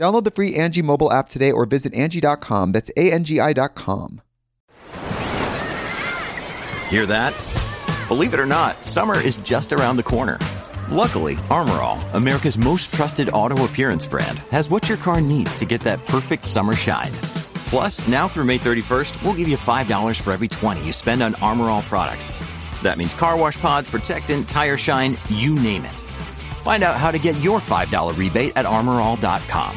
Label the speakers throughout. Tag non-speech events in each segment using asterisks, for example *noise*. Speaker 1: Download the free Angie mobile app today or visit Angie.com. That's A-N-G-I dot com.
Speaker 2: Hear that? Believe it or not, summer is just around the corner. Luckily, Armorall, America's most trusted auto appearance brand, has what your car needs to get that perfect summer shine. Plus, now through May 31st, we'll give you $5 for every 20 you spend on Armorall products. That means car wash pods, protectant, tire shine, you name it. Find out how to get your $5 rebate at armorall.com.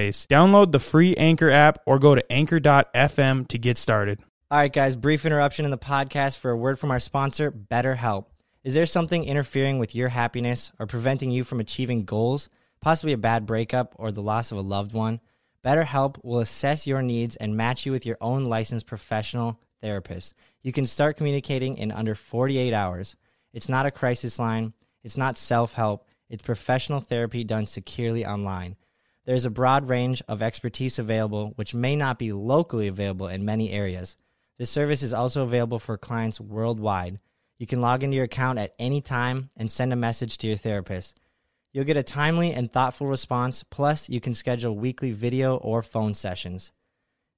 Speaker 3: Download the free Anchor app or go to anchor.fm to get started.
Speaker 4: All right, guys, brief interruption in the podcast for a word from our sponsor, BetterHelp. Is there something interfering with your happiness or preventing you from achieving goals, possibly a bad breakup or the loss of a loved one? BetterHelp will assess your needs and match you with your own licensed professional therapist. You can start communicating in under 48 hours. It's not a crisis line, it's not self help, it's professional therapy done securely online. There's a broad range of expertise available, which may not be locally available in many areas. This service is also available for clients worldwide. You can log into your account at any time and send a message to your therapist. You'll get a timely and thoughtful response, plus, you can schedule weekly video or phone sessions.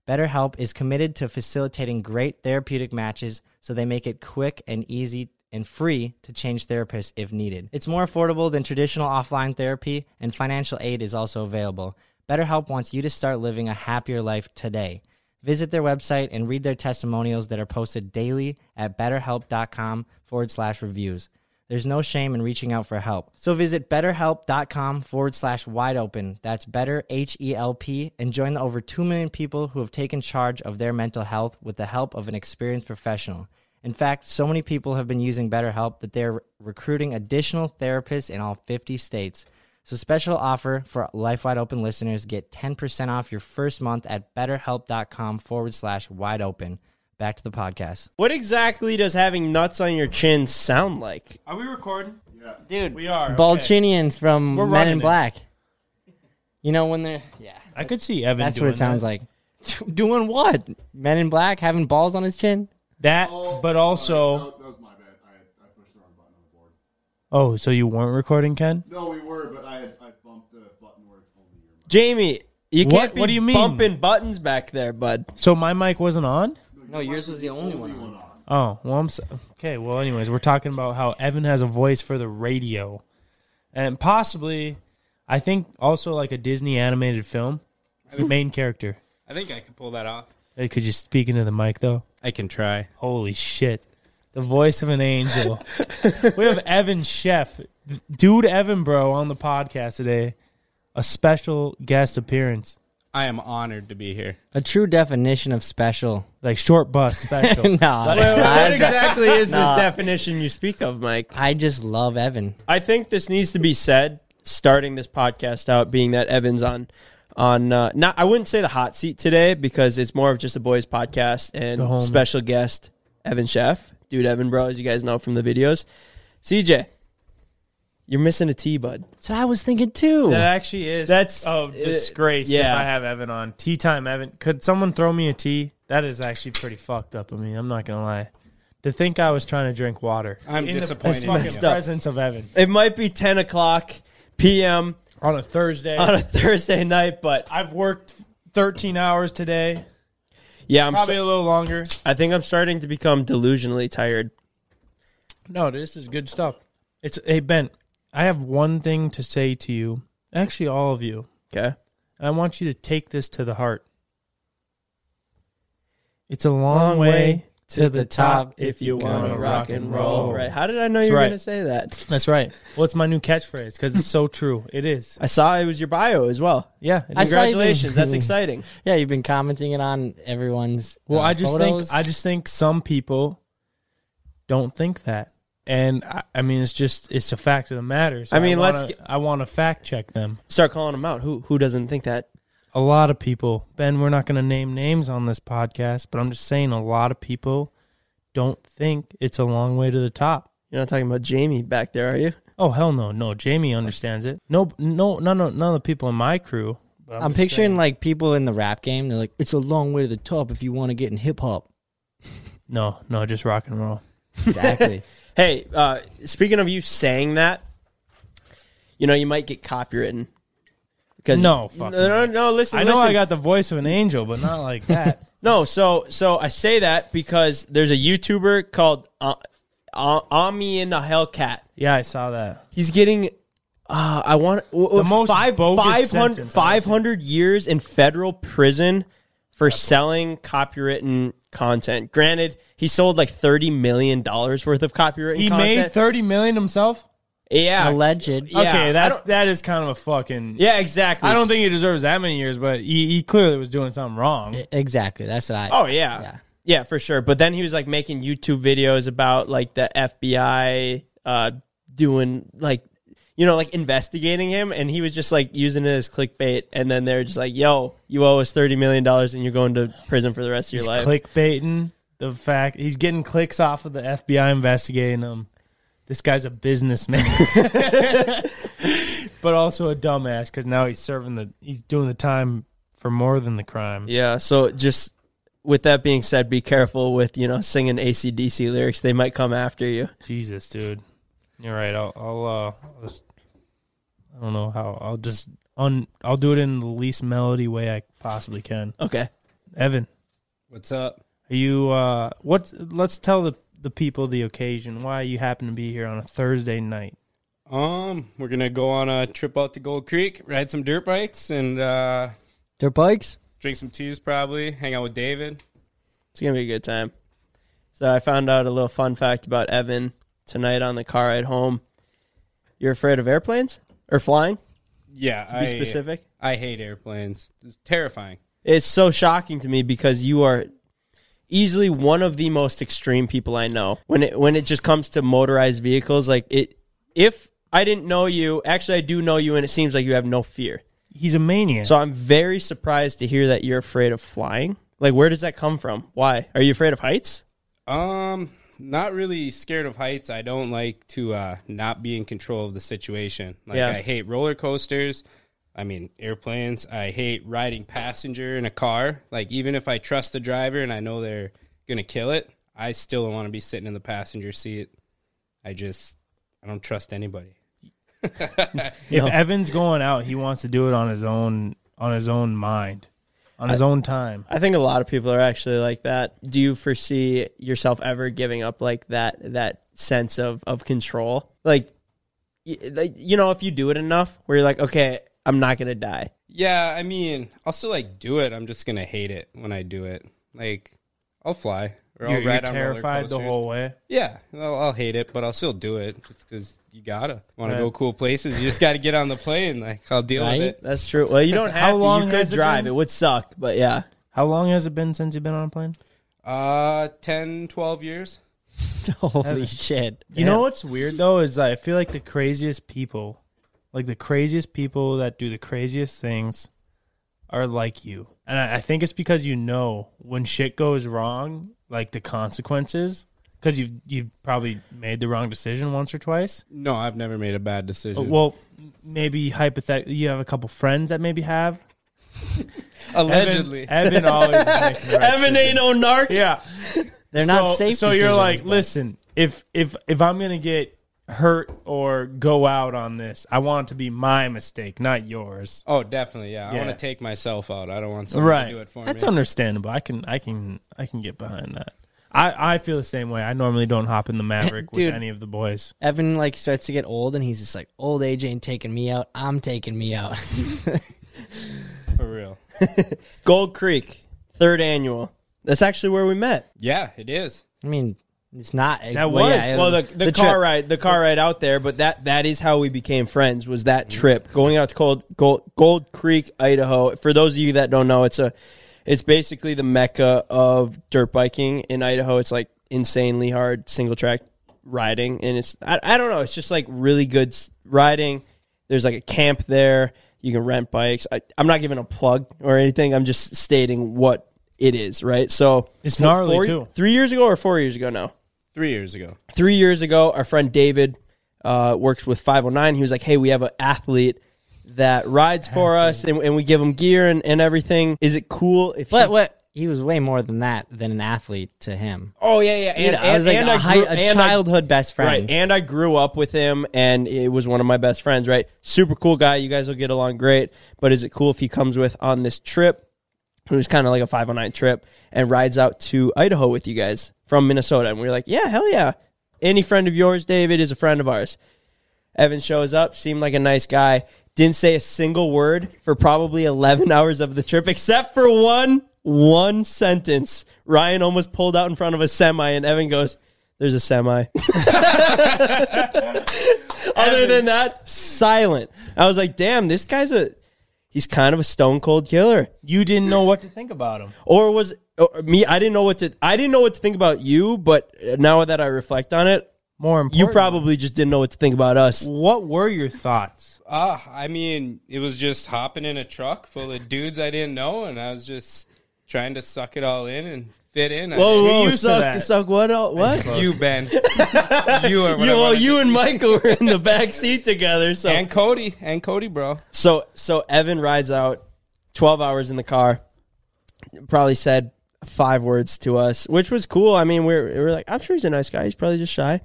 Speaker 4: BetterHelp is committed to facilitating great therapeutic matches so they make it quick and easy and free to change therapists if needed. It's more affordable than traditional offline therapy, and financial aid is also available. BetterHelp wants you to start living a happier life today. Visit their website and read their testimonials that are posted daily at betterhelp.com forward slash reviews. There's no shame in reaching out for help. So visit betterhelp.com forward slash wide open. That's better H E L P and join the over 2 million people who have taken charge of their mental health with the help of an experienced professional. In fact, so many people have been using BetterHelp that they're recruiting additional therapists in all 50 states. So special offer for Life Wide Open listeners get 10% off your first month at betterhelp.com forward slash wide open. Back to the podcast.
Speaker 5: What exactly does having nuts on your chin sound like?
Speaker 3: Are we recording?
Speaker 4: Dude, we
Speaker 5: are, okay.
Speaker 4: Balchinians from
Speaker 5: We're
Speaker 4: Men in
Speaker 5: running it.
Speaker 4: Black. You know when they're yeah,
Speaker 3: I could see Evan.
Speaker 4: that's what it sounds
Speaker 6: *laughs*
Speaker 4: like. Doing what? Men in Black having balls on his chin?
Speaker 3: That, but also. Oh, so you weren't recording, Ken?
Speaker 7: No, we were, but I I bumped the button where it's only your
Speaker 5: Jamie,
Speaker 6: You can't
Speaker 8: What,
Speaker 6: be
Speaker 8: what do you mean?
Speaker 6: bumping-
Speaker 8: buttons back there, bud.
Speaker 5: So my mic wasn't on.
Speaker 6: No, yours was the only one. on.
Speaker 5: Oh well, I'm so, okay. Well, anyways, we're talking about how Evan has a voice for the radio, and possibly, I think also like a Disney animated film, the main character.
Speaker 9: I think I can pull that off.
Speaker 5: Hey, could you speak into the mic though?
Speaker 9: I can try.
Speaker 5: Holy shit. The voice of an angel. we have Evan Chef, dude Evan Bro, on the podcast today. A special guest appearance,
Speaker 9: I am honored to be here.
Speaker 6: A true definition of special.
Speaker 5: like
Speaker 6: *laughs*
Speaker 5: short bus
Speaker 6: no, *laughs*
Speaker 5: special.
Speaker 8: what
Speaker 6: I,
Speaker 8: exactly is
Speaker 6: *laughs* Nah.
Speaker 8: this definition you speak of, Mike?
Speaker 6: I just love Evan.
Speaker 8: I think this needs to be said starting this podcast out, being that Evans on on uh, not I wouldn't say the hot seat today because it's more of just a boys podcast
Speaker 5: The
Speaker 8: and
Speaker 5: homie.
Speaker 8: special guest Evan Chef, dude Evan bro, as you guys know from the videos. CJ, you're missing a T, bud.
Speaker 6: So I was thinking too.
Speaker 5: That actually is
Speaker 8: That's-
Speaker 5: oh
Speaker 8: it-
Speaker 5: disgrace.
Speaker 8: yeah.
Speaker 5: if I have Evan on tea time. Evan, could someone throw me a tea? That is actually pretty fucked up of me. I'm not gonna lie. To think I was trying to drink water
Speaker 9: I'm
Speaker 5: in the
Speaker 9: disappointed.
Speaker 5: this fucking
Speaker 9: in you.
Speaker 5: presence of Evan
Speaker 8: It might be 10 o'clock p.m.
Speaker 5: on a Thursday.
Speaker 8: on a Thursday night, but
Speaker 5: I've worked 13 hours today,
Speaker 8: yeah, I'm.
Speaker 5: probably
Speaker 8: So,
Speaker 5: a little longer.
Speaker 8: I think I'm starting to become delusionally tired.
Speaker 5: No, this is good stuff. It's hey Ben, I have one thing to say to you. Actually, all of you.
Speaker 8: Okay,
Speaker 5: And I want you to take this to the heart. It's a long, way to the top if you want to rock and roll.
Speaker 8: Right? How did I know
Speaker 5: That's
Speaker 8: you were
Speaker 5: right.
Speaker 8: gonna say that?
Speaker 5: That's right. Well, it's my new catchphrase because
Speaker 8: *laughs*
Speaker 5: it's so true. It is.
Speaker 8: I saw it was your bio as well.
Speaker 5: Yeah. It
Speaker 6: I
Speaker 5: is.
Speaker 6: saw you-
Speaker 8: Congratulations,
Speaker 6: *laughs*
Speaker 8: that's exciting.
Speaker 6: yeah, you've been commenting it on everyone's.
Speaker 5: Well,
Speaker 6: uh,
Speaker 5: I just
Speaker 6: photos.
Speaker 5: think I just think some people don't think that, and I, I mean it's just it's a fact of the matter. So
Speaker 8: I mean, let's
Speaker 5: wanna-
Speaker 8: get-
Speaker 5: I want to fact check them.
Speaker 8: Start *laughs* calling them out. Who who
Speaker 5: *laughs*
Speaker 8: doesn't think that?
Speaker 5: a lot of people ben we're not going to name names on this podcast but i'm just saying a lot of people don't think it's a long way to the top
Speaker 8: You're not talking about Jamie back there, are you?
Speaker 5: oh hell no no jamie understands it no no no no none of the people in my crew but
Speaker 6: I'm
Speaker 5: just
Speaker 6: picturing
Speaker 5: saying-
Speaker 6: like people in the rap game. They're like, it's a long way to the top if you want to get in hip hop.
Speaker 5: no no just rock and roll
Speaker 6: Exactly.
Speaker 8: Hey, uh, speaking of you saying that, you know you might get copywritten because
Speaker 5: No, fuck
Speaker 8: no, no, no, Listen,
Speaker 5: i know
Speaker 8: listen.
Speaker 5: i got the voice of an angel but
Speaker 8: *laughs*
Speaker 5: not like that
Speaker 8: no. So so I say that because there's a YouTuber called uh, uh, Ami and the Hellcat.
Speaker 5: yeah i saw that
Speaker 8: He's getting. Uh, I want the
Speaker 5: most
Speaker 8: five,
Speaker 5: bogus
Speaker 8: 500,
Speaker 5: sentence I've
Speaker 8: 500 years in federal prison for selling copywritten content. Granted, he sold like thirty million dollars worth of copywritten.
Speaker 5: he made
Speaker 8: content.
Speaker 5: 30 million himself
Speaker 8: yeah,
Speaker 6: Alleged.
Speaker 8: Yeah, I
Speaker 5: okay that's
Speaker 8: don't-
Speaker 5: that is kind of a fucking
Speaker 8: yeah, exactly.
Speaker 5: i don't think he deserves that many years but he, he clearly was *laughs* doing something wrong
Speaker 6: E-, Exactly. That's what I.
Speaker 8: Oh yeah.
Speaker 6: Yeah.
Speaker 8: yeah, for sure. But then he was like making YouTube videos about like the FBI uh, doing like you know like investigating him, and he was just like using it as clickbait. And then they're just like, "Yo, you owe us thirty million dollars, and you're going to prison for the rest of your life."
Speaker 5: He's clickbaiting the fact he's getting clicks off of the FBI investigating him. This guy's
Speaker 8: *laughs*
Speaker 5: a businessman, *laughs* but also a dumbass because now he's serving the he's doing the time for more than the crime.
Speaker 8: yeah. So just with that being said, be careful with you know singing ACDC lyrics; they might come after you.
Speaker 5: Jesus, dude, you're right. I'll, I'll uh, I'll just, I don't know how I'll just un I'll do it in the least melody way I possibly can.
Speaker 8: Okay.
Speaker 5: Evan,
Speaker 9: What's up?
Speaker 5: are you uh what? Let's tell the the people the occasion why you happen to be here on a Thursday night.
Speaker 9: Um, we're gonna go on a trip out to Gold Creek, ride some dirt bikes, and uh,
Speaker 6: Their bikes.
Speaker 9: drink some teas. Probably hang out with David.
Speaker 8: It's gonna be a good time. So I found out a little fun fact about Evan tonight on the car ride home. You're afraid of airplanes or flying?
Speaker 9: Yeah,
Speaker 8: To be specific,
Speaker 9: I hate airplanes. It's terrifying.
Speaker 8: it's so shocking to me because you are easily one of the most extreme people I know. When it when it just comes to motorized vehicles, like it. If I didn't know you, actually I do know you, and it seems like you have no fear.
Speaker 5: He's a maniac.
Speaker 8: So I'm very surprised to hear that you're afraid of flying. Like, where does that come from? Why are you afraid of heights?
Speaker 9: Um, not really scared of heights. I don't like to uh, not be in control of the situation. Like
Speaker 8: Yeah.
Speaker 9: I hate roller coasters. I mean airplanes. I hate riding passenger in a car. Like even if I trust the driver and I know they're gonna kill it, I still don't want to be sitting in the passenger seat. I just I don't trust anybody.
Speaker 5: If Evan's going out, he wants to do it on his own on his own mind, on his own time.
Speaker 8: I think a lot of people are actually like that. Do you foresee yourself ever giving up like that that sense of of control? Like, y- like you know, if you do it enough, where you're like, okay, I'm not gonna die.
Speaker 9: Yeah, I mean, I'll still like do it. I'm just gonna hate it when I do it. Like, I'll fly or I'll
Speaker 5: You're, you're
Speaker 9: ride on roller
Speaker 5: terrified the
Speaker 9: coasters.
Speaker 5: whole way.
Speaker 9: Yeah, I'll, I'll hate it, but I'll still do it just because you gotta want
Speaker 5: Right.
Speaker 9: to go cool places. You just gotta get on the plane. Like, I'll deal
Speaker 6: Right?
Speaker 9: with it.
Speaker 8: That's true. Well, you don't have
Speaker 5: *laughs* How
Speaker 8: to.
Speaker 5: long
Speaker 8: you could
Speaker 5: has it
Speaker 8: drive.
Speaker 5: been?
Speaker 8: It would suck, but yeah.
Speaker 5: How long has it been since you've been on a plane?
Speaker 9: Uh, 10,
Speaker 8: *laughs*
Speaker 9: 12 years.
Speaker 6: Holy shit.
Speaker 5: You know what's weird though is I feel like the craziest people, like the craziest people that do the craziest things, are like you. And I, I think it's because you know when shit goes wrong, like the consequences, because you've you've probably made the wrong decision once or twice.
Speaker 9: No, I've never made a bad decision.
Speaker 5: Well, maybe hypothetically, you have a couple friends that maybe have.
Speaker 9: *laughs* Allegedly.
Speaker 5: Evan, Evan always is making the right
Speaker 8: *laughs* Evan ain't
Speaker 5: decision.
Speaker 8: no narc.
Speaker 5: Yeah,
Speaker 6: They're not
Speaker 5: so,
Speaker 6: safe
Speaker 5: So you're
Speaker 6: decisions,
Speaker 5: like,
Speaker 6: but-
Speaker 5: listen, if if if I'm gonna get hurt or go out on this, I want it to be my mistake, not yours.
Speaker 9: oh, definitely. Yeah, I
Speaker 5: Yeah.
Speaker 9: want to take myself out. I don't want someone
Speaker 5: Right.
Speaker 9: to do it for
Speaker 5: That's
Speaker 9: me.
Speaker 5: understandable. I can I can I can get behind that. I, I feel the same way. I normally don't hop in
Speaker 6: *coughs*
Speaker 5: the Maverick with
Speaker 6: Dude.
Speaker 5: any of the boys.
Speaker 6: Evan like starts to get old and he's just like, old age ain't taking me out. I'm taking me
Speaker 5: *laughs*
Speaker 6: out.
Speaker 9: for
Speaker 6: *laughs*
Speaker 9: real.
Speaker 8: Gold Creek, third annual. That's actually where we met.
Speaker 9: Yeah, it is.
Speaker 6: I mean, it's not.
Speaker 5: That
Speaker 6: well,
Speaker 5: was-
Speaker 6: yeah, it-
Speaker 8: Well, the, the,
Speaker 6: trip-
Speaker 8: car ride, the car ride out there, but that that is how we became friends. Was that trip going out to Gold Gold, Gold Creek, Idaho? For those of you that don't know, it's a it's basically the mecca of dirt biking in Idaho. It's like insanely hard single track riding, and it's I, I don't know. It's just like really good s- riding. There's like a camp there. You can rent bikes. I, I'm not giving a plug or anything. I'm just stating what it is, right? So
Speaker 5: It's gnarly,
Speaker 8: four-
Speaker 5: too.
Speaker 8: Three years ago or four years ago now
Speaker 9: Three years ago.
Speaker 8: three years ago, our friend David uh, works with 509. He was like, hey, we have an athlete that rides for us and, and we give him gear and, and everything. Is it cool if
Speaker 6: But
Speaker 8: he-
Speaker 6: what? He was way more than that than an athlete to him.
Speaker 8: Oh, yeah, yeah.
Speaker 6: Dude,
Speaker 8: And,
Speaker 6: I
Speaker 8: and,
Speaker 6: was like
Speaker 8: and
Speaker 6: a,
Speaker 8: I
Speaker 6: hi-
Speaker 8: grew-
Speaker 6: a
Speaker 8: and I-
Speaker 6: childhood best friend.
Speaker 8: Right. And I grew up with him and it was one of my best friends, right? Super cool guy. You guys will get along great. But is it cool if he comes with on this trip? It was kind of like a 509 trip and rides out to Idaho with you guys from Minnesota. And we were like, yeah, hell yeah. Any friend of yours, David, is a friend of ours. Evan shows up, seemed like a nice guy, didn't say a single word for probably 11 *laughs* hours of the trip, except for one, one sentence. Ryan almost pulled out in front of a semi, and Evan goes, There's a semi. Other than that, silent. I was like, Damn, this guy's a, he's kind of a stone cold killer
Speaker 5: You didn't know what to think about him.
Speaker 8: or was or me i didn't know what to i didn't know what to think about you but now that i reflect on it
Speaker 5: More important,
Speaker 8: you probably just didn't know what to think about us
Speaker 5: What were your thoughts?
Speaker 9: Ah, I mean, it was just hopping in a truck full of dudes I didn't know, and I was just trying to suck it all in and fit in.
Speaker 8: whoa
Speaker 9: I
Speaker 8: whoa
Speaker 5: used to
Speaker 8: suck,
Speaker 5: that.
Speaker 8: suck what el- what
Speaker 9: mean, you Ben, *laughs* you are what
Speaker 8: you,
Speaker 9: I
Speaker 8: well,
Speaker 9: wanted
Speaker 8: you
Speaker 9: to-
Speaker 8: and michael were
Speaker 9: *laughs*
Speaker 8: in the back seat together so
Speaker 9: and Cody and Cody, bro.
Speaker 8: So so Evan rides out 12 hours in the car. Probably said five words to us, which was cool. I mean, we we're, we we're like, I'm sure he's a nice guy. He's probably just shy.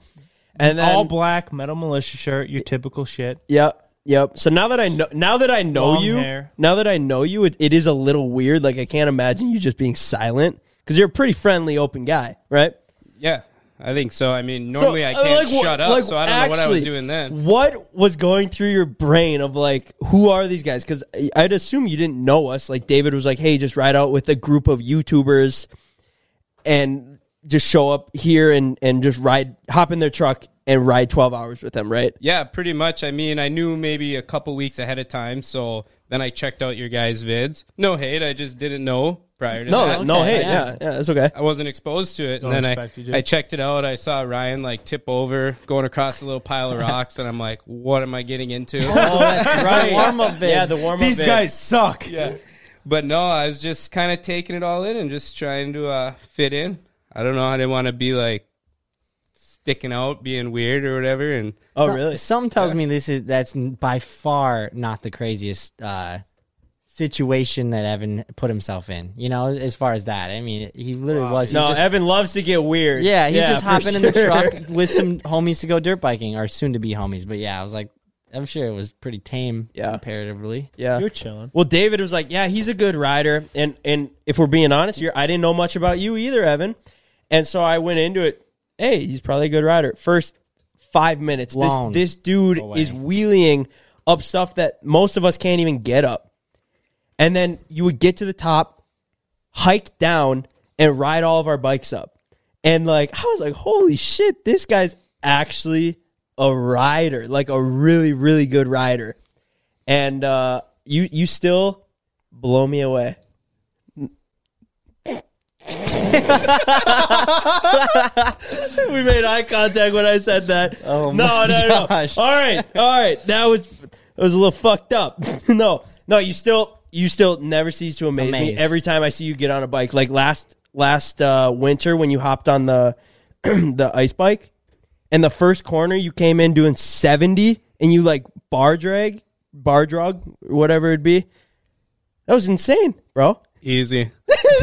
Speaker 8: And then
Speaker 5: All black metal militia shirt, your typical shit.
Speaker 8: Yep. Yep. So now that I know now that I know
Speaker 5: Long
Speaker 8: you,
Speaker 5: hair.
Speaker 8: now that I know you, it, it is a little weird. Like I can't imagine you just being silent cuz you're a pretty friendly open guy, right?
Speaker 9: Yeah, I think so. I mean, normally I
Speaker 8: uh,
Speaker 9: can't
Speaker 8: like, wha-
Speaker 9: shut up,
Speaker 8: like,
Speaker 9: so I don't know what I was
Speaker 8: actually,
Speaker 9: doing then.
Speaker 8: What was going through your brain of like, who are these guys? Because I'd assume you didn't know us. Like David was like, hey, just ride out with a group of YouTubers and just show up here and and just ride, hop in their truck and ride twelve hours with them, right?
Speaker 9: Yeah, pretty much. I mean, I knew maybe a couple weeks ahead of time, so then I checked out your guys' vids. No hate, I just didn't know prior to
Speaker 8: No,
Speaker 9: that.
Speaker 8: no, hey,
Speaker 9: I
Speaker 8: yeah,
Speaker 9: just-
Speaker 8: yeah, that's okay.
Speaker 9: I wasn't exposed to it.
Speaker 5: Don't
Speaker 9: and then
Speaker 5: expect you
Speaker 9: I,
Speaker 5: to.
Speaker 9: I checked it out. I saw Ryan like tip over, going across a little
Speaker 8: *laughs*
Speaker 9: pile of rocks, and I'm like, what am I getting into?
Speaker 8: Oh,
Speaker 9: *laughs*
Speaker 8: that's right. warm up Yeah, the warm up.
Speaker 5: These guys suck.
Speaker 9: but no, I was just kind of taking it all in and just trying to uh, fit in. I don't know. I didn't want to be like sticking out, being weird or whatever. And
Speaker 8: Oh, really?
Speaker 6: Some tells me this is that's n- by far not the craziest uh, situation that Evan put himself in. You know, as far as that, I mean, he literally was. he
Speaker 8: No,
Speaker 6: just-
Speaker 8: Evan loves to get weird.
Speaker 6: yeah, he's just
Speaker 8: for
Speaker 6: hopping in the
Speaker 8: sure.
Speaker 6: truck with some homies to go dirt biking or soon to be homies. But yeah, I was like, I'm sure it was pretty tame
Speaker 8: Yeah.
Speaker 6: comparatively.
Speaker 8: *laughs* Yeah.
Speaker 5: You're chilling.
Speaker 8: Well, David was like, "Yeah, he's a good rider," and and if we're being honest here, I didn't know much about you either, Evan, and so I went into it. Hey, he's probably a good rider. First five minutes, this
Speaker 6: Blown
Speaker 8: this dude
Speaker 9: away.
Speaker 8: is wheeling up stuff that most of us can't even get up, and then you would get to the top, hike down, and ride all of our bikes up, and like I was like, "Holy shit, this guy's actually a rider, like a really really good rider." and uh, you you still blow me away. *laughs* we made eye contact when I said that. Oh no, no, no,
Speaker 6: gosh.
Speaker 8: no. All right, all right. That was it was a little fucked up. *laughs* no, no. You still you still never cease to amaze me
Speaker 6: Amazed.
Speaker 8: every time I see you get on a bike. Like last last uh, winter when you hopped on the *clears throat* the ice bike and the first corner you came in doing 70 and you like bar drag bar drug whatever it'd be that was insane bro
Speaker 6: *laughs*
Speaker 9: Easy.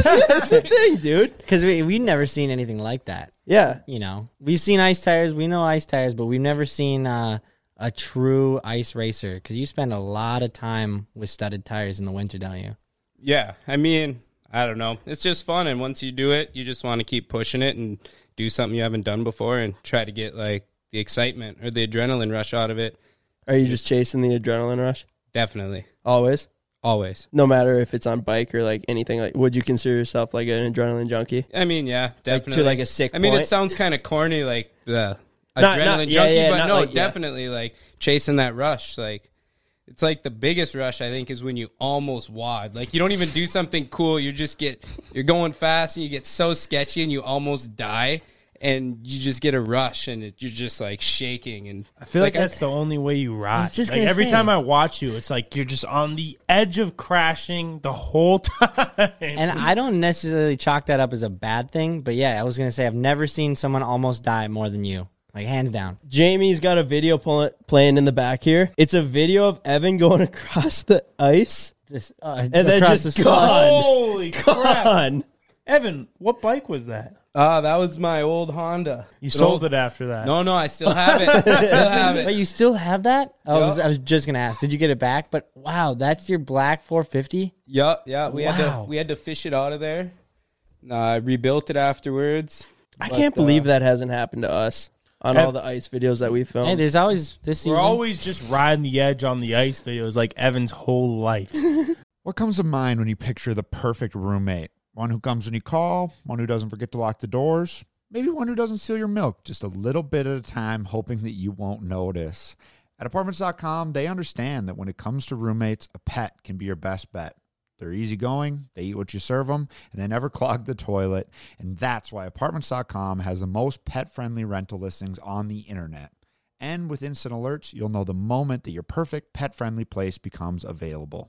Speaker 8: that's the thing dude
Speaker 6: Because we we never seen anything like that.
Speaker 8: yeah
Speaker 6: You know, we've seen ice tires, we know ice tires, but we've never seen uh, a true ice racer. Because you spend a lot of time with studded tires in the winter, don't you?
Speaker 9: Yeah, I mean, I don't know. It's just fun, and once you do it, you just want to keep pushing it and do something you haven't done before, and try to get like the excitement or the adrenaline rush out of it.
Speaker 8: are you just chasing the adrenaline rush
Speaker 9: Definitely,
Speaker 8: always
Speaker 9: always.
Speaker 8: no matter if it's on bike or like anything like would you consider yourself like an adrenaline junkie
Speaker 9: I mean, yeah, definitely.
Speaker 8: like, a sick
Speaker 9: I mean,
Speaker 8: point?
Speaker 9: it sounds kind of corny, like the
Speaker 8: Not-
Speaker 9: adrenaline
Speaker 8: not-
Speaker 9: junkie,
Speaker 8: yeah, yeah,
Speaker 9: but
Speaker 8: not
Speaker 9: no,
Speaker 8: like- yeah.
Speaker 9: definitely like chasing that rush, like. It's like the biggest rush I think is when you almost wad. Like you don't even do something cool. You just get you're going fast and you get so sketchy and you almost die and you just get a rush and it, you're just like shaking and
Speaker 5: I feel like, that's the only way you ride.
Speaker 6: just
Speaker 5: like
Speaker 6: gonna
Speaker 5: every
Speaker 6: say.
Speaker 5: time I watch you, it's like you're just on the edge of crashing the whole time.
Speaker 6: And I don't necessarily chalk that up as a bad thing, but yeah, I was gonna say I've never seen someone almost die more than you, like hands down.
Speaker 8: jamie's got a video pull- playing in the back here it's a video of evan going *laughs* across the ice
Speaker 6: Just uh,
Speaker 8: and then
Speaker 6: across
Speaker 8: just
Speaker 6: the squad.
Speaker 8: gone
Speaker 5: Holy crap.
Speaker 8: gone
Speaker 5: Evan, what bike was that?
Speaker 9: Ah, that was my old Honda.
Speaker 5: You sold it after that.
Speaker 9: No, no, I still have it. I still have
Speaker 6: But
Speaker 9: it.
Speaker 6: you still have that? I was,
Speaker 9: Yeah.
Speaker 6: I was just gonna ask, did you get it back? But wow, that's your black 450.
Speaker 9: Yup, yeah. We had
Speaker 6: Wow.
Speaker 9: to we had to fish it out of there. Uh, I rebuilt it afterwards.
Speaker 8: I can't believe that hasn't happened to us on all the ice videos that we filmed.
Speaker 6: Hey, there's always this
Speaker 5: We're
Speaker 6: season.
Speaker 5: always just riding the edge on the ice videos like Evan's whole life.
Speaker 10: What comes to mind when you picture the perfect roommate? One who comes when you call, one who doesn't forget to lock the doors, maybe one who doesn't steal your milk just a little bit at a time, hoping that you won't notice. At apartments.com, they understand that when it comes to roommates, a pet can be your best bet. They're easygoing, they eat what you serve them, and they never *laughs* clog the toilet. And that's why apartments.com has the most pet friendly rental listings on the internet. And with instant alerts, you'll know the moment that your perfect pet friendly place becomes available.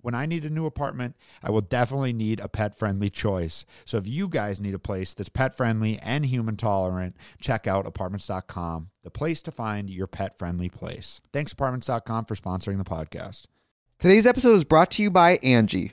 Speaker 10: When I need a new apartment, I will definitely need a pet friendly choice. So if you guys need a place that's pet friendly and human tolerant, check out apartments.com, the place to find your pet friendly place. Thanks, apartments.com, for sponsoring the podcast.
Speaker 1: Today's episode is brought to you by Angie.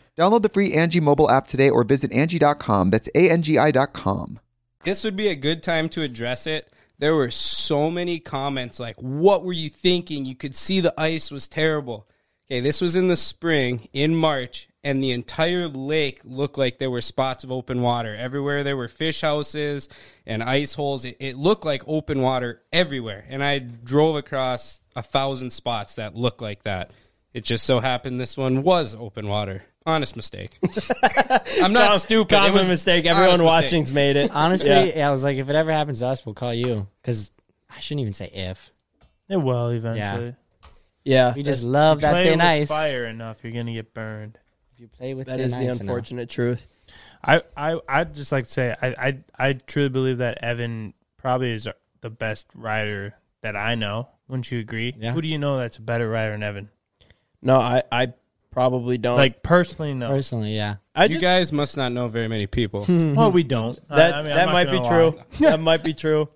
Speaker 1: Download the free Angie mobile app today or visit Angie.com. That's A-N-G-I dot com.
Speaker 9: This would be a good time to address it. There were so many comments like, What were you thinking? You could see the ice was terrible. Okay, this was in the spring, in March, and the entire lake looked like there were spots of open water. Everywhere there were fish houses and ice holes. It, it looked like open water everywhere. And I drove across a thousand spots that looked like that. It just so happened this one was open water. Honest mistake. I'm not stupid. It
Speaker 8: Common
Speaker 9: was
Speaker 8: mistake.
Speaker 9: honest
Speaker 8: Everyone
Speaker 9: mistake.
Speaker 8: watching's made it.
Speaker 6: Honestly,
Speaker 8: Yeah.
Speaker 6: yeah, I was like, if it ever happens to us, we'll call you. Because I shouldn't even say if.
Speaker 5: It will eventually.
Speaker 8: Yeah,
Speaker 6: We just love that
Speaker 5: Play
Speaker 6: thin
Speaker 5: with
Speaker 6: ice.
Speaker 5: fire enough, you're gonna get burned.
Speaker 6: If you play with
Speaker 8: that
Speaker 6: thin
Speaker 8: is the
Speaker 6: ice enough.
Speaker 8: unfortunate truth.
Speaker 5: I I I'd just like to say I I I truly believe that Evan probably is the best rider that I know. Wouldn't you agree?
Speaker 6: Yeah.
Speaker 5: Who do you know that's a better rider than Evan?
Speaker 8: No, I, I probably don't.
Speaker 5: Like personally, no.
Speaker 6: Personally, yeah.
Speaker 5: *laughs*
Speaker 8: I
Speaker 9: You
Speaker 8: just
Speaker 9: guys must not know very many
Speaker 6: *laughs*
Speaker 9: people.
Speaker 5: Hmm. Well, we don't. Uh,
Speaker 8: that
Speaker 5: I- I mean, I'm
Speaker 8: that
Speaker 5: not
Speaker 8: might be
Speaker 5: gonna lie.
Speaker 8: true. that might be true.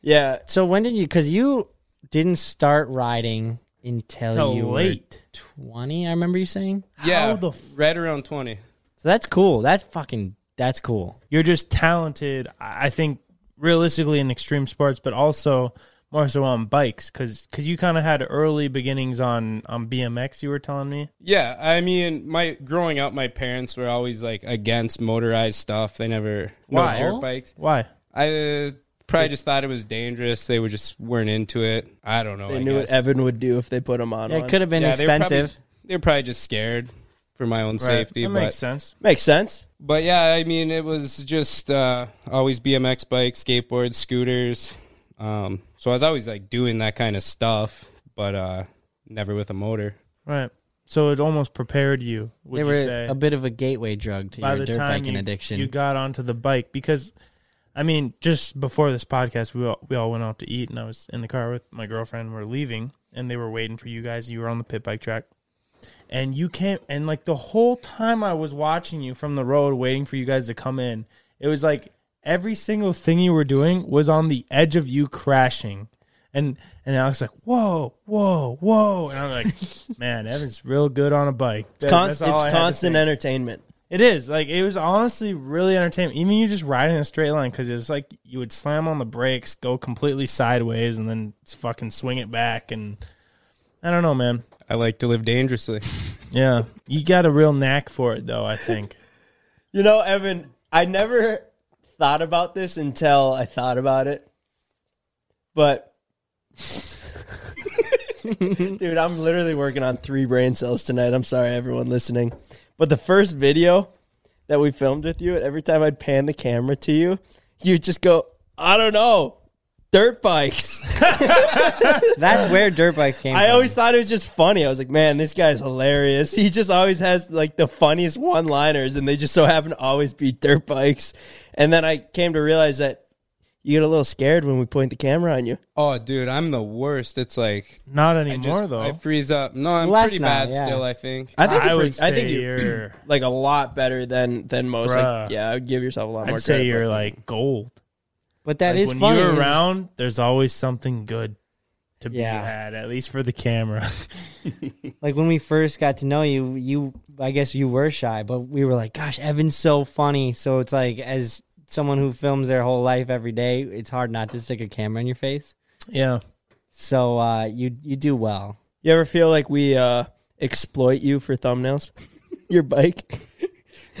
Speaker 8: Yeah,
Speaker 6: So when did you? Because you didn't start riding until
Speaker 5: Till
Speaker 6: you
Speaker 5: late.
Speaker 6: were twenty. I remember you saying.
Speaker 9: Yeah,
Speaker 5: How the f-
Speaker 9: right around twenty.
Speaker 6: So that's cool. That's fucking. That's cool.
Speaker 5: You're just talented. I I think realistically in extreme sports, but also more so on bikes because you kind of had early beginnings on on BMX. You were telling me.
Speaker 9: Yeah, I mean, my growing up, my parents were always like against motorized stuff. They never no
Speaker 5: Why?
Speaker 9: dirt bikes.
Speaker 5: Why?
Speaker 9: I uh, probably just thought it was dangerous. They were just weren't into it. I don't know.
Speaker 8: they
Speaker 9: Oh, I
Speaker 8: knew what
Speaker 9: guess.
Speaker 8: Evan would do if they put him on.
Speaker 6: Yeah,
Speaker 8: one.
Speaker 6: it could have been
Speaker 9: Yeah, they were probably-
Speaker 6: expensive.
Speaker 9: They were probably just scared for my own safety.
Speaker 5: That
Speaker 9: but
Speaker 5: makes sense.
Speaker 8: Makes sense.
Speaker 9: but yeah, I mean, it was just uh, always BMX bikes, skateboards, scooters. Um, so I was always like doing that kind of stuff, but uh, never with a motor.
Speaker 5: Right. So it almost prepared you. Would
Speaker 6: They
Speaker 5: you
Speaker 6: were
Speaker 5: say?
Speaker 6: a bit of a gateway drug to your dirt biking
Speaker 5: you,
Speaker 6: addiction.
Speaker 5: you got onto the bike because I mean, just before this podcast, we all, we all went out to eat, and I was in the car with my girlfriend. We're leaving, and they were waiting for you guys. You were on the pit bike track, and you came, and like the whole time I was watching you from the road, waiting for you guys to come in. It was like every single thing you were doing was on the edge of you crashing. And and Alex like whoa whoa whoa and I'm like *laughs* man Evan's real good on a bike That-
Speaker 8: Const-
Speaker 5: that's all I had
Speaker 8: it's
Speaker 5: to
Speaker 8: constant
Speaker 5: say.
Speaker 8: entertainment.
Speaker 5: It is like it was honestly really entertaining. Even you just riding a straight line because it's like you would slam on the brakes, go completely sideways, and then fucking swing it back. And I don't know, man.
Speaker 9: I like to live dangerously.
Speaker 5: Yeah, you got a real knack for it, though.
Speaker 6: *laughs*
Speaker 5: I think.
Speaker 8: You know, Evan, I never thought about this until I thought about it. But *laughs* Dude, I'm literally working on three brain cells tonight. I'm sorry everyone listening. But the first video that we filmed with you, every time I'd pan the camera to you, you'd just go, "I don't know." Dirt bikes.
Speaker 6: *laughs* That's where dirt bikes came.
Speaker 8: I
Speaker 6: from.
Speaker 8: always thought it was just funny. I was like, man, this guy's hilarious. He just always has like the funniest one liners, and they just so happen to always be dirt bikes. And then I came to realize that you get a little scared when we point the camera on you.
Speaker 9: oh, dude, I'm the worst. It's like
Speaker 5: Not
Speaker 9: I
Speaker 5: anymore,
Speaker 9: just-
Speaker 5: though.
Speaker 9: I freeze up. No, I'm
Speaker 6: Last
Speaker 9: pretty
Speaker 6: night,
Speaker 9: bad
Speaker 6: yeah.
Speaker 9: still. I think.
Speaker 8: I think
Speaker 5: I
Speaker 8: you're
Speaker 5: would
Speaker 8: pretty- I think
Speaker 5: say
Speaker 8: you're *clears throat*
Speaker 5: you're-
Speaker 8: like a lot better than than most. Like,
Speaker 5: Bruh.
Speaker 8: yeah, I would give yourself a lot more.
Speaker 5: I'd say
Speaker 8: credit,
Speaker 5: you're
Speaker 8: but-
Speaker 5: like gold.
Speaker 6: but that
Speaker 5: Like,
Speaker 6: is
Speaker 5: when
Speaker 6: funny.
Speaker 5: you're around, there's always something good to be
Speaker 6: Yeah.
Speaker 5: had, at least for the camera.
Speaker 6: Like when we first got to know you, you I guess you were shy, but we were like, "Gosh, Evan's so funny." So it's like, as someone who films their whole life every day, it's hard not to stick a camera in your face.
Speaker 5: yeah,
Speaker 6: So uh, you you do well.
Speaker 8: You ever feel like we uh exploit you for thumbnails? *laughs* your bike.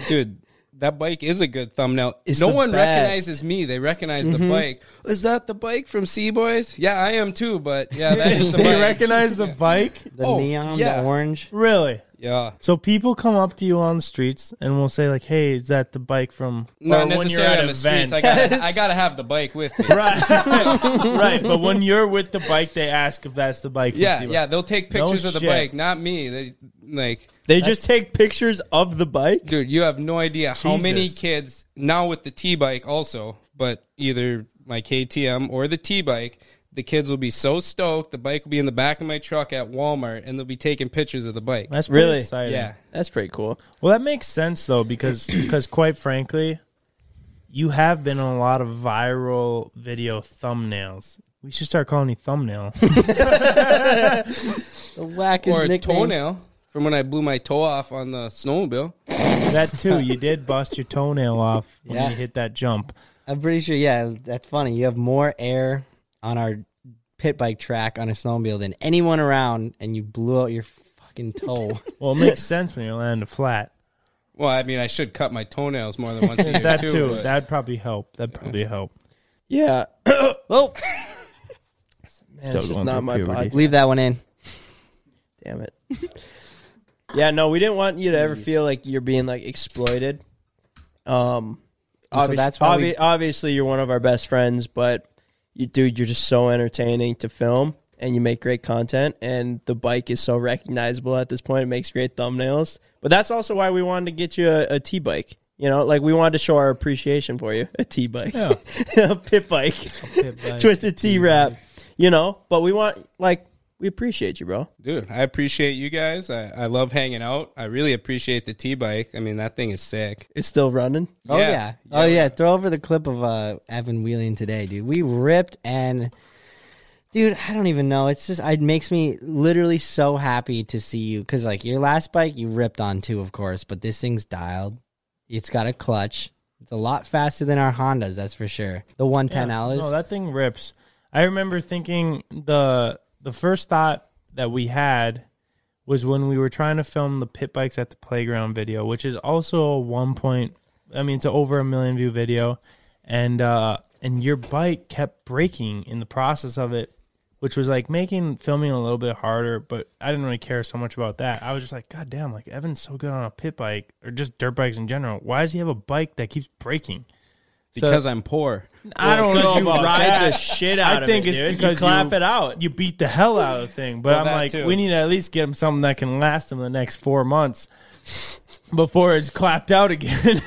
Speaker 9: dude that bike is a good thumbnail
Speaker 8: It's
Speaker 9: no
Speaker 8: the
Speaker 9: one
Speaker 8: best.
Speaker 9: recognizes me they recognize the bike is that the bike from sea boys yeah i am too but yeah that is the
Speaker 5: they
Speaker 9: bike
Speaker 5: recognize the bike.
Speaker 6: The
Speaker 9: Oh,
Speaker 6: neon,
Speaker 9: yeah.
Speaker 6: the orange.
Speaker 5: Really?
Speaker 9: yeah
Speaker 5: So people come up to you on the streets and will say like, "Hey, is that the bike from?"
Speaker 9: not
Speaker 5: Or when you're
Speaker 9: necessarily
Speaker 5: at
Speaker 9: on the streets I
Speaker 5: events.
Speaker 9: gotta, I gotta have the bike with me
Speaker 5: right, *laughs* right. But when you're with the bike, they ask if that's the bike. from
Speaker 9: yeah
Speaker 5: Seaway.
Speaker 9: yeah they'll take
Speaker 5: No
Speaker 9: pictures of the
Speaker 5: shit.
Speaker 9: bike not me they like
Speaker 8: They just take pictures of the bike.
Speaker 9: dude you have no idea how many
Speaker 5: Jesus.
Speaker 9: kids now with the t-bike also but either my ktm or the t-bike The kids will be so stoked. The bike will be in the back of my truck at Walmart, and they'll be taking pictures of the bike.
Speaker 3: That's pretty
Speaker 8: Really?
Speaker 3: exciting.
Speaker 9: Yeah.
Speaker 8: That's pretty cool.
Speaker 3: Well, that makes sense though,
Speaker 8: *clears throat*
Speaker 3: because because quite frankly, you have been on a lot of viral video thumbnails. We should start calling you
Speaker 8: *laughs*
Speaker 3: thumbnail.
Speaker 6: The wackest
Speaker 9: Or a
Speaker 6: nickname.
Speaker 9: toenail from when I blew my toe off on the snowmobile.
Speaker 3: that too. You did bust your toenail off when
Speaker 6: Yeah.
Speaker 3: you hit that jump.
Speaker 6: I'm pretty sure. Yeah, that's funny. You have more air on our pit bike track on a snowmobile than anyone around, and you blew out your fucking toe.
Speaker 3: *laughs* Well, it makes sense when you land a flat.
Speaker 9: Well, I mean, I should cut my toenails more than *laughs* once
Speaker 5: *laughs*
Speaker 9: a year
Speaker 3: That
Speaker 9: too.
Speaker 3: too.
Speaker 9: but-
Speaker 3: That'd probably help. That'd probably help.
Speaker 6: *coughs*
Speaker 8: Yeah.
Speaker 6: oh,
Speaker 3: Man,
Speaker 8: So
Speaker 3: it's just
Speaker 8: going
Speaker 3: not
Speaker 8: through
Speaker 3: my
Speaker 8: puberty.
Speaker 6: leave that one in.
Speaker 8: Damn it. *laughs* yeah, no, we didn't want you to ever feel like you're being like exploited. Um
Speaker 6: And so
Speaker 8: obvious-
Speaker 6: that's why we-
Speaker 8: obvi- obviously you're one of our best friends, but you dude, you're just so entertaining to film and you make great content and the bike is so recognizable at this point. It makes great thumbnails. But that's also why we wanted to get you a, a T bike. You know, like we wanted to show our appreciation for you. *laughs* A T bike. a pit
Speaker 6: *laughs*
Speaker 8: bike. Twisted T wrap. You know, but we want like we appreciate you, bro.
Speaker 9: Dude, I appreciate you guys. I, I love hanging out. I really appreciate the T bike. I mean, that thing is sick.
Speaker 8: It's still running.
Speaker 6: Oh yeah. Oh yeah. Throw over the clip of uh, Evan Wheeling today, dude. We ripped and dude, I don't even know. It's just it makes me literally so happy to see you because like your last bike you ripped on too, of course, but this thing's dialed. It's got a clutch. It's a lot faster than our Hondas, that's for sure. The one ten L is.
Speaker 3: No, that thing rips. I remember thinking the the first thought that we had was when we were trying to film the pit bikes at the playground video, which is also a one point. I mean, it's a over a million view video, and uh, and your bike kept breaking in the process of it, which was like making filming a little bit harder. But I didn't really care so much about that. I was just like, God damn, like Evan's so good on a pit bike or just dirt bikes in general. Why does he have a bike that keeps breaking?
Speaker 9: Because I'm poor.
Speaker 3: I don't
Speaker 8: Because
Speaker 3: know
Speaker 8: you
Speaker 3: about
Speaker 8: ride
Speaker 3: that.
Speaker 8: the shit out
Speaker 3: I
Speaker 8: of
Speaker 3: think
Speaker 8: it,
Speaker 3: it's
Speaker 8: dude. You
Speaker 3: because
Speaker 8: clap it out.
Speaker 3: You beat the hell out of the thing. But
Speaker 9: Well,
Speaker 3: I'm
Speaker 9: that
Speaker 3: like,
Speaker 9: too.
Speaker 3: we need to at least get him something that can last him the next four months before it's clapped out
Speaker 6: *laughs*
Speaker 3: again.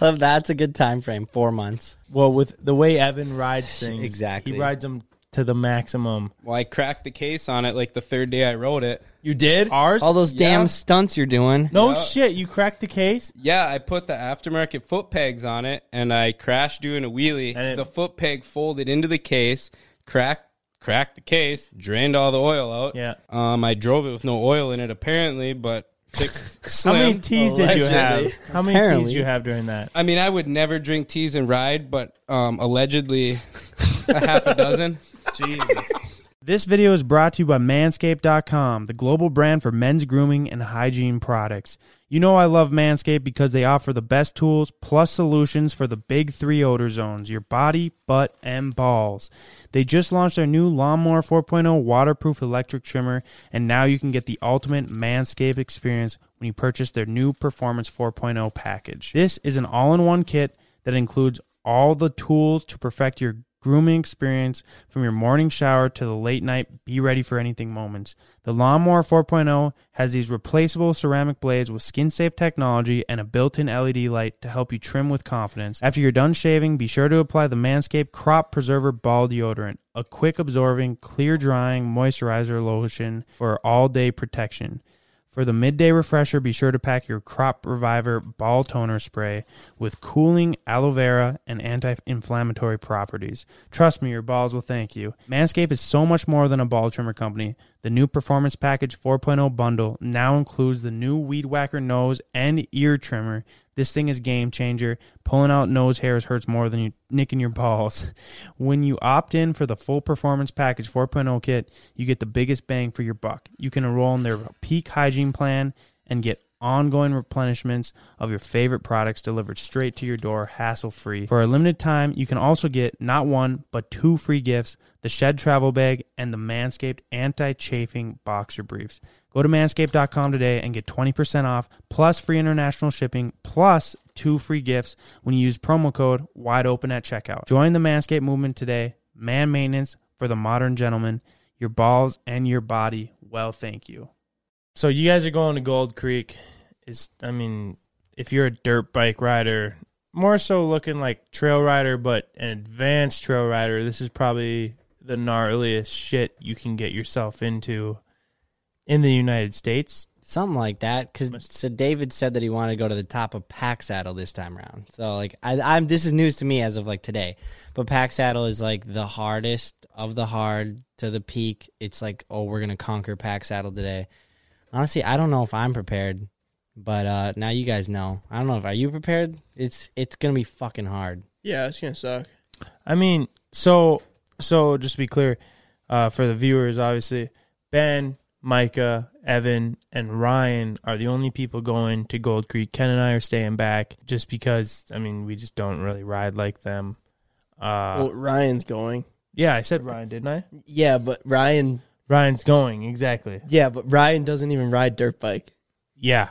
Speaker 6: Oh, that's a good time frame. Four months.
Speaker 3: well, with the way
Speaker 6: *laughs*
Speaker 3: Evan rides things,
Speaker 6: Exactly.
Speaker 3: he rides them to the maximum.
Speaker 9: Well, I cracked the case on it like the third day I rode it.
Speaker 3: You did ours?
Speaker 6: All those
Speaker 9: Yeah.
Speaker 6: damn stunts you're doing.
Speaker 3: no shit, you cracked the case.
Speaker 9: Yeah, I put the aftermarket foot pegs on it and I crashed doing a wheelie.
Speaker 3: And it-
Speaker 9: the foot peg folded into the case, cracked cracked the case, drained all the oil out.
Speaker 3: Yeah.
Speaker 9: Um, I drove it with no oil in it apparently, but fixed
Speaker 3: *laughs* How
Speaker 9: slim.
Speaker 3: many teas did you have?
Speaker 9: Allegedly.
Speaker 3: How many teas
Speaker 6: Apparently.
Speaker 3: did you have during that?
Speaker 9: I mean, I would never drink teas and ride, but um, allegedly *laughs* a half a dozen.
Speaker 3: This video is brought to you by Manscaped.com, the global brand for men's grooming and hygiene products. You know, I love Manscaped because they offer the best tools plus solutions for the big three odor zones your body, butt, and balls. They just launched their new Lawnmower 4.0 waterproof electric trimmer, and now you can get the ultimate Manscaped experience when you purchase their new Performance 4.0 package. This is an all in one kit that includes all the tools to perfect your grooming experience from your morning shower to the late night be ready for anything moments. The Lawnmower 4.0 has these replaceable ceramic blades with skin safe technology and a built in LED light to help you trim with confidence. After you're done shaving, be sure to apply the Manscaped Crop Preserver Ball Deodorant, a quick absorbing, clear drying moisturizer lotion for all day protection. For the midday refresher, be sure to pack your Crop Reviver Ball Toner Spray with cooling aloe vera and anti inflammatory properties. Trust me, your balls will thank you. Manscaped is so much more than a ball trimmer company. The new Performance Package 4.0 bundle now includes the new Weed Whacker nose and ear trimmer. This thing is game changer. Pulling out nose hairs hurts more than you nicking your balls. *laughs* When you opt in for the full performance package 4.0 kit, you get the biggest bang for your buck. You can enroll in their peak hygiene plan and get ongoing replenishments of your favorite products delivered straight to your door hassle-free. For a limited time, you can also get not one, but two free gifts, the Shed travel bag and the Manscaped anti-chafing boxer briefs. Go to manscaped.com today and get 20% off plus free international shipping plus two free gifts when you use promo code wide open at checkout. Join the Manscaped movement today. Man maintenance for the modern gentleman. Your balls and your body. Well, thank you. So you guys are going to Gold Creek is I mean, if you're a dirt bike rider, more so looking like trail rider but an advanced trail rider, this is probably
Speaker 5: the gnarliest shit you can get yourself into in the United States.
Speaker 6: Something like that. Because so David said that he wanted to go to the top of Pack Saddle this time around. So like I, I'm this is news to me as of like today, but Pack Saddle is like the hardest of the hard to the peak. It's like oh we're gonna conquer Pack Saddle today. Honestly, I don't know if I'm prepared, but uh now you guys know. I don't know if are you prepared. It's it's gonna be fucking hard.
Speaker 8: Yeah, it's gonna suck.
Speaker 5: I mean, so so just to be clear, uh, for the viewers, obviously, Ben, Micah, Evan, and Ryan are the only people going to Gold Creek. Ken and I are staying back just because I mean we just don't really ride like them. Uh,
Speaker 8: well, Ryan's going.
Speaker 5: yeah, I said Ryan, didn't I?
Speaker 8: Yeah, but Ryan.
Speaker 5: Ryan's going exactly.
Speaker 8: Yeah, but Ryan doesn't even ride dirt bike.
Speaker 5: Yeah.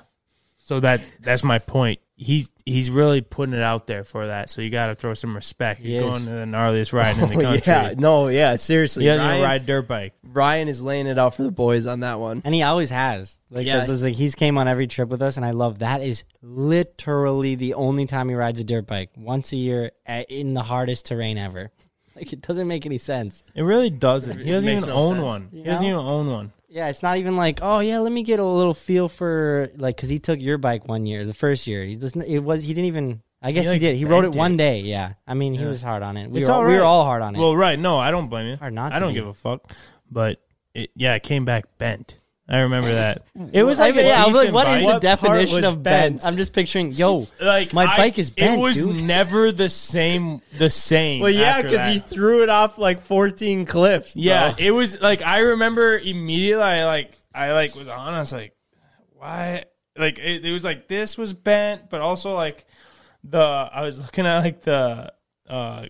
Speaker 5: So that that's my point. He's he's really putting it out there for that. So you got to throw some respect. He's
Speaker 6: Yes.
Speaker 5: going to the gnarliest ride in
Speaker 8: *laughs*
Speaker 5: the
Speaker 8: Oh,
Speaker 5: country.
Speaker 8: yeah, no, yeah, seriously.
Speaker 5: He doesn't
Speaker 8: Ryan,
Speaker 5: even ride dirt bike.
Speaker 8: Ryan is laying it out for the boys on that one.
Speaker 6: And he always has. Like,
Speaker 8: Yeah.
Speaker 6: yeah. like he's came on every trip with us, and I love that is literally the only time he rides a dirt bike once a year a- in the hardest terrain ever. *laughs* Like it doesn't make any sense.
Speaker 5: It really doesn't. He doesn't
Speaker 8: makes
Speaker 5: even
Speaker 8: no
Speaker 5: own
Speaker 8: sense.
Speaker 5: one.
Speaker 6: You
Speaker 5: He doesn't
Speaker 6: know?
Speaker 5: even own one.
Speaker 6: Yeah, it's not even like oh yeah, let me get a little feel for like because he took your bike one year, the first year. He doesn't. It was he didn't even. I guess he,
Speaker 5: like,
Speaker 6: did. He rode it
Speaker 5: begged
Speaker 6: one
Speaker 5: it.
Speaker 6: day. Yeah, I mean he was hard on it. We
Speaker 5: It's
Speaker 6: were all,
Speaker 5: all
Speaker 6: we were
Speaker 5: right.
Speaker 6: all hard on it.
Speaker 5: Well, right. No, I don't blame you.
Speaker 6: Hard not
Speaker 5: I
Speaker 6: to
Speaker 5: don't
Speaker 6: be.
Speaker 5: give a fuck. But it, yeah, it came back bent. I
Speaker 6: *laughs*
Speaker 5: remember that. It was
Speaker 6: I
Speaker 5: like
Speaker 6: mean,
Speaker 5: a
Speaker 6: yeah, I was like,
Speaker 5: decent
Speaker 6: what is
Speaker 5: bike.
Speaker 6: the definition
Speaker 5: was
Speaker 6: of bent? I'm just picturing yo,
Speaker 5: Like
Speaker 6: my
Speaker 5: I-
Speaker 6: bike is bent.
Speaker 5: It was
Speaker 6: dude.
Speaker 5: never
Speaker 6: *laughs*
Speaker 5: the same. The same.
Speaker 8: Well, yeah,
Speaker 5: because
Speaker 8: because he threw it off like 14 cliffs. bro.
Speaker 5: Yeah, it was like I remember immediately. I like I like was on. I was like, why? Like it, it was like this was bent, but also like the I was looking at like the uh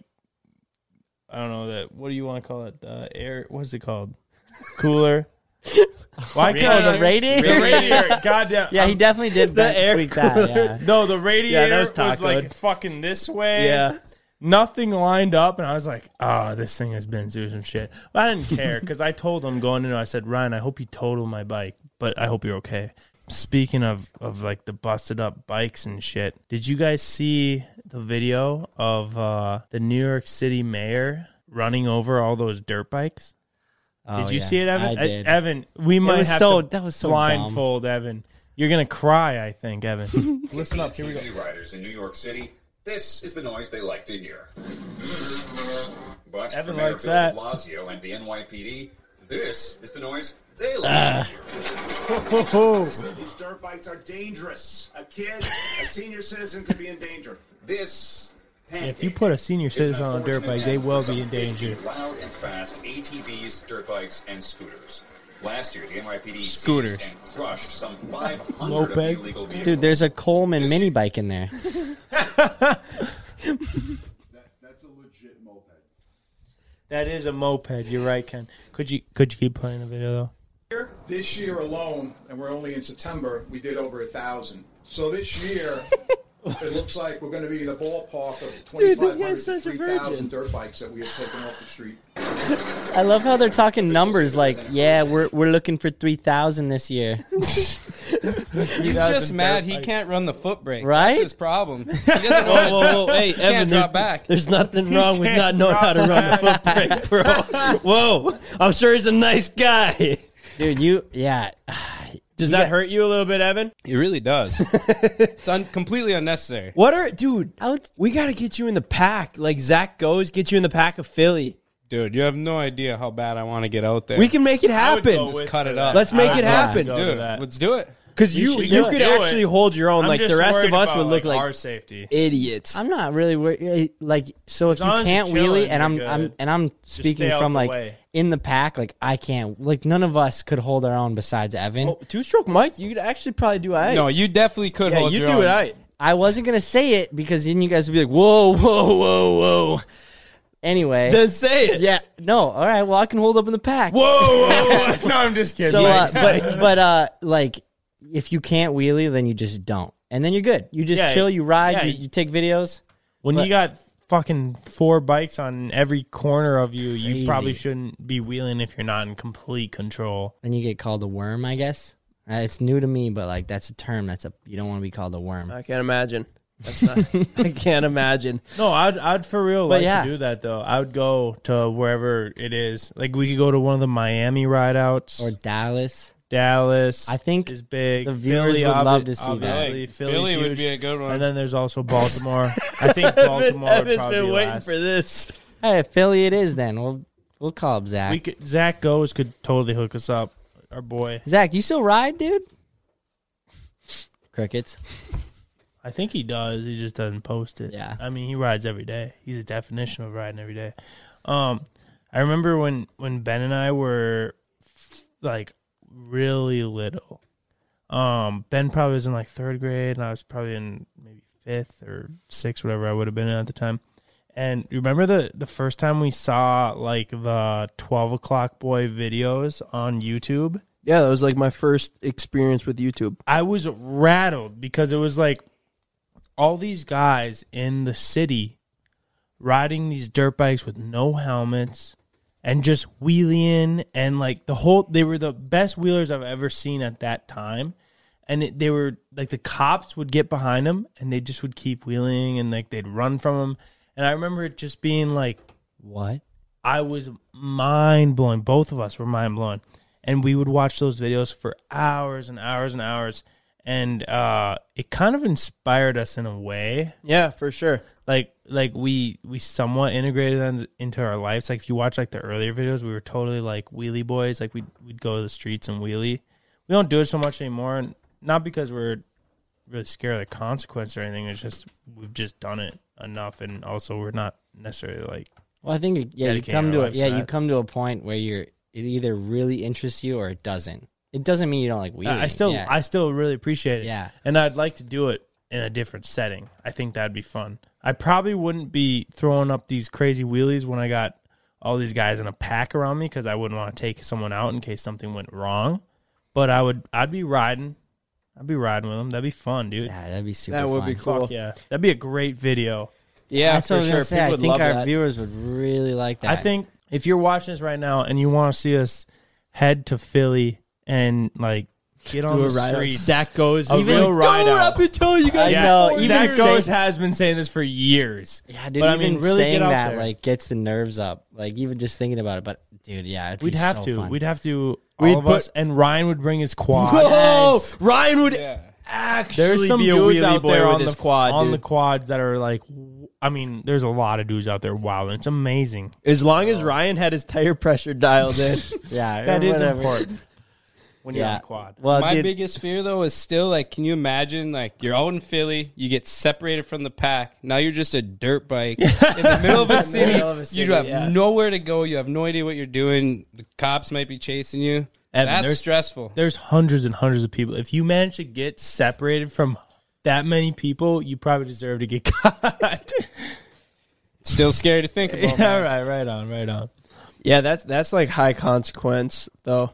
Speaker 5: I don't know that what do you want to call it? The air? What's it called?
Speaker 6: *laughs*
Speaker 5: Cooler. Why can't
Speaker 6: the radiator?
Speaker 5: The radiator. Goddamn.
Speaker 6: Yeah, he
Speaker 5: I'm-
Speaker 6: definitely did bent,
Speaker 5: air
Speaker 6: tweak that. Yeah.
Speaker 5: no, the radiator
Speaker 8: that was
Speaker 5: was, like
Speaker 8: tacoed.
Speaker 5: fucking this way.
Speaker 8: Yeah.
Speaker 5: Nothing lined up, and I was like, "Oh, this thing has been through some shit." But I didn't care because I told him going in. I said, "Ryan, I hope you total my bike, but I hope you're okay." Speaking of of like the busted up bikes and shit, did you guys see the video of uh, the New York City mayor running over all those dirt bikes?
Speaker 6: Oh,
Speaker 5: did you
Speaker 6: yeah.
Speaker 5: see it, Evan? Uh,
Speaker 6: I did.
Speaker 5: Evan, we might
Speaker 6: was
Speaker 5: have
Speaker 6: so-
Speaker 5: to
Speaker 6: that was so
Speaker 5: blindfold Evan. You're gonna cry, I think, Evan.
Speaker 6: *laughs*
Speaker 5: *laughs*
Speaker 9: Listen up. Here we go.
Speaker 11: ATV riders in New York City, this is the noise they like to hear. But
Speaker 5: Evan
Speaker 11: for Mayor
Speaker 5: likes
Speaker 11: Bill
Speaker 5: that.
Speaker 11: de Blasio and the NYPD, this is the noise they like
Speaker 5: Ah.
Speaker 11: to hear.
Speaker 12: These dirt bikes are dangerous. A kid, a senior citizen could be in danger.
Speaker 11: This.
Speaker 5: If you put a senior
Speaker 11: is an
Speaker 5: citizen on a dirt
Speaker 11: unfortunate
Speaker 5: bike, they
Speaker 11: end
Speaker 5: will
Speaker 11: for some
Speaker 5: be in
Speaker 11: of these
Speaker 5: danger.
Speaker 11: Loud and fast ATVs, dirt bikes, and scooters. Last year, the NYPD seized
Speaker 9: Scooters.
Speaker 11: and crushed some 500 of the
Speaker 5: Mopeds.
Speaker 11: illegal vehicles.
Speaker 6: Dude, there's a Coleman mini bike
Speaker 12: *laughs*
Speaker 6: in there.
Speaker 12: that's a legit moped.
Speaker 5: That is a moped. You're right, Ken. Could you could you keep playing the video though?
Speaker 12: This year alone, and we're only in September, we did over a thousand. So this year, it looks like we're going to be in the ballpark of
Speaker 8: Dude, this
Speaker 12: 2,500
Speaker 8: guy's
Speaker 12: to
Speaker 8: such a virgin.
Speaker 12: 3,000 dirt bikes that we have taken off the street.
Speaker 6: I love how they're talking numbers like, yeah, we're, we're looking for 3,000 this year.
Speaker 5: *laughs*
Speaker 9: He's
Speaker 5: 3,000
Speaker 9: just mad
Speaker 5: dirt
Speaker 9: he
Speaker 5: bike.
Speaker 9: can't run the foot brake.
Speaker 6: Right?
Speaker 9: That's
Speaker 8: *laughs*
Speaker 9: his problem. He doesn't
Speaker 8: Whoa,
Speaker 9: want
Speaker 8: whoa,
Speaker 9: *laughs*
Speaker 8: whoa! Hey, Evan,
Speaker 9: can't
Speaker 8: there's,
Speaker 9: drop back.
Speaker 8: there's
Speaker 9: *laughs*
Speaker 8: nothing wrong with not knowing how to run the foot brake,
Speaker 5: *laughs*
Speaker 8: bro. Whoa! I'm sure he's a nice guy.
Speaker 6: Dude, you, yeah.
Speaker 8: Does that hurt you a little bit, Evan?
Speaker 9: It really does.
Speaker 8: *laughs*
Speaker 9: it's un- completely unnecessary.
Speaker 8: What are, dude?
Speaker 6: I would-
Speaker 8: We gotta get you in the pack. Like Zach goes, get you in the pack of Philly.
Speaker 9: Dude, you have no idea how bad I want to get out there.
Speaker 8: We can make it happen.
Speaker 5: go with-
Speaker 9: cut it
Speaker 5: that.
Speaker 9: up.
Speaker 8: Let's make
Speaker 9: I-
Speaker 8: it happen,
Speaker 5: go to
Speaker 9: Dude,
Speaker 5: that.
Speaker 9: let's do it.
Speaker 8: because
Speaker 5: We
Speaker 8: you
Speaker 5: should
Speaker 8: you
Speaker 5: do
Speaker 8: could
Speaker 5: it.
Speaker 8: actually hold your own.
Speaker 5: I'm
Speaker 8: like the
Speaker 5: just
Speaker 8: rest of
Speaker 5: worried
Speaker 8: us
Speaker 5: about,
Speaker 8: would look like,
Speaker 5: our safety.
Speaker 8: idiots.
Speaker 6: I'm not really worried. Like, so if you
Speaker 5: long as you're
Speaker 6: can't wheelie,
Speaker 5: chilling,
Speaker 6: and I'm,
Speaker 5: you're
Speaker 6: I'm
Speaker 5: good.
Speaker 6: and I'm speaking
Speaker 5: stay out
Speaker 6: from
Speaker 5: the
Speaker 6: like
Speaker 5: way.
Speaker 6: in the pack, like I can't, like none of us could hold our own besides Evan.
Speaker 8: Two stroke Mike, you could actually probably do I.
Speaker 9: No, you definitely could
Speaker 8: yeah,
Speaker 9: hold
Speaker 8: you
Speaker 9: your
Speaker 8: do
Speaker 9: own.
Speaker 8: it. I.
Speaker 6: I wasn't gonna say it because then you guys would be like, whoa, whoa, whoa, whoa. Anyway,
Speaker 8: Then say it.
Speaker 6: yeah, no, all right, well I can hold up in the pack.
Speaker 5: Whoa,
Speaker 8: *laughs*
Speaker 5: whoa, whoa. no, I'm just kidding.
Speaker 6: So, uh, but but uh, like if you can't wheelie, then you just don't, and then you're good. You just
Speaker 5: Yeah,
Speaker 6: chill. You ride.
Speaker 5: yeah,
Speaker 6: you, you take videos.
Speaker 5: when
Speaker 6: but-
Speaker 5: you got fucking four bikes on every corner of you,
Speaker 6: Crazy.
Speaker 5: you probably shouldn't be wheeling if you're not in complete control.
Speaker 6: Then you get called a worm, I guess. Uh, it's new to me, but like that's a term. That's a you don't want to be called a worm.
Speaker 8: I can't imagine. That's not, *laughs* I can't imagine.
Speaker 5: No, I'd I'd for real like
Speaker 8: yeah.
Speaker 5: to do that though. I would go to wherever it is. Like we could go to one of the Miami rideouts
Speaker 6: or Dallas.
Speaker 5: Dallas.
Speaker 6: I think
Speaker 5: is big.
Speaker 6: the viewers
Speaker 5: Philly,
Speaker 6: would
Speaker 5: obvi-
Speaker 6: love to see that.
Speaker 5: obviously,
Speaker 9: Like,
Speaker 5: Philly's
Speaker 9: Philly would
Speaker 5: huge.
Speaker 9: be a good one.
Speaker 5: And then there's also Baltimore.
Speaker 6: *laughs*
Speaker 5: I think Baltimore would
Speaker 8: Evan's
Speaker 5: probably
Speaker 8: been
Speaker 5: be
Speaker 8: waiting
Speaker 5: last.
Speaker 8: for this.
Speaker 6: Hey, Philly, it is. Then we'll we'll call up Zach.
Speaker 5: We could, Zach goes could totally hook us up. Our boy.
Speaker 6: Zach, you still ride, dude? Crickets.
Speaker 5: I think he does. He just doesn't post it.
Speaker 6: Yeah.
Speaker 5: I mean, he rides every day. He's a definition of riding every day. Um, I remember when when Ben and I were like really little. Um, Ben probably was in like third grade, and I was probably in maybe fifth or sixth, whatever I would have been in at the time. And you remember the the first time we saw like the twelve o'clock boy videos on YouTube?
Speaker 8: *laughs* Yeah, that was like my first experience with YouTube.
Speaker 5: I was rattled because it was like all these guys in the city riding these dirt bikes with no helmets and just wheeling and like the whole they were the best wheelers I've ever seen at that time. And it, they were like the cops would get behind them and they just would keep wheeling and like they'd run from them. And I remember it just being like
Speaker 6: What?
Speaker 5: I was mind blown. Both of us were mind blown, and we would watch those videos for hours and hours and hours. And uh, it kind of inspired us in a way,
Speaker 8: Yeah, for sure.
Speaker 5: like like we we somewhat integrated them into our lives. Like if you watch like the earlier videos, we were totally like wheelie boys. Like we would we'd go to the streets and wheelie. We don't do it so much anymore, and not because we're really scared of the consequence or anything. It's just we've just done it enough, and also we're not necessarily like
Speaker 6: Well, I think yeah, you
Speaker 5: Dedicating
Speaker 6: come
Speaker 5: our
Speaker 6: to a,
Speaker 5: lives to
Speaker 6: yeah, you
Speaker 5: that.
Speaker 6: come to a point where you're it either really interests you or it doesn't. It doesn't mean you don't like wheeling.
Speaker 5: I I still
Speaker 6: yeah.
Speaker 5: I still really appreciate it.
Speaker 6: Yeah.
Speaker 5: And I'd like to do it in a different setting. I think that'd be fun. I probably wouldn't be throwing up these crazy wheelies when I got all these guys in a pack around me because I wouldn't want to take someone out in case something went wrong. But I would I'd be riding. I'd be riding with them. That'd be fun, dude.
Speaker 6: yeah, that'd be super.
Speaker 8: That would be
Speaker 6: fun.
Speaker 8: cool.
Speaker 5: Fuck yeah. That'd be a great video.
Speaker 8: Yeah,
Speaker 6: That's
Speaker 8: for
Speaker 6: what I was
Speaker 8: sure.
Speaker 6: gonna say.
Speaker 8: People
Speaker 6: I
Speaker 8: would
Speaker 6: think
Speaker 8: love
Speaker 6: our
Speaker 8: that.
Speaker 6: viewers would really like that.
Speaker 5: I think if you're watching this right now and you want to see us head to Philly and like get on
Speaker 8: Do
Speaker 5: the
Speaker 8: a ride out.
Speaker 5: streets.
Speaker 8: Zach goes.
Speaker 5: A
Speaker 8: he's
Speaker 5: real
Speaker 8: like,
Speaker 5: ride
Speaker 8: Dude,
Speaker 5: out.
Speaker 8: I've been
Speaker 6: *laughs*
Speaker 8: telling you guys.
Speaker 6: I know,
Speaker 8: before.
Speaker 6: even
Speaker 5: Zach
Speaker 6: saying-
Speaker 5: *laughs* Goes has been saying this for years.
Speaker 6: Yeah, dude.
Speaker 5: But I
Speaker 6: even
Speaker 5: mean, really
Speaker 6: saying
Speaker 5: get out
Speaker 6: that
Speaker 5: there.
Speaker 6: like gets the nerves up. Like even just thinking about it. But dude, yeah, it'd be
Speaker 5: We'd have
Speaker 6: so
Speaker 5: to.
Speaker 6: fun.
Speaker 5: We'd have to. All
Speaker 8: We'd
Speaker 5: of
Speaker 8: put-
Speaker 5: us and
Speaker 6: *laughs*
Speaker 5: Ryan would bring his quad.
Speaker 8: Whoa, Ryan would
Speaker 9: Yeah.
Speaker 8: actually
Speaker 5: There's some
Speaker 8: be a
Speaker 5: dudes
Speaker 8: wheelie
Speaker 5: out
Speaker 8: boy
Speaker 5: there
Speaker 8: with
Speaker 5: on the
Speaker 8: his quad.
Speaker 5: on
Speaker 8: dude.
Speaker 5: the quads that are like. w- I mean, there's a lot of dudes out there. Wow, it's amazing.
Speaker 8: As long
Speaker 9: Uh,
Speaker 8: as Ryan had his tire pressure dialed
Speaker 5: *laughs*
Speaker 8: in. *laughs*
Speaker 6: yeah,
Speaker 5: That is
Speaker 6: whatever.
Speaker 5: important when you're
Speaker 6: Yeah.
Speaker 5: on a quad.
Speaker 6: Well,
Speaker 9: My
Speaker 6: dude,
Speaker 9: biggest fear though is still like, can you imagine like you're out in Philly, you get separated from the pack. Now you're just a dirt bike in the middle of a city.
Speaker 8: middle of a
Speaker 9: you
Speaker 8: city,
Speaker 9: have
Speaker 8: yeah.
Speaker 9: nowhere to go. You have no idea what you're doing. The cops might be chasing you.
Speaker 5: Evan,
Speaker 9: That's
Speaker 5: there's-
Speaker 9: stressful.
Speaker 5: There's hundreds and hundreds of people. If you manage to get separated from that many people, you probably deserve to get *laughs* caught.
Speaker 9: Still scary to think about.
Speaker 5: *laughs* yeah, right, right on, right on.
Speaker 8: yeah, that's that's like high consequence though.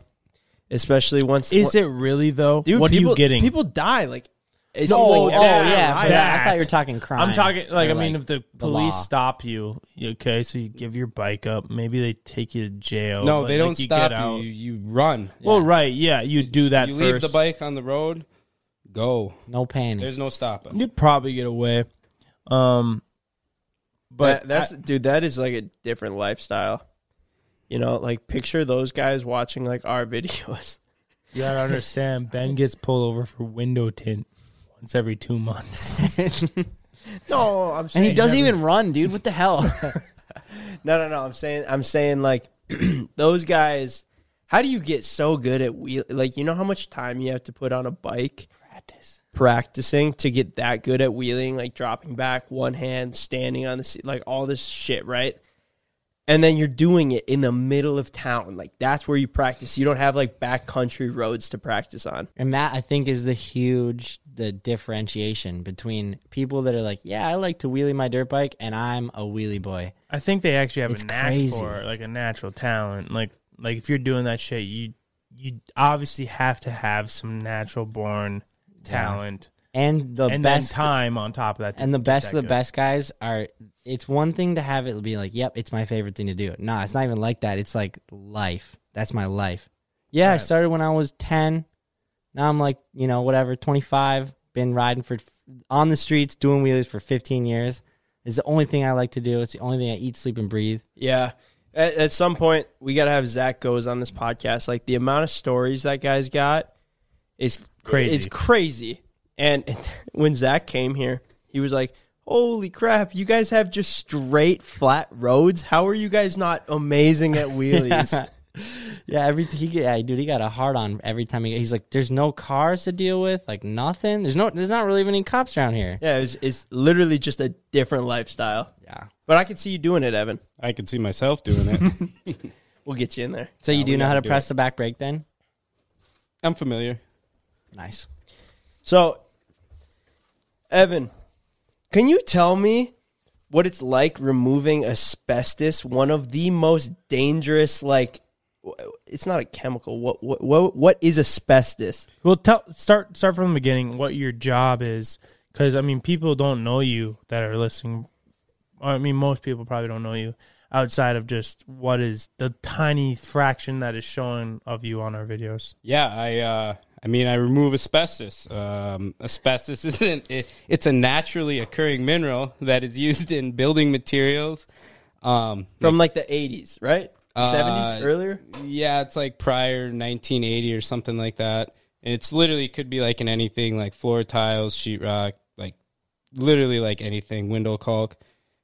Speaker 8: Especially once
Speaker 5: Is it really though?
Speaker 8: Dude,
Speaker 5: what
Speaker 8: people,
Speaker 5: are you getting?
Speaker 8: People die like it's
Speaker 5: No,
Speaker 8: like,
Speaker 5: oh,
Speaker 6: oh
Speaker 5: that,
Speaker 6: yeah, I, forgot. I
Speaker 5: that.
Speaker 6: thought you were talking crime.
Speaker 5: I'm talking like
Speaker 6: Or,
Speaker 5: I mean, if the police
Speaker 6: law.
Speaker 5: stop you, you- okay, so you give your bike up. Maybe they take you to jail.
Speaker 9: No,
Speaker 5: but,
Speaker 9: they
Speaker 5: like,
Speaker 9: don't
Speaker 5: you
Speaker 9: stop
Speaker 5: get out.
Speaker 9: you. You, you run.
Speaker 5: Well, right, yeah, you do that
Speaker 9: you
Speaker 5: first.
Speaker 9: leave the bike on the road. Go.
Speaker 6: no panic.
Speaker 9: There's no stopping.
Speaker 5: You'd probably get away. Um,
Speaker 8: but
Speaker 5: but
Speaker 8: that's dude, that is like a different lifestyle. You know, like picture those guys watching like our *laughs* videos.
Speaker 5: you gotta understand. Ben gets pulled over for window tint once every two months.
Speaker 6: *laughs*
Speaker 8: No, I'm
Speaker 6: and
Speaker 8: saying
Speaker 6: he doesn't even run, dude. What the hell?
Speaker 8: *laughs*
Speaker 6: *laughs*
Speaker 8: No, no, no. I'm saying I'm saying like *clears throat* those guys how do you get so good at wheel like you know how much time you have to put on a bike
Speaker 6: Practice.
Speaker 8: practicing to get that good at wheeling, like dropping back, one hand, standing on the seat, like all this shit, right? And then you're doing it in the middle of town. Like that's where you practice. You don't have like backcountry roads to practice on.
Speaker 6: And that I think is the huge the differentiation between people that are like, yeah, I like to wheelie my dirt bike, and I'm a wheelie boy.
Speaker 5: I think they actually have
Speaker 6: It's
Speaker 5: a knack
Speaker 6: crazy.
Speaker 5: for it, like a natural talent. Like like if you're doing that shit, you you obviously have to have some natural born talent
Speaker 6: And the
Speaker 5: and
Speaker 6: best
Speaker 5: then time on top of that. to
Speaker 6: and the
Speaker 5: get
Speaker 6: best of
Speaker 5: that
Speaker 6: the
Speaker 5: good.
Speaker 6: best guys are. It's one thing to have it be like, yep, it's my favorite thing to do. Nah, it's not even like that. It's like life. That's my life. Yeah, I started when I was ten. Now I'm like, you know, whatever, 25. Been riding for on the streets doing wheelies for 15 years. It's the only thing I like to do. It's the only thing I eat, sleep, and breathe.
Speaker 8: Yeah. At, at some point, we got to have Zach goes on this podcast. Like the amount of stories that guy's got is
Speaker 5: Crazy.
Speaker 8: It's crazy. And *laughs* when Zach came here, he was like, "Holy crap! You guys have just straight flat roads. How are you guys not amazing
Speaker 6: *laughs*
Speaker 8: at wheelies?"
Speaker 6: Yeah, every he get, yeah, dude, he got a hard on every time he. He's like, "There's no cars to deal with, like nothing. There's no, there's not really even any cops around here."
Speaker 8: Yeah, it's, it's literally just a different lifestyle.
Speaker 6: Yeah.
Speaker 8: But I could see you doing it, Evan.
Speaker 9: I could see myself doing it.
Speaker 8: *laughs* We'll get you in there.
Speaker 6: So you do know how to
Speaker 9: do
Speaker 6: press the back brake then?
Speaker 9: I'm familiar.
Speaker 6: Nice.
Speaker 8: So, Evan, can you tell me what it's like removing asbestos, one of the most dangerous like w- it's not a chemical. What what what, what is asbestos?
Speaker 5: Well, tell start start from the beginning what your job is, because I mean people don't know you that are listening. I mean most people probably don't know you outside of just what is the tiny fraction that is shown of you on our videos.
Speaker 9: Yeah, I uh I mean I remove asbestos. Um asbestos *laughs* isn't it, it's a naturally occurring mineral that is used in building materials. Um
Speaker 8: From like the 80s, right?
Speaker 9: Uh,
Speaker 8: 70s earlier?
Speaker 9: yeah, it's like prior 1980 or something like that. And it's literally could be like in anything like floor tiles, sheetrock, like literally like anything, window caulk.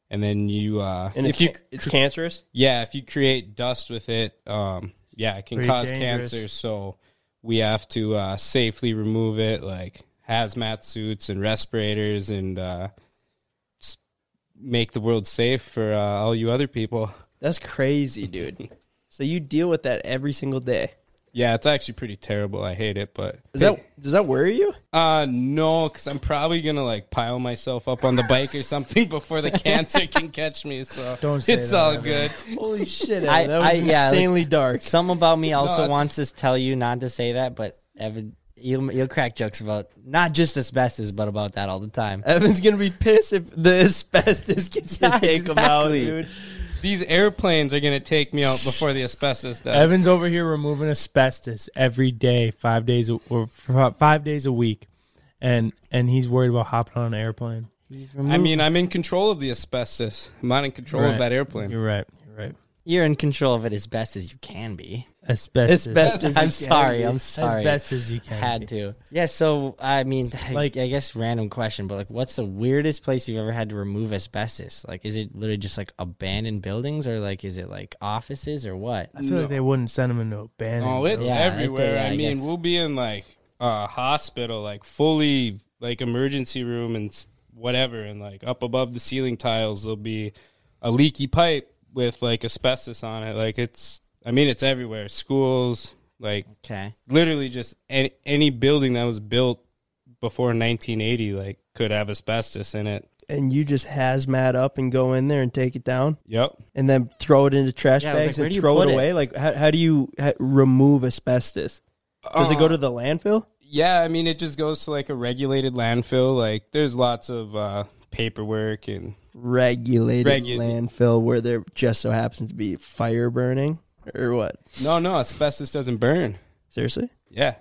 Speaker 9: And then you uh
Speaker 8: And
Speaker 9: if
Speaker 8: it's,
Speaker 9: you
Speaker 8: ca- it's cancerous?
Speaker 9: yeah, if you create dust with it, um, yeah, it can
Speaker 5: Pretty
Speaker 9: cause
Speaker 5: dangerous.
Speaker 9: cancer. So we have to uh, safely remove it, like hazmat suits and respirators, and uh, s- make the world safe for uh, all you other people. *laughs*
Speaker 8: That's crazy, dude. so you deal with that every single day.
Speaker 9: Yeah, it's actually pretty terrible. I hate it, but
Speaker 8: Does that does that worry you?
Speaker 9: uh, no, because I'm probably gonna like pile myself up on the bike or something *laughs*
Speaker 8: *laughs*
Speaker 9: before the cancer can catch me. So
Speaker 5: Don't say
Speaker 9: it's
Speaker 5: that,
Speaker 9: all
Speaker 5: Evan.
Speaker 9: good.
Speaker 8: Holy *laughs* shit,
Speaker 6: I-
Speaker 8: Evan, that was
Speaker 6: I- yeah, like-
Speaker 8: insanely dark.
Speaker 6: Some about me also
Speaker 9: it's-
Speaker 6: wants to tell you not to say that, but Evan, you'll you'll crack jokes about not just asbestos, but about that all the time.
Speaker 8: Evan's gonna be pissed if the asbestos
Speaker 5: *laughs*
Speaker 8: gets to
Speaker 6: Yeah,
Speaker 8: take him out,
Speaker 6: exactly.
Speaker 8: dude.
Speaker 9: These airplanes are gonna take me out before the asbestos does.
Speaker 5: Evan's over here removing asbestos every day, five days a- or f- five days a week, and and he's worried about hopping on an airplane.
Speaker 9: I mean, I'm in control of the asbestos. I'm not in control of
Speaker 5: Right.
Speaker 9: that airplane.
Speaker 5: You're right. You're right.
Speaker 6: You're in control of it as best as you can be.
Speaker 5: Asbestos.
Speaker 8: Asbestos.
Speaker 6: I'm
Speaker 8: As you can
Speaker 6: sorry.
Speaker 8: be.
Speaker 6: I'm
Speaker 8: As
Speaker 6: sorry.
Speaker 5: As best as you can.
Speaker 6: had to. Yeah. So I mean, like
Speaker 5: Like-
Speaker 6: I guess random question, but like, what's the weirdest place you've ever had to remove asbestos? Like, is it literally just like abandoned buildings, or like is it like offices or what?
Speaker 5: I feel like they wouldn't send him into a band.
Speaker 9: Oh, it's
Speaker 6: Yeah, I think-
Speaker 9: everywhere.
Speaker 6: yeah,
Speaker 9: I,
Speaker 6: I
Speaker 9: mean,
Speaker 6: guess.
Speaker 9: we'll be in like a hospital, like fully like emergency room and s- whatever, and like up above the ceiling tiles, there'll be a leaky pipe with like asbestos on it. Like it's, I mean, it's everywhere. Schools, like
Speaker 6: Okay.
Speaker 9: literally just any, any building that was built before 1980, like could have asbestos in it.
Speaker 8: And you just hazmat up and go in there and take it down,
Speaker 9: Yep.
Speaker 8: and then throw it into trash
Speaker 6: Yeah, I was like,
Speaker 8: bags
Speaker 6: where
Speaker 8: and
Speaker 6: do you
Speaker 8: throw
Speaker 6: put
Speaker 8: it
Speaker 6: it?
Speaker 8: away. Like, how, how do you ha- remove asbestos? Does
Speaker 9: Uh,
Speaker 8: it go to the landfill?
Speaker 9: Yeah, I mean, it just goes to like a regulated landfill. Like, there's lots of uh, paperwork and
Speaker 8: Regulated
Speaker 9: Regu-
Speaker 8: landfill where there just so happens to be fire burning or what?
Speaker 9: no, no, asbestos doesn't burn.
Speaker 8: Seriously?
Speaker 9: Yeah,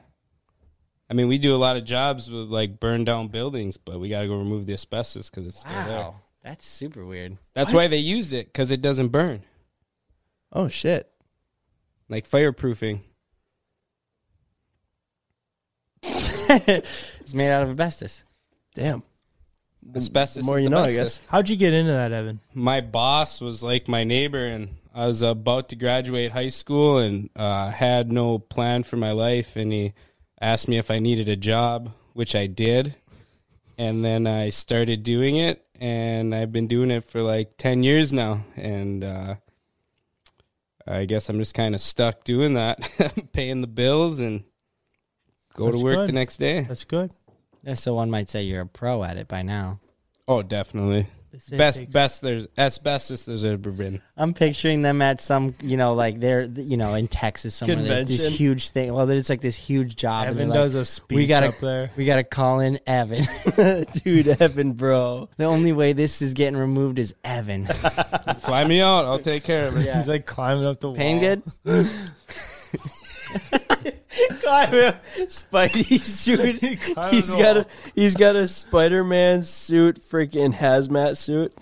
Speaker 9: I mean, we do a lot of jobs with like burn down buildings, but we got to go remove the asbestos because it's still there.
Speaker 6: Wow. That's super weird.
Speaker 9: That's why they used it because it doesn't burn,
Speaker 8: Oh shit!
Speaker 9: like fireproofing.
Speaker 6: It's made out of asbestos.
Speaker 8: Damn.
Speaker 9: Asbestos.
Speaker 8: the more
Speaker 9: is
Speaker 8: you
Speaker 9: the
Speaker 8: know, I
Speaker 9: bestest.
Speaker 5: How'd you get into that, Evan?
Speaker 9: my boss was like my neighbor and I was about to graduate high school and uh, had no plan for my life and he asked me if I needed a job, which I did. And then I started doing it and I've been doing it for like 10 years now and uh, I guess I'm just kind of stuck doing that, *laughs* paying the bills and go
Speaker 5: That's
Speaker 9: to work
Speaker 5: good.
Speaker 9: the next day.
Speaker 5: That's good.
Speaker 6: Yeah, so one might say you're a pro at it by now.
Speaker 9: Oh, definitely.
Speaker 5: They say it
Speaker 9: Best
Speaker 5: takes-
Speaker 9: best there's asbestos there's ever been.
Speaker 6: I'm picturing them at some, you know, like they're, you know, in Texas somewhere. there's This
Speaker 8: Convention.
Speaker 6: huge thing. Well, it's like this huge job. and
Speaker 5: Evan
Speaker 6: they're like,
Speaker 5: does a speech
Speaker 6: we gotta,
Speaker 5: up there.
Speaker 6: We got to call in Evan.
Speaker 8: *laughs* Dude, Evan, bro.
Speaker 6: the only way this is getting removed is
Speaker 9: *laughs*
Speaker 6: Evan.
Speaker 9: Fly me out, I'll take care of it.
Speaker 5: *laughs* He's like climbing up the wall.
Speaker 6: Pain good?
Speaker 8: Kyle, Spidey suit. He's
Speaker 10: know.
Speaker 8: got a he's got a Spider Man suit, freaking hazmat suit.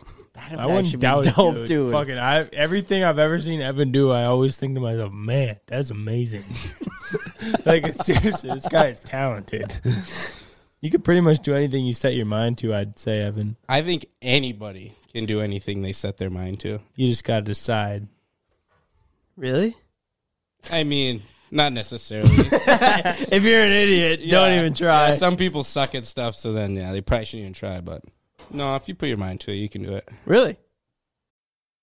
Speaker 5: I wouldn't doubt it.
Speaker 8: Don't
Speaker 5: dude.
Speaker 8: do it.
Speaker 5: Fucking, I everything I've ever seen Evan do, I always think to myself, man, that's amazing. like seriously, this guy is talented. *laughs* You could pretty much do anything you set your mind to. I'd say, Evan,
Speaker 9: I think anybody can do anything they set their mind to.
Speaker 5: you just got to decide.
Speaker 8: Really?
Speaker 9: I mean, not necessarily.
Speaker 8: *laughs* If you're an idiot, don't even try.
Speaker 9: Yeah, some people suck at stuff, so then yeah, they probably shouldn't even try. But no, if you put your mind to it, you can do it.
Speaker 8: really?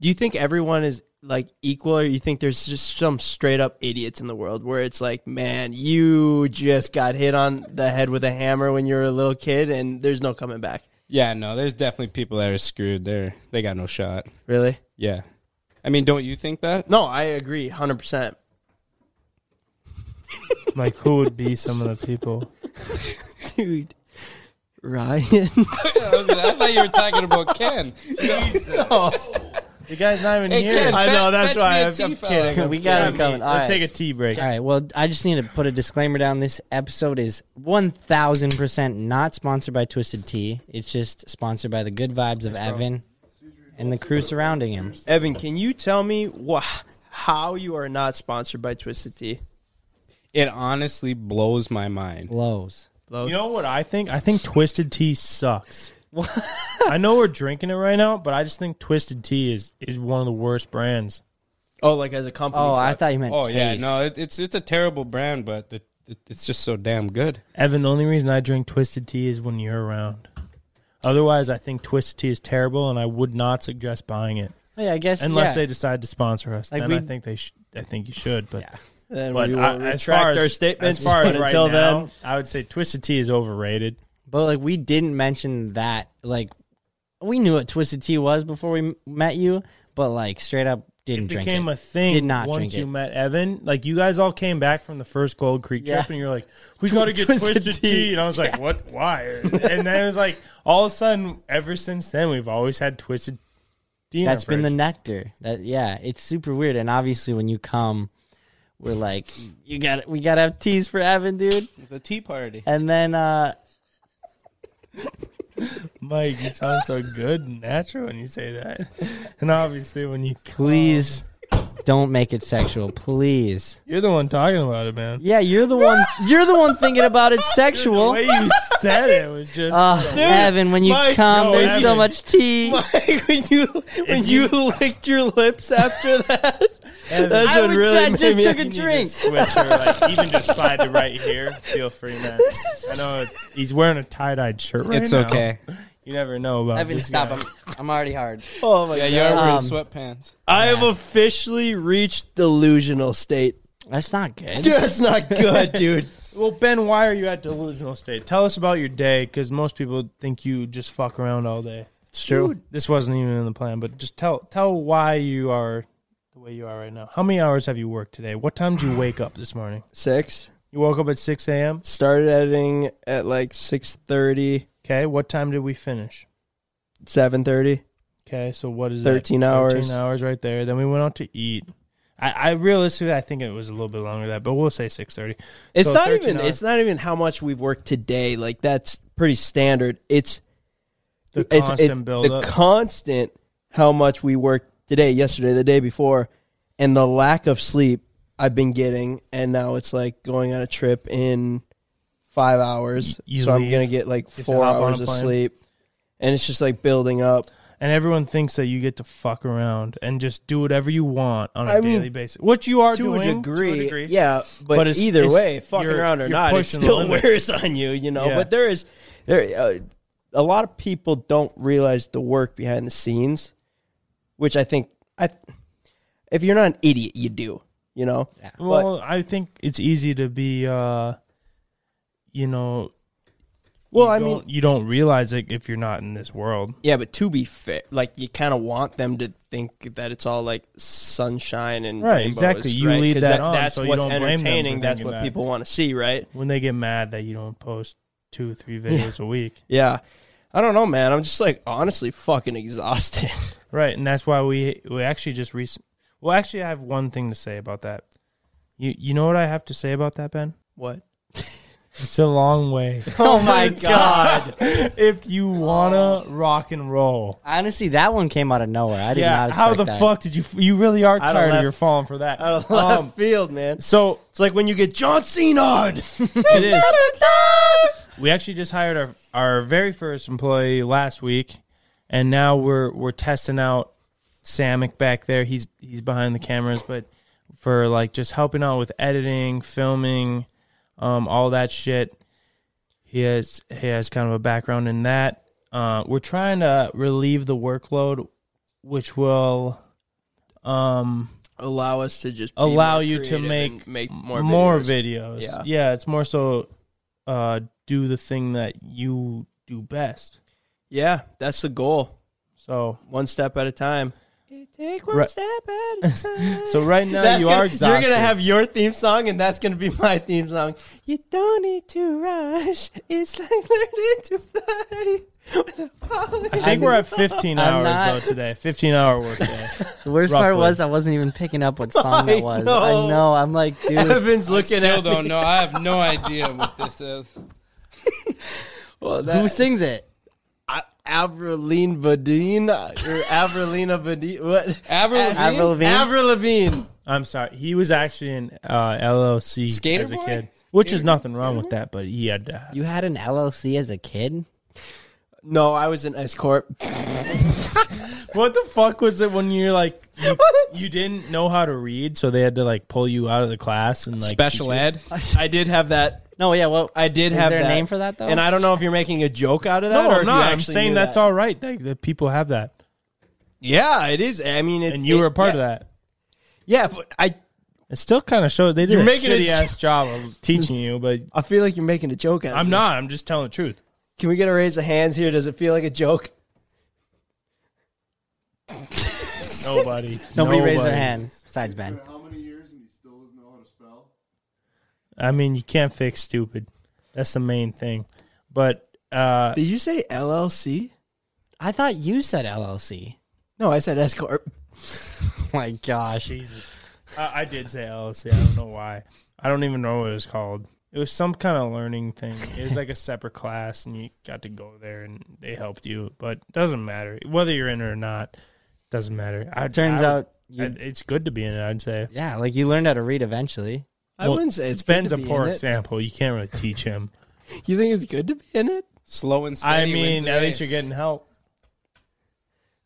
Speaker 8: Do you think everyone is like equal, or you think there's just some straight up idiots in the world where it's like, man, you just got hit on the head with a hammer when you were a little kid, and there's no coming back.
Speaker 9: Yeah, no, there's definitely people that are screwed. There, they got no shot.
Speaker 8: Really?
Speaker 9: Yeah, I mean, don't you think that?
Speaker 8: No, I agree, hundred percent.
Speaker 5: Like, who would be some of the people?
Speaker 8: *laughs* dude.
Speaker 9: *laughs*
Speaker 8: Ryan,
Speaker 9: That's how you were talking about Ken.
Speaker 8: *laughs*
Speaker 5: The guy's not even
Speaker 9: Hey,
Speaker 5: here.
Speaker 9: Ken,
Speaker 8: I
Speaker 9: bet-
Speaker 8: know that's
Speaker 9: bet
Speaker 8: why
Speaker 9: me a
Speaker 8: I'm, I'm
Speaker 9: tea, fella.
Speaker 8: kidding. we got it coming.
Speaker 5: Let's
Speaker 8: All right.
Speaker 5: take a tea break.
Speaker 6: All right. Well, I just need to put a disclaimer down. This episode is 1000% not sponsored by Twisted Tea. It's just sponsored by the good vibes of Evan and the crew surrounding him.
Speaker 8: Evan, can you tell me wh- how you are not sponsored by Twisted Tea?
Speaker 9: It honestly blows my mind.
Speaker 6: Blows.
Speaker 5: You know what I think? I think Twisted Tea sucks. I know we're drinking it right now, but I just think Twisted Tea is is one of the worst brands.
Speaker 8: Oh, like as a company?
Speaker 6: Oh, I
Speaker 8: sucks.
Speaker 6: thought you meant
Speaker 9: Oh
Speaker 6: taste.
Speaker 9: yeah, no, it, it's it's a terrible brand, but the, it, it's just so damn good.
Speaker 5: Evan, the only reason I drink Twisted Tea is when you're around. Otherwise, I think Twisted Tea is terrible, and I would not suggest buying it
Speaker 6: Yeah, I guess.
Speaker 5: unless
Speaker 6: yeah.
Speaker 5: they decide to sponsor us.
Speaker 6: Like
Speaker 5: then
Speaker 6: we-
Speaker 5: I think they sh- I think you should, but.
Speaker 8: Then
Speaker 5: But
Speaker 8: we will
Speaker 5: I, as
Speaker 8: retract
Speaker 5: far as
Speaker 8: our statements.
Speaker 5: as far as
Speaker 8: but
Speaker 5: right
Speaker 8: until
Speaker 5: now,
Speaker 8: then,
Speaker 5: I would say Twisted Tea is overrated.
Speaker 6: But like we didn't mention that. Like we knew what Twisted Tea was before we m- met you, but like straight up didn't
Speaker 5: It
Speaker 6: drink
Speaker 5: became
Speaker 6: it.
Speaker 5: a thing
Speaker 6: Did not
Speaker 5: once
Speaker 6: drink
Speaker 5: you
Speaker 6: it.
Speaker 5: met Evan. Like you guys all came back from the first Gold Creek
Speaker 6: Yeah.
Speaker 5: trip, and you're like,
Speaker 6: *laughs*
Speaker 5: "We got to get
Speaker 6: Twisted
Speaker 5: twisted,
Speaker 6: Tea.
Speaker 5: tea. and I was like, "What? Why?"
Speaker 6: *laughs*
Speaker 5: and then it was like, all of a sudden, ever since then, we've always had twisted tea. in our
Speaker 6: That's been the
Speaker 5: fridge.
Speaker 6: nectar. That yeah, it's super weird. And obviously, when you come, we're like, you got we gotta have teas for Evan, dude.
Speaker 9: The tea party.
Speaker 6: And then uh
Speaker 5: Mike. You sound so good and natural when you say that, *laughs* and obviously when you
Speaker 6: please don't make it sexual, please.
Speaker 5: you're the one talking about it, man.
Speaker 6: Yeah, you're the one. You're the one thinking
Speaker 8: *laughs*
Speaker 6: about it
Speaker 5: The
Speaker 6: sexual.
Speaker 5: way you said it was just
Speaker 6: Uh, Evan, when you
Speaker 5: Mike,
Speaker 6: come,
Speaker 5: no,
Speaker 6: there's so
Speaker 5: Evan.
Speaker 6: much tea.
Speaker 8: like when you when
Speaker 5: If
Speaker 8: you,
Speaker 5: you-
Speaker 8: licked your lips after that,
Speaker 5: Evan,
Speaker 8: that's
Speaker 6: I
Speaker 8: what
Speaker 6: was-
Speaker 8: really
Speaker 6: I
Speaker 8: made
Speaker 6: just
Speaker 8: me-
Speaker 6: took a
Speaker 5: You need to
Speaker 6: drink.
Speaker 5: switch
Speaker 6: *laughs*
Speaker 5: or like even just slide to right here. Feel free, man. I know he's wearing a tie dyed shirt right
Speaker 9: It's
Speaker 5: now. *laughs*
Speaker 9: okay.
Speaker 5: You never know about
Speaker 6: Evan,
Speaker 5: this
Speaker 6: stop.
Speaker 5: guy.
Speaker 6: I'm, I'm already
Speaker 5: *laughs*
Speaker 6: hard.
Speaker 8: Oh my
Speaker 9: Yeah,
Speaker 8: god!
Speaker 9: you are wearing
Speaker 6: Um,
Speaker 9: sweatpants.
Speaker 5: Oh
Speaker 8: I have officially reached delusional state.
Speaker 6: That's not good.
Speaker 8: Dude, that's not
Speaker 6: *laughs*
Speaker 8: good, dude.
Speaker 5: *laughs* Well, Ben, why are you at delusional state? Tell us about your day, because most people think you just fuck around all day.
Speaker 8: It's true.
Speaker 5: This wasn't even in the plan, but just tell tell why you are the way you are right now. How many hours have you worked today? What time did you wake up this morning?
Speaker 8: Six
Speaker 5: You woke up at six a.m.
Speaker 8: started editing at like six thirty,
Speaker 5: Okay, what time did we finish?
Speaker 8: seven thirty.
Speaker 5: Okay, so what is
Speaker 8: 13
Speaker 5: that?
Speaker 8: hours.
Speaker 5: Thirteen hours right there. Then we went out to eat. I, I realistically, I think it was a little bit longer than that, but we'll say six thirty.
Speaker 8: It's
Speaker 5: So
Speaker 8: not
Speaker 5: 13
Speaker 8: even.
Speaker 5: hours.
Speaker 8: It's not even how much we've worked today. Like that's pretty standard. It's
Speaker 5: The
Speaker 8: it's- it's,
Speaker 5: constant build
Speaker 8: the
Speaker 5: up.
Speaker 8: constant how much we worked today, yesterday, the day before, and the lack of sleep I've been getting, and now it's like going on a trip in five hours.
Speaker 5: You
Speaker 8: so I'm
Speaker 5: leave.
Speaker 8: gonna get like
Speaker 5: You have to
Speaker 8: four
Speaker 5: hop on
Speaker 8: hours
Speaker 5: a
Speaker 8: of
Speaker 5: plane.
Speaker 8: sleep, and it's just like building up.
Speaker 5: and everyone thinks that you get to fuck around and just do whatever you want on a
Speaker 8: I mean,
Speaker 5: daily basis, which you are
Speaker 8: To
Speaker 5: doing
Speaker 8: a, degree, yeah. But,
Speaker 5: But it's-
Speaker 8: either
Speaker 5: it's-
Speaker 8: way, fucking
Speaker 5: you're-
Speaker 8: around or
Speaker 5: you're
Speaker 8: not, it
Speaker 5: pushing the
Speaker 8: still
Speaker 5: limits.
Speaker 8: wears *laughs* on you, you know.
Speaker 5: Yeah.
Speaker 8: But there is there uh, a lot of people don't realize the work behind the scenes, which I think I if you're not an idiot, you do. you know.
Speaker 5: Well, I think it's easy to be, uh, you know.
Speaker 8: Well,
Speaker 5: you
Speaker 8: I
Speaker 5: don't-
Speaker 8: mean-
Speaker 5: you don't realize it if you're not in this world.
Speaker 8: Yeah, but to be fair, like you kind of want them to think that it's all like sunshine and
Speaker 5: Right,
Speaker 8: rainbows,
Speaker 5: exactly. You
Speaker 8: right?
Speaker 5: lead
Speaker 8: 'Cause
Speaker 5: that on,
Speaker 8: That's
Speaker 5: so you
Speaker 8: what's
Speaker 5: don't blame them for
Speaker 8: entertaining. That's
Speaker 5: thinking
Speaker 8: what
Speaker 5: that.
Speaker 8: people want to see, right?
Speaker 5: When they get mad that you don't post two or
Speaker 8: *laughs*
Speaker 5: three videos a week.
Speaker 8: Yeah, I don't know, man. I'm just like honestly fucking exhausted. *laughs*
Speaker 5: Right, and that's why we we actually just recent. Well, actually, I have one thing to say about that. You you know what I have to say about that, Ben?
Speaker 8: What?
Speaker 5: *laughs* It's a long way.
Speaker 6: Oh my God.
Speaker 5: *laughs* if you wanna rock and roll,
Speaker 6: Honestly, that one came out of nowhere. *laughs* I did not
Speaker 5: yeah.
Speaker 6: expect
Speaker 5: How the
Speaker 6: that.
Speaker 5: fuck did you? f- You really are
Speaker 6: Out of
Speaker 5: tired of
Speaker 6: left-
Speaker 5: your falling
Speaker 6: *laughs*
Speaker 5: for that.
Speaker 8: out of left
Speaker 5: Um,
Speaker 8: field, man.
Speaker 5: So
Speaker 8: it's like when you get John Cenard.
Speaker 5: it is. We actually just hired our our very first employee last week, and now we're we're testing out Samick back there. He's he's behind the cameras, but for like just helping out with editing, filming, um, all that shit. He has he has kind of a background in that. Uh, we're trying to relieve the workload, which will um
Speaker 8: allow us to just be
Speaker 5: allow
Speaker 8: more
Speaker 5: you to
Speaker 8: creative
Speaker 5: make
Speaker 8: and make more videos.
Speaker 5: videos.
Speaker 8: Yeah.
Speaker 5: Yeah. it's more so uh, do the thing that you do best.
Speaker 8: Yeah, that's the goal.
Speaker 5: So
Speaker 8: one step at a time.
Speaker 5: Take one step *laughs* at a time. so right now
Speaker 8: That's
Speaker 5: you
Speaker 8: gonna-
Speaker 5: are exhausted.
Speaker 8: You're gonna have your theme song, and that's gonna be *laughs* my theme song. You don't need to rush. It's like learning to fly.
Speaker 5: I think we're at 15
Speaker 6: I'm
Speaker 5: hours
Speaker 6: not-
Speaker 5: though today. 15 hour work day.
Speaker 6: The worst part
Speaker 5: Roughly.
Speaker 6: was I wasn't even picking up what song
Speaker 8: I
Speaker 6: that was.
Speaker 8: know.
Speaker 6: I know. I'm like, dude.
Speaker 8: Evan's looking
Speaker 9: Still
Speaker 8: at
Speaker 9: don't
Speaker 8: me.
Speaker 9: know. I have no idea what this is.
Speaker 8: Well, that,
Speaker 6: Who sings it?
Speaker 8: A- Avril Vadine or Avril Vadine? What?
Speaker 9: Avril
Speaker 8: A-
Speaker 9: Lavigne?
Speaker 6: Avril Lavigne?
Speaker 8: Avril Lavigne.
Speaker 5: I'm sorry. He was actually in uh, LLC
Speaker 9: Skater
Speaker 5: as a
Speaker 9: Boy?
Speaker 5: kid, which is nothing wrong with that, but he had to.
Speaker 6: You had an LLC as a kid?
Speaker 8: No, I was in S corp.
Speaker 5: *laughs* What the fuck was it when you're like
Speaker 8: *laughs*
Speaker 5: you, you didn't know how to read, so they had to like pull you out of the class and like
Speaker 9: Special
Speaker 5: teach you-
Speaker 9: ed.
Speaker 8: I did have that.
Speaker 6: No, yeah. Well,
Speaker 8: I did
Speaker 6: Is
Speaker 8: have
Speaker 6: there a
Speaker 8: that.
Speaker 6: name for that, though?
Speaker 8: And I don't know if you're making a joke out of that.
Speaker 5: No,
Speaker 8: or
Speaker 5: I'm
Speaker 8: if
Speaker 5: not.
Speaker 8: You
Speaker 5: I'm
Speaker 8: actually
Speaker 5: saying
Speaker 8: knew
Speaker 5: that's
Speaker 8: that.
Speaker 5: all right. That, that people have that,
Speaker 8: Yeah, it is. I mean, it's,
Speaker 5: and you
Speaker 8: it-
Speaker 5: were a part of
Speaker 8: yeah.
Speaker 5: that.
Speaker 8: Yeah, but I
Speaker 5: It still kind of shows they did
Speaker 8: You're
Speaker 5: a
Speaker 8: making a
Speaker 5: shitty
Speaker 8: j-
Speaker 5: ass
Speaker 8: *laughs*
Speaker 5: job of teaching you, but
Speaker 8: I feel like you're making a joke out of
Speaker 5: I'm
Speaker 8: this.
Speaker 5: not. I'm just telling the truth.
Speaker 8: Can we get a raise of hands here? Does it feel like a joke? *laughs*
Speaker 5: Nobody,
Speaker 6: nobody raised their
Speaker 5: Nobody.
Speaker 6: hand besides Ben.
Speaker 5: I mean, you can't fix stupid. That's the main thing. But uh,
Speaker 8: Did you say LLC?
Speaker 6: I thought you said LLC.
Speaker 8: No, I said S corp.
Speaker 6: *laughs* My gosh.
Speaker 5: Jesus, I, I did say LLC. I don't know why. I don't even know what it was called. It was some kind of learning thing. It was like a separate class, and you got to go there, and they helped you. But it doesn't matter whether you're in it or not. Doesn't matter. I,
Speaker 6: Turns
Speaker 5: I-
Speaker 6: out you-
Speaker 5: I- it's good to be in it. I'd say.
Speaker 6: Yeah, like you learned how to read eventually.
Speaker 8: I wouldn't say it's
Speaker 5: Ben's
Speaker 8: good to
Speaker 5: a
Speaker 8: be
Speaker 5: poor
Speaker 8: in it.
Speaker 5: example. You can't really teach him.
Speaker 8: You think it's good to be in it?
Speaker 9: Slow and steady.
Speaker 5: I
Speaker 9: wins
Speaker 5: mean,
Speaker 9: the
Speaker 5: at
Speaker 9: race.
Speaker 5: least you're getting help.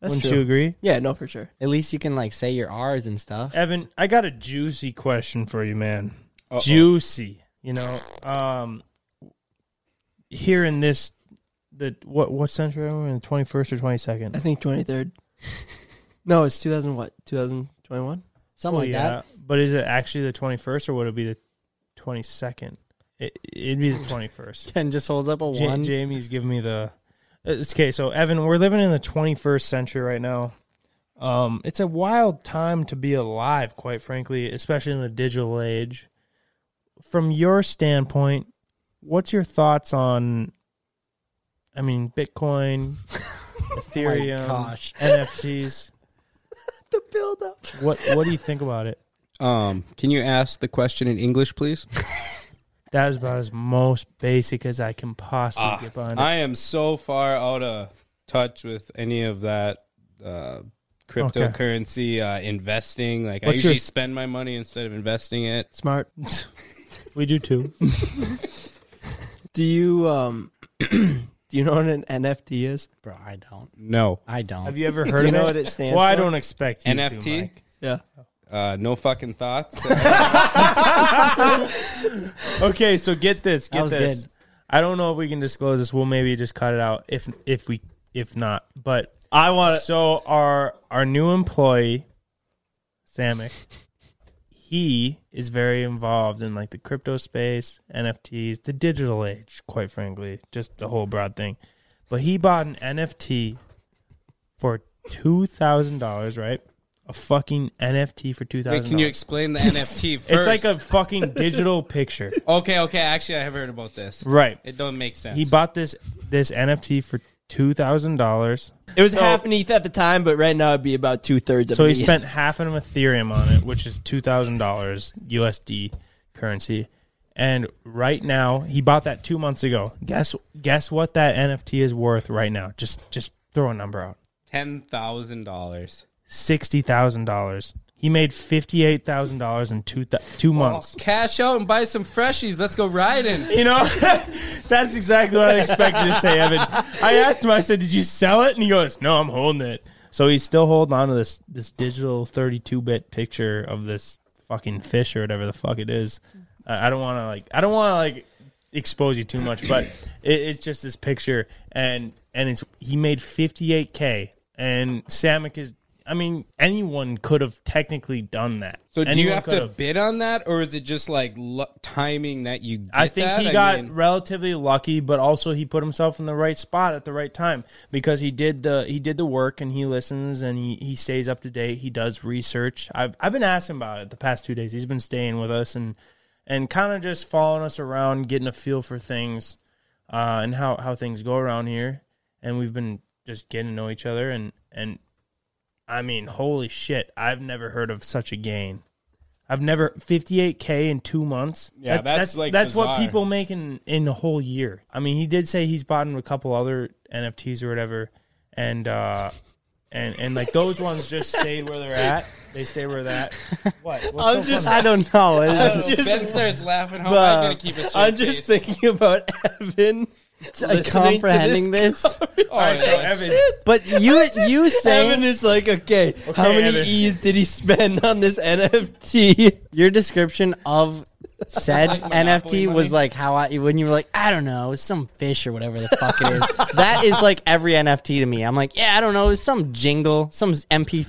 Speaker 8: That's
Speaker 5: Wouldn't
Speaker 8: true.
Speaker 5: you agree?
Speaker 8: Yeah, no, for sure.
Speaker 6: At least you can like say your R's and stuff.
Speaker 5: Evan, I got a juicy question for you, man.
Speaker 9: Uh-oh.
Speaker 5: Juicy. You know, um here in this the what what century are we in? The twenty first or twenty second?
Speaker 8: I think 23rd. no, it's 2000 what? 2021?
Speaker 6: Something like that.
Speaker 5: But is it actually the twenty first or would it be the twenty second? It it'd be the
Speaker 6: *laughs*
Speaker 5: twenty first.
Speaker 6: And just holds up a
Speaker 5: Ja-
Speaker 6: one.
Speaker 5: Jamie's giving me the. uh, It's okay, so Evan, we're living in the 21st century right now. Um, it's a wild time to be alive, quite frankly, especially in the digital age. From your standpoint, what's your thoughts on? I mean, Bitcoin, Ethereum,
Speaker 6: gosh.
Speaker 5: NFTs.
Speaker 8: The build up.
Speaker 5: What What do you think about it?
Speaker 9: Um, can you ask the question in English, please?
Speaker 5: That is about as most basic as I can possibly get behind. it.
Speaker 9: Ah, I am so far out of touch with any of that uh, cryptocurrency uh, investing. Like I
Speaker 5: What's your-
Speaker 9: usually spend my money instead of investing it.
Speaker 8: Smart.
Speaker 5: *laughs* we do too.
Speaker 8: *laughs* do you um *clears throat* do you know what an NFT is?
Speaker 6: Bro, I don't.
Speaker 9: No
Speaker 6: I don't.
Speaker 5: Have you ever
Speaker 8: Do
Speaker 5: heard
Speaker 8: you
Speaker 5: of
Speaker 8: know
Speaker 5: it?
Speaker 8: what it stands
Speaker 5: Well, I
Speaker 8: for?
Speaker 5: don't expect you to,
Speaker 9: NFT?
Speaker 5: Mike.
Speaker 8: Yeah.
Speaker 9: uh, no fucking
Speaker 5: *laughs*
Speaker 9: thoughts.
Speaker 5: Okay, so get this,
Speaker 6: That
Speaker 5: get
Speaker 6: was
Speaker 5: this.
Speaker 6: good.
Speaker 5: I don't know if we can disclose this. We'll maybe just cut it out if if we if not. But I want so our our new employee, Samick, he is very involved in like the crypto space, NFTs, the digital age, quite frankly, just the whole broad thing. But he bought an NFT for two thousand dollars, right? A fucking NFT for two thousand.
Speaker 9: Wait, can you explain the NFT first?
Speaker 5: *laughs* It's like a fucking digital picture.
Speaker 9: *laughs* Okay, okay. Actually, I have heard about this.
Speaker 5: Right.
Speaker 9: It don't make sense.
Speaker 5: He bought this this NFT for two thousand dollars.
Speaker 8: *laughs* It was half an ETH at the time, but right now it'd be about two thirds. E
Speaker 5: So he spent half an Ethereum on it, which is two thousand dollars USD currency. And right now, he bought that two months ago. Guess guess what that NFT is worth right now? Just just throw a number out.
Speaker 9: Ten thousand dollars.
Speaker 5: Sixty thousand dollars. He made fifty eight thousand dollars in two th- two months.
Speaker 9: Cash out and buy some freshies. Let's go riding.
Speaker 5: You know, *laughs* that's exactly what I expected to say, Evan. I asked him. I said, "Did you sell it?" And he goes, "No, I'm holding it." So he's still holding on to this this digital 32 bit picture of this fucking fish or whatever the fuck it is. I I don't want to like. I don't want to like expose you too much, but it, it's just this picture, and and it's he made 58k, and Samick is. I mean, anyone could have technically done that.
Speaker 9: So do you
Speaker 5: Anyone
Speaker 9: have
Speaker 5: could
Speaker 9: to bid on that, or is it just like lu timing that you? Get
Speaker 5: I think
Speaker 9: that?
Speaker 5: he
Speaker 9: I
Speaker 5: got
Speaker 9: mean-
Speaker 5: relatively lucky, but also he put himself in the right spot at the right time because he did the he did the work and he listens and he, he stays up to date. He does research. I've I've been asking about it the past two days. He's been staying with us and and kind of just following us around, getting a feel for things uh, and how how things go around here. And we've been just getting to know each other and and I mean, holy shit! I've never heard of such a gain. I've never 58k in two months.
Speaker 9: Yeah, that's, like,
Speaker 5: that's what
Speaker 9: bizarre.
Speaker 5: people make in in a whole year. I mean, he did say he's bought in a couple other NFTs or whatever, and uh, and and like those ones just stayed where they're at. They stay where they're at. What? What's
Speaker 8: I'm
Speaker 5: so
Speaker 8: just.
Speaker 5: funny?
Speaker 8: I don't
Speaker 5: *laughs*
Speaker 8: know.
Speaker 5: I
Speaker 8: It's
Speaker 5: don't know.
Speaker 8: just-
Speaker 9: Ben starts laughing. How am I gonna keep a straight
Speaker 8: I'm just
Speaker 9: face?
Speaker 8: thinking about Evan listening to
Speaker 9: comprehending
Speaker 8: this.
Speaker 9: All
Speaker 5: Oh,
Speaker 9: right, so Evan,
Speaker 8: But you, you saying
Speaker 9: Evan
Speaker 8: is like, okay, how many
Speaker 5: Evan.
Speaker 8: E's did he spend on this NFT?
Speaker 6: Your description of
Speaker 5: *laughs*
Speaker 6: said
Speaker 9: Like Monopoly
Speaker 6: NFT was
Speaker 9: money?
Speaker 6: like how I when you were like, I don't know, it's some fish or whatever the fuck it is. that is like every NFT to me. I'm like, yeah, I don't know, it's some jingle, some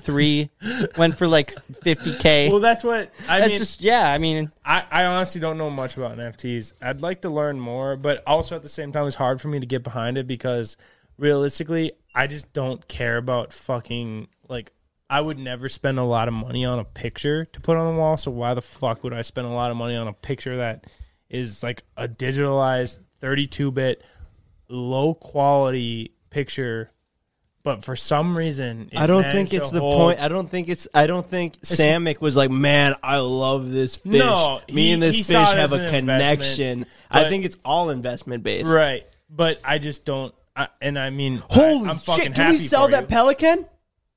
Speaker 6: MP3 went for like 50k.
Speaker 5: Well, that's what I
Speaker 6: That's
Speaker 5: mean.
Speaker 6: just yeah. I mean,
Speaker 5: I, I honestly don't know much about NFTs. I'd like to learn more, but also at the same time, it's hard for me to get behind it because realistically, I just don't care about fucking like. I would never spend a lot of money on a picture to put on the wall. So why the fuck would I spend a lot of money on a picture that is like a digitalized 32 bit, low quality picture? But for some reason, it
Speaker 8: I don't think
Speaker 5: managed
Speaker 8: it's
Speaker 5: to
Speaker 8: the
Speaker 5: hold-
Speaker 8: point. I don't think it's. I don't think Samick was like, "Man, I love this fish.
Speaker 5: No,
Speaker 8: Me
Speaker 5: he-
Speaker 8: and this
Speaker 5: he
Speaker 8: fish
Speaker 5: saw it
Speaker 8: have
Speaker 5: as
Speaker 8: a
Speaker 5: an investment,
Speaker 8: connection." I
Speaker 5: but-
Speaker 8: think it's all investment based.
Speaker 5: Right. But I just don't. I, and I mean,
Speaker 8: Holy
Speaker 5: I, am
Speaker 8: shit!
Speaker 5: fucking
Speaker 8: Can
Speaker 5: happy
Speaker 8: we sell
Speaker 5: for
Speaker 8: that
Speaker 5: you.
Speaker 8: pelican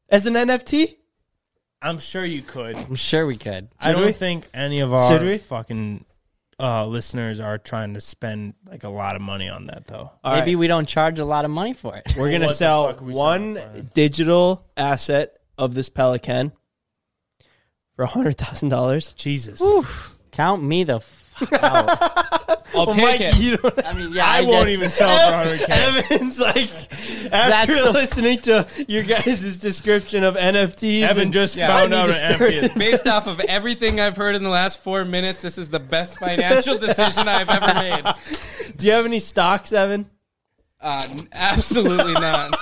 Speaker 8: as an NFT?
Speaker 5: I'm sure you could.
Speaker 6: I'm sure we could.
Speaker 5: I don't think any of our
Speaker 8: Should we?
Speaker 5: fucking uh, listeners are trying to spend like a lot of money on that though.
Speaker 6: Maybe we don't charge a lot of money for it.
Speaker 8: We're gonna
Speaker 5: What the
Speaker 8: sell
Speaker 5: fuck are we selling for
Speaker 8: one
Speaker 5: then?
Speaker 8: digital asset of this pelican for hundred thousand dollars.
Speaker 5: Jesus.
Speaker 6: Count me the fuck out.
Speaker 5: *laughs*
Speaker 9: I'll take it.
Speaker 8: You don't
Speaker 6: I mean, yeah,
Speaker 5: I, won't even sell
Speaker 6: *laughs*
Speaker 5: it for
Speaker 8: *laughs*
Speaker 5: 100k.
Speaker 8: Evan's like
Speaker 6: That's
Speaker 8: after
Speaker 6: the-
Speaker 8: listening to your guys' description of NFTs.
Speaker 5: Evan
Speaker 8: and-
Speaker 5: just
Speaker 9: Yeah,
Speaker 5: found
Speaker 8: I
Speaker 5: out
Speaker 8: need
Speaker 5: an
Speaker 8: to start-
Speaker 5: NFT.
Speaker 9: Based off of everything I've heard in the last four minutes, this is the best *laughs* financial decision I've ever made.
Speaker 8: do you have any stocks, Evan?
Speaker 9: Uh, n- absolutely not.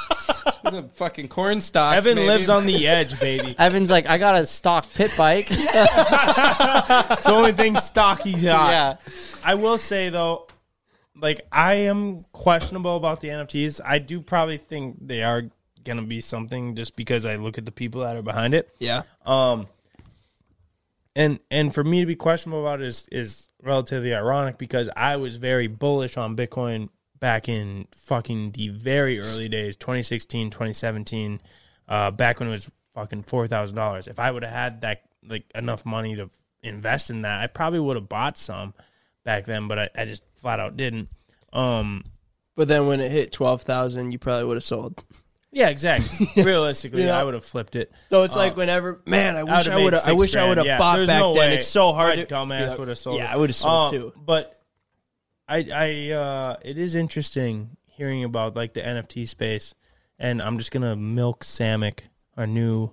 Speaker 9: This is a fucking corn stock.
Speaker 5: Evan lives on the edge, baby.
Speaker 6: *laughs* Evan's like, I got a stock pit
Speaker 5: *laughs*
Speaker 6: bike.
Speaker 5: It's the only
Speaker 8: *laughs*
Speaker 5: thing stocky's got.
Speaker 6: yeah.
Speaker 5: I will say though, like I am questionable about the NFTs. I do probably think they are gonna be something just because I look at the people that are behind it.
Speaker 8: Yeah.
Speaker 5: Um and and for me to be questionable about it is is relatively ironic because I was very bullish on Bitcoin back in fucking the very early days, 2016, 2017, uh, back when it was fucking four thousand dollars. If I would have had that like enough money to invest in that, I probably would have bought some back then, but I, I just flat out didn't. Um
Speaker 8: But then when it hit twelve thousand, you probably would have sold.
Speaker 5: *laughs* yeah, exactly. Realistically, I would have flipped it. Uh,
Speaker 8: So it's like whenever, man, I wish
Speaker 5: would've
Speaker 8: I
Speaker 5: made
Speaker 8: would have. I
Speaker 5: six
Speaker 8: wish I
Speaker 5: grand.
Speaker 8: would have
Speaker 5: Yeah,
Speaker 8: bought
Speaker 5: there's
Speaker 8: back
Speaker 5: no
Speaker 8: then.
Speaker 5: way.
Speaker 8: It's so hard.
Speaker 5: My
Speaker 8: to-
Speaker 5: dumbass
Speaker 8: yeah.
Speaker 5: would've sold
Speaker 8: Yeah,
Speaker 5: it.
Speaker 8: I would have sold
Speaker 5: Um,
Speaker 8: too.
Speaker 5: But I, I, uh, it is interesting hearing about like the NFT space, and I'm just gonna milk Samick, our new,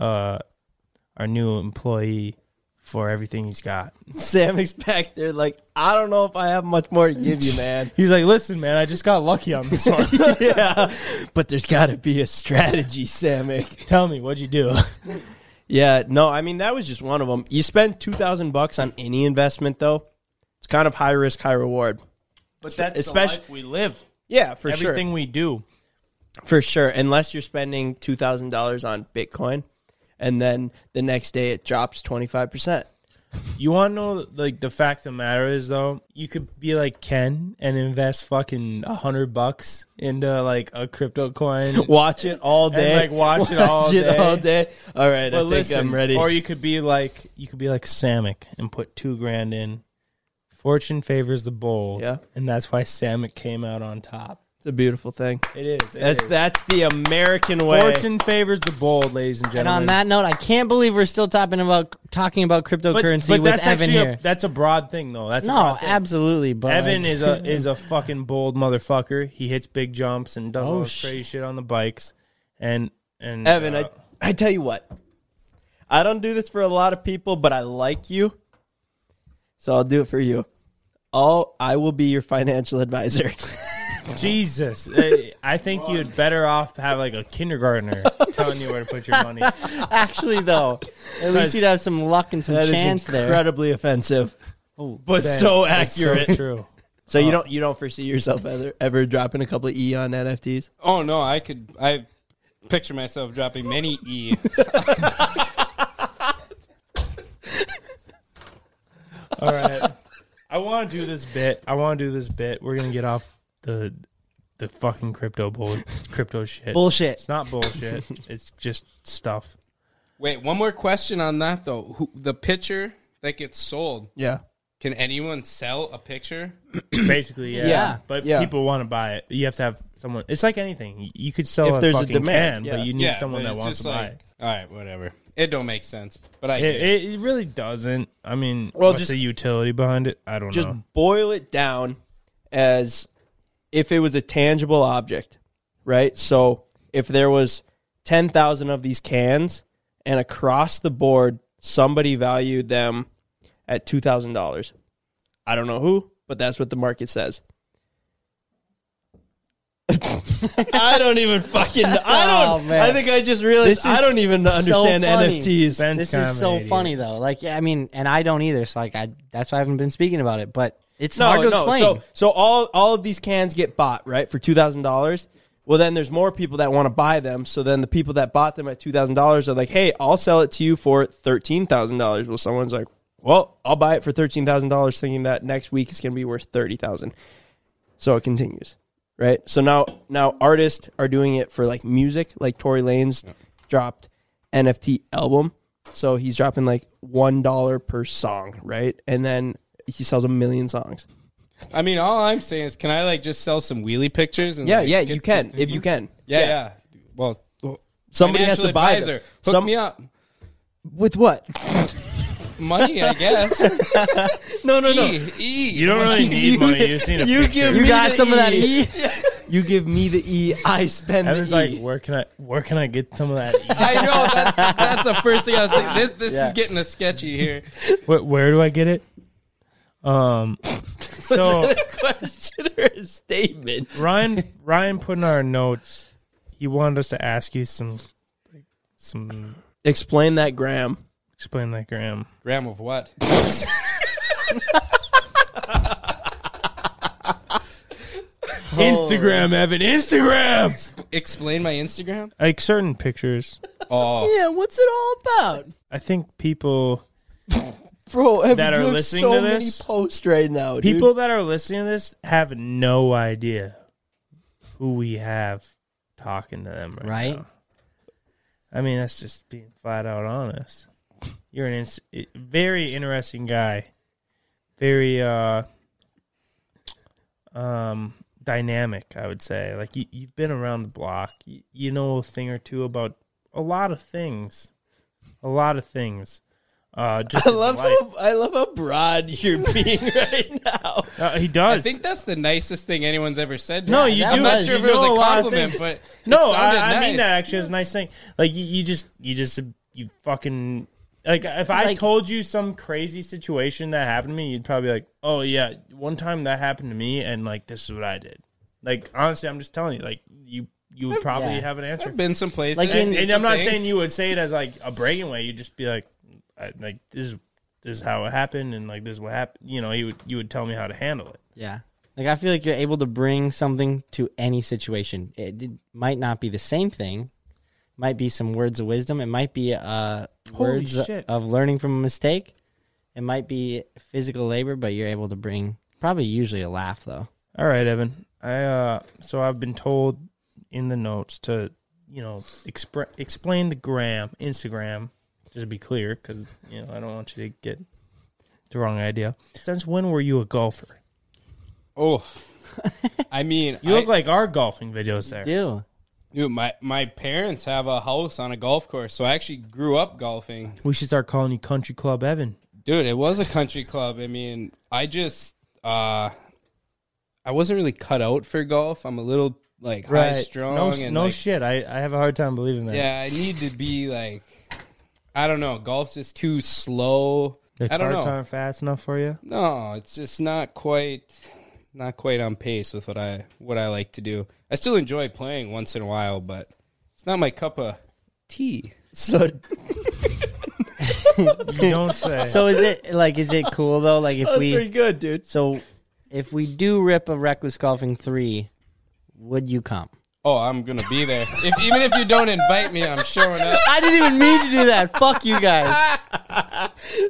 Speaker 5: uh, our new employee, for everything he's *laughs* got.
Speaker 8: Sam is back there like, I don't know if I have much more to give you, man.
Speaker 5: *laughs* He's like, listen, man, I just got lucky on this one.
Speaker 8: *laughs* yeah, but there's got to be a strategy, Samick.
Speaker 5: Tell me, what'd you do?
Speaker 8: yeah, no, I mean that was just one of them. You spend two thousand bucks on any investment, though, it's kind of high risk, high reward.
Speaker 5: But that's
Speaker 8: Especially-
Speaker 5: the life we live.
Speaker 8: Yeah, for sure.
Speaker 5: Everything we do.
Speaker 8: For sure, unless you're spending two thousand dollars on Bitcoin, and then the next day it drops twenty five percent.
Speaker 5: You want to know, like, the fact of the matter is, though, you could be like Ken and invest fucking a hundred bucks into like a crypto coin.
Speaker 8: *laughs* Watch it all
Speaker 5: And,
Speaker 8: day.
Speaker 5: like,
Speaker 8: *laughs*
Speaker 5: watch it all day.
Speaker 8: all day. All right, I
Speaker 5: But
Speaker 8: think I'm ready.
Speaker 5: Or you could be like, you could be like Samick and put two grand in. Fortune favors the bold.
Speaker 8: Yeah.
Speaker 5: And that's why Samick came out on top.
Speaker 8: it's a beautiful thing.
Speaker 5: It is. it
Speaker 8: That's
Speaker 5: is.
Speaker 8: that's the American way.
Speaker 5: Fortune favors the bold, ladies and
Speaker 6: And
Speaker 5: gentlemen.
Speaker 6: on that note, I can't believe we're still talking about talking about cryptocurrency with Evan
Speaker 5: actually
Speaker 6: here.
Speaker 5: A, that's a broad
Speaker 6: *laughs*
Speaker 5: thing, though. That's a
Speaker 6: no,
Speaker 5: broad thing.
Speaker 6: absolutely, but
Speaker 5: Evan
Speaker 6: like- *laughs*
Speaker 5: is a is a fucking bold motherfucker. He hits big jumps and does
Speaker 6: Oh,
Speaker 5: all this
Speaker 6: sh-
Speaker 5: crazy shit on the bikes. And and
Speaker 8: Evan,
Speaker 5: uh,
Speaker 8: I, I tell you what, I don't do this for a lot of people, but I like you, so I'll do it for you. I'll, I will be your financial
Speaker 5: *laughs*
Speaker 8: advisor.
Speaker 5: Jesus, I- I think you'd better off have like
Speaker 8: *laughs*
Speaker 5: a kindergartner telling you where to put your money.
Speaker 6: *laughs* actually though, at least you'd have some luck and some
Speaker 8: That is
Speaker 6: chance there.
Speaker 8: incredibly offensive, but so
Speaker 5: Oh, That's so
Speaker 8: accurate. So,
Speaker 5: true. Uh,
Speaker 8: you don't you don't foresee yourself ever, ever dropping a couple of e on NFTs?
Speaker 9: Oh no, I could I picture myself dropping many *laughs* E.
Speaker 5: All right, I want to do this bit. I want to do this bit. We're gonna get off the the fucking crypto bull crypto shit.
Speaker 6: Bullshit.
Speaker 5: It's not bullshit. it's just stuff.
Speaker 9: Wait, one more question on that though. Who, the picture that gets sold,
Speaker 8: Yeah,
Speaker 9: can anyone sell a picture?
Speaker 5: Basically, yeah.
Speaker 8: Yeah.
Speaker 5: But
Speaker 8: Yeah.
Speaker 5: people want to buy it. You have to have someone. It's like anything. You could sell
Speaker 8: If
Speaker 5: a
Speaker 8: there's a
Speaker 5: Oh, fucking
Speaker 8: demand,
Speaker 5: can,
Speaker 8: yeah.
Speaker 5: but you need
Speaker 9: Yeah,
Speaker 5: someone
Speaker 9: but
Speaker 5: that
Speaker 9: it's
Speaker 5: wants
Speaker 9: just
Speaker 5: to buy
Speaker 9: like,
Speaker 5: it.
Speaker 9: All right, whatever. It don't make sense, but I get
Speaker 5: It,
Speaker 9: it.
Speaker 5: it, it really doesn't. I mean,
Speaker 8: Well,
Speaker 5: what's
Speaker 8: just-
Speaker 5: the utility behind it? I don't
Speaker 8: just
Speaker 5: know.
Speaker 8: boil it down as if it was a tangible object, right? So if there was 10,000 of these cans and across the board somebody valued them at $2,000. I don't know who, but that's what the market says.
Speaker 5: *laughs*
Speaker 8: I don't even *laughs* fucking I
Speaker 6: Oh,
Speaker 8: don't
Speaker 6: man.
Speaker 8: I think I just realized
Speaker 6: This
Speaker 8: I
Speaker 6: is
Speaker 8: don't even
Speaker 6: so
Speaker 8: understand
Speaker 6: funny.
Speaker 8: NFTs.
Speaker 5: Ben's
Speaker 6: This
Speaker 5: kind
Speaker 6: is
Speaker 5: of
Speaker 6: so
Speaker 5: an idiot.
Speaker 6: funny though. Like, yeah, I mean, and I don't either. So like, I that's why I haven't been speaking about it. But it's hard to explain.
Speaker 8: So so all all of these cans get bought right for two thousand dollars. Well, then there's more people that want to buy them. So then the people that bought them at two thousand dollars are like, "Hey, I'll sell it to you for thirteen thousand dollars." Well, someone's like, "Well, I'll buy it for thirteen thousand dollars, thinking that next week it's going to be worth thirty thousand. So it continues, right? So now now artists are doing it for like music, like Tory Lanez dropped NFT album. So he's dropping like one dollar per song, right? And then he sells a million songs.
Speaker 9: I mean, all I'm saying is, can I like just sell some wheelie pictures? And
Speaker 8: Yeah,
Speaker 9: like,
Speaker 8: yeah,
Speaker 9: get
Speaker 8: you can
Speaker 9: the-
Speaker 8: if you can.
Speaker 9: Yeah, yeah. Well,
Speaker 8: Somebody has
Speaker 9: financial
Speaker 8: to buy
Speaker 9: advisor,
Speaker 8: them.
Speaker 9: Hook
Speaker 8: Some-
Speaker 9: me up.
Speaker 8: With what?
Speaker 9: Money, I guess.
Speaker 8: *laughs* No, no, no.
Speaker 9: E, E.
Speaker 5: You don't
Speaker 8: *laughs*
Speaker 5: really need money. You just need a
Speaker 8: You
Speaker 5: picture.
Speaker 8: give
Speaker 6: you
Speaker 8: me
Speaker 6: got
Speaker 8: the
Speaker 6: some of that
Speaker 8: E.
Speaker 6: E.
Speaker 8: *laughs* You give me the E, I spend
Speaker 5: Evan's
Speaker 8: the E.
Speaker 5: like, where can I where can I get some of that? E?"
Speaker 9: I know that, that's the first thing I was thinking. This, this is getting a sketchy here.
Speaker 5: where, where do I get it?
Speaker 8: *laughs*
Speaker 5: Um, so
Speaker 8: question or a statement?
Speaker 5: Ryan Ryan put in our notes. He wanted us to ask you some some
Speaker 8: Explain that, Graham.
Speaker 5: explain that Graham.
Speaker 9: Gram
Speaker 8: *laughs*
Speaker 9: of what?
Speaker 5: Instagram, Evan. Instagram.
Speaker 9: Explain my Instagram.
Speaker 5: Like certain pictures.
Speaker 9: Oh,
Speaker 8: Yeah, what's it all about?
Speaker 5: I think people
Speaker 8: Bro, Evan,
Speaker 5: That are
Speaker 8: you have
Speaker 5: listening
Speaker 8: so
Speaker 5: to
Speaker 8: many
Speaker 5: this?
Speaker 8: posts right now, Oh, dude. *laughs*
Speaker 5: people that are listening to this have no idea who we have talking to them right,
Speaker 6: Right.
Speaker 5: now. I mean, that's just being flat out honest. You're an ins- very interesting guy, very uh, um, dynamic. I would say, like you, you've been around the block. You, you know a thing or two about a lot of things, a lot of things. Uh, just
Speaker 8: I
Speaker 5: in
Speaker 8: love
Speaker 5: life.
Speaker 8: how *laughs* I love how broad you're
Speaker 9: *laughs*
Speaker 8: being right now.
Speaker 5: Uh, he
Speaker 9: I
Speaker 5: does.
Speaker 9: think that's the nicest thing anyone's ever said. to
Speaker 5: No,
Speaker 9: me.
Speaker 5: you
Speaker 9: I'm
Speaker 5: do.
Speaker 9: not sure
Speaker 5: You
Speaker 9: if it was
Speaker 5: know a
Speaker 9: a
Speaker 5: lot of
Speaker 9: compliment,
Speaker 5: things.
Speaker 9: but it
Speaker 5: No, I,
Speaker 9: sounded
Speaker 5: I
Speaker 9: nice.
Speaker 5: mean that actually is a nice thing. Like you, you just you just you fucking Like if I
Speaker 13: Like-
Speaker 5: told you some crazy situation that happened to me, you'd probably be like, "Oh yeah, one time that happened to me, and like this is what I did." Like honestly, I'm just telling you, like you you would probably
Speaker 8: Yeah.
Speaker 5: have an answer.
Speaker 8: I've been some places
Speaker 5: like,
Speaker 8: I've
Speaker 5: and,
Speaker 8: seen
Speaker 5: and
Speaker 8: some
Speaker 5: I'm not
Speaker 8: things.
Speaker 5: saying you would say it as like a bragging way. You'd just be like, I, "Like this is this is how it happened, and like this is what happened." You know, you would you would tell me how to handle it.
Speaker 6: Yeah. Like I feel like you're able to bring something to any situation. It, it might not be the same thing. Might be some words of wisdom. It might be uh,
Speaker 5: Holy
Speaker 6: words
Speaker 5: shit.
Speaker 6: of learning from a mistake. It might be physical labor, but you're able to bring probably usually a laugh though.
Speaker 5: All right, Evan. I uh so I've been told in the notes to, you know, expre- explain the gram, Instagram, just to be clear cuz you know, I don't want you to get the wrong idea. Since when were you a golfer?
Speaker 9: Oh. I mean,
Speaker 5: You look
Speaker 9: I-
Speaker 5: like our golfing videos there.
Speaker 9: Dude, my, my parents have a house on a golf course, so I actually grew up golfing.
Speaker 5: We should start calling you Country Club Evan.
Speaker 9: Dude, it was a country club. I mean, I just uh I wasn't really cut out for golf. I'm a little like high strung
Speaker 5: No,
Speaker 9: and
Speaker 5: no
Speaker 9: like,
Speaker 5: shit. I, I have a hard time believing that.
Speaker 9: yeah, I need to be like I don't know, golf's just too slow.
Speaker 5: The
Speaker 9: I don't
Speaker 5: carts
Speaker 9: know.
Speaker 5: aren't fast enough for you.
Speaker 9: No, it's just not quite not quite on pace with what I what I like to do. I still enjoy playing once in a while, but it's not my cup of tea.
Speaker 6: So
Speaker 5: *laughs* You don't say.
Speaker 6: So is it like is it cool though? Like if
Speaker 5: That's
Speaker 6: we
Speaker 5: pretty good, dude.
Speaker 6: So if we do rip a reckless golfing three, would you come?
Speaker 9: Oh, I'm gonna be there. If, even if you don't invite me, I'm showing up.
Speaker 6: I didn't even mean to do that. Fuck you guys.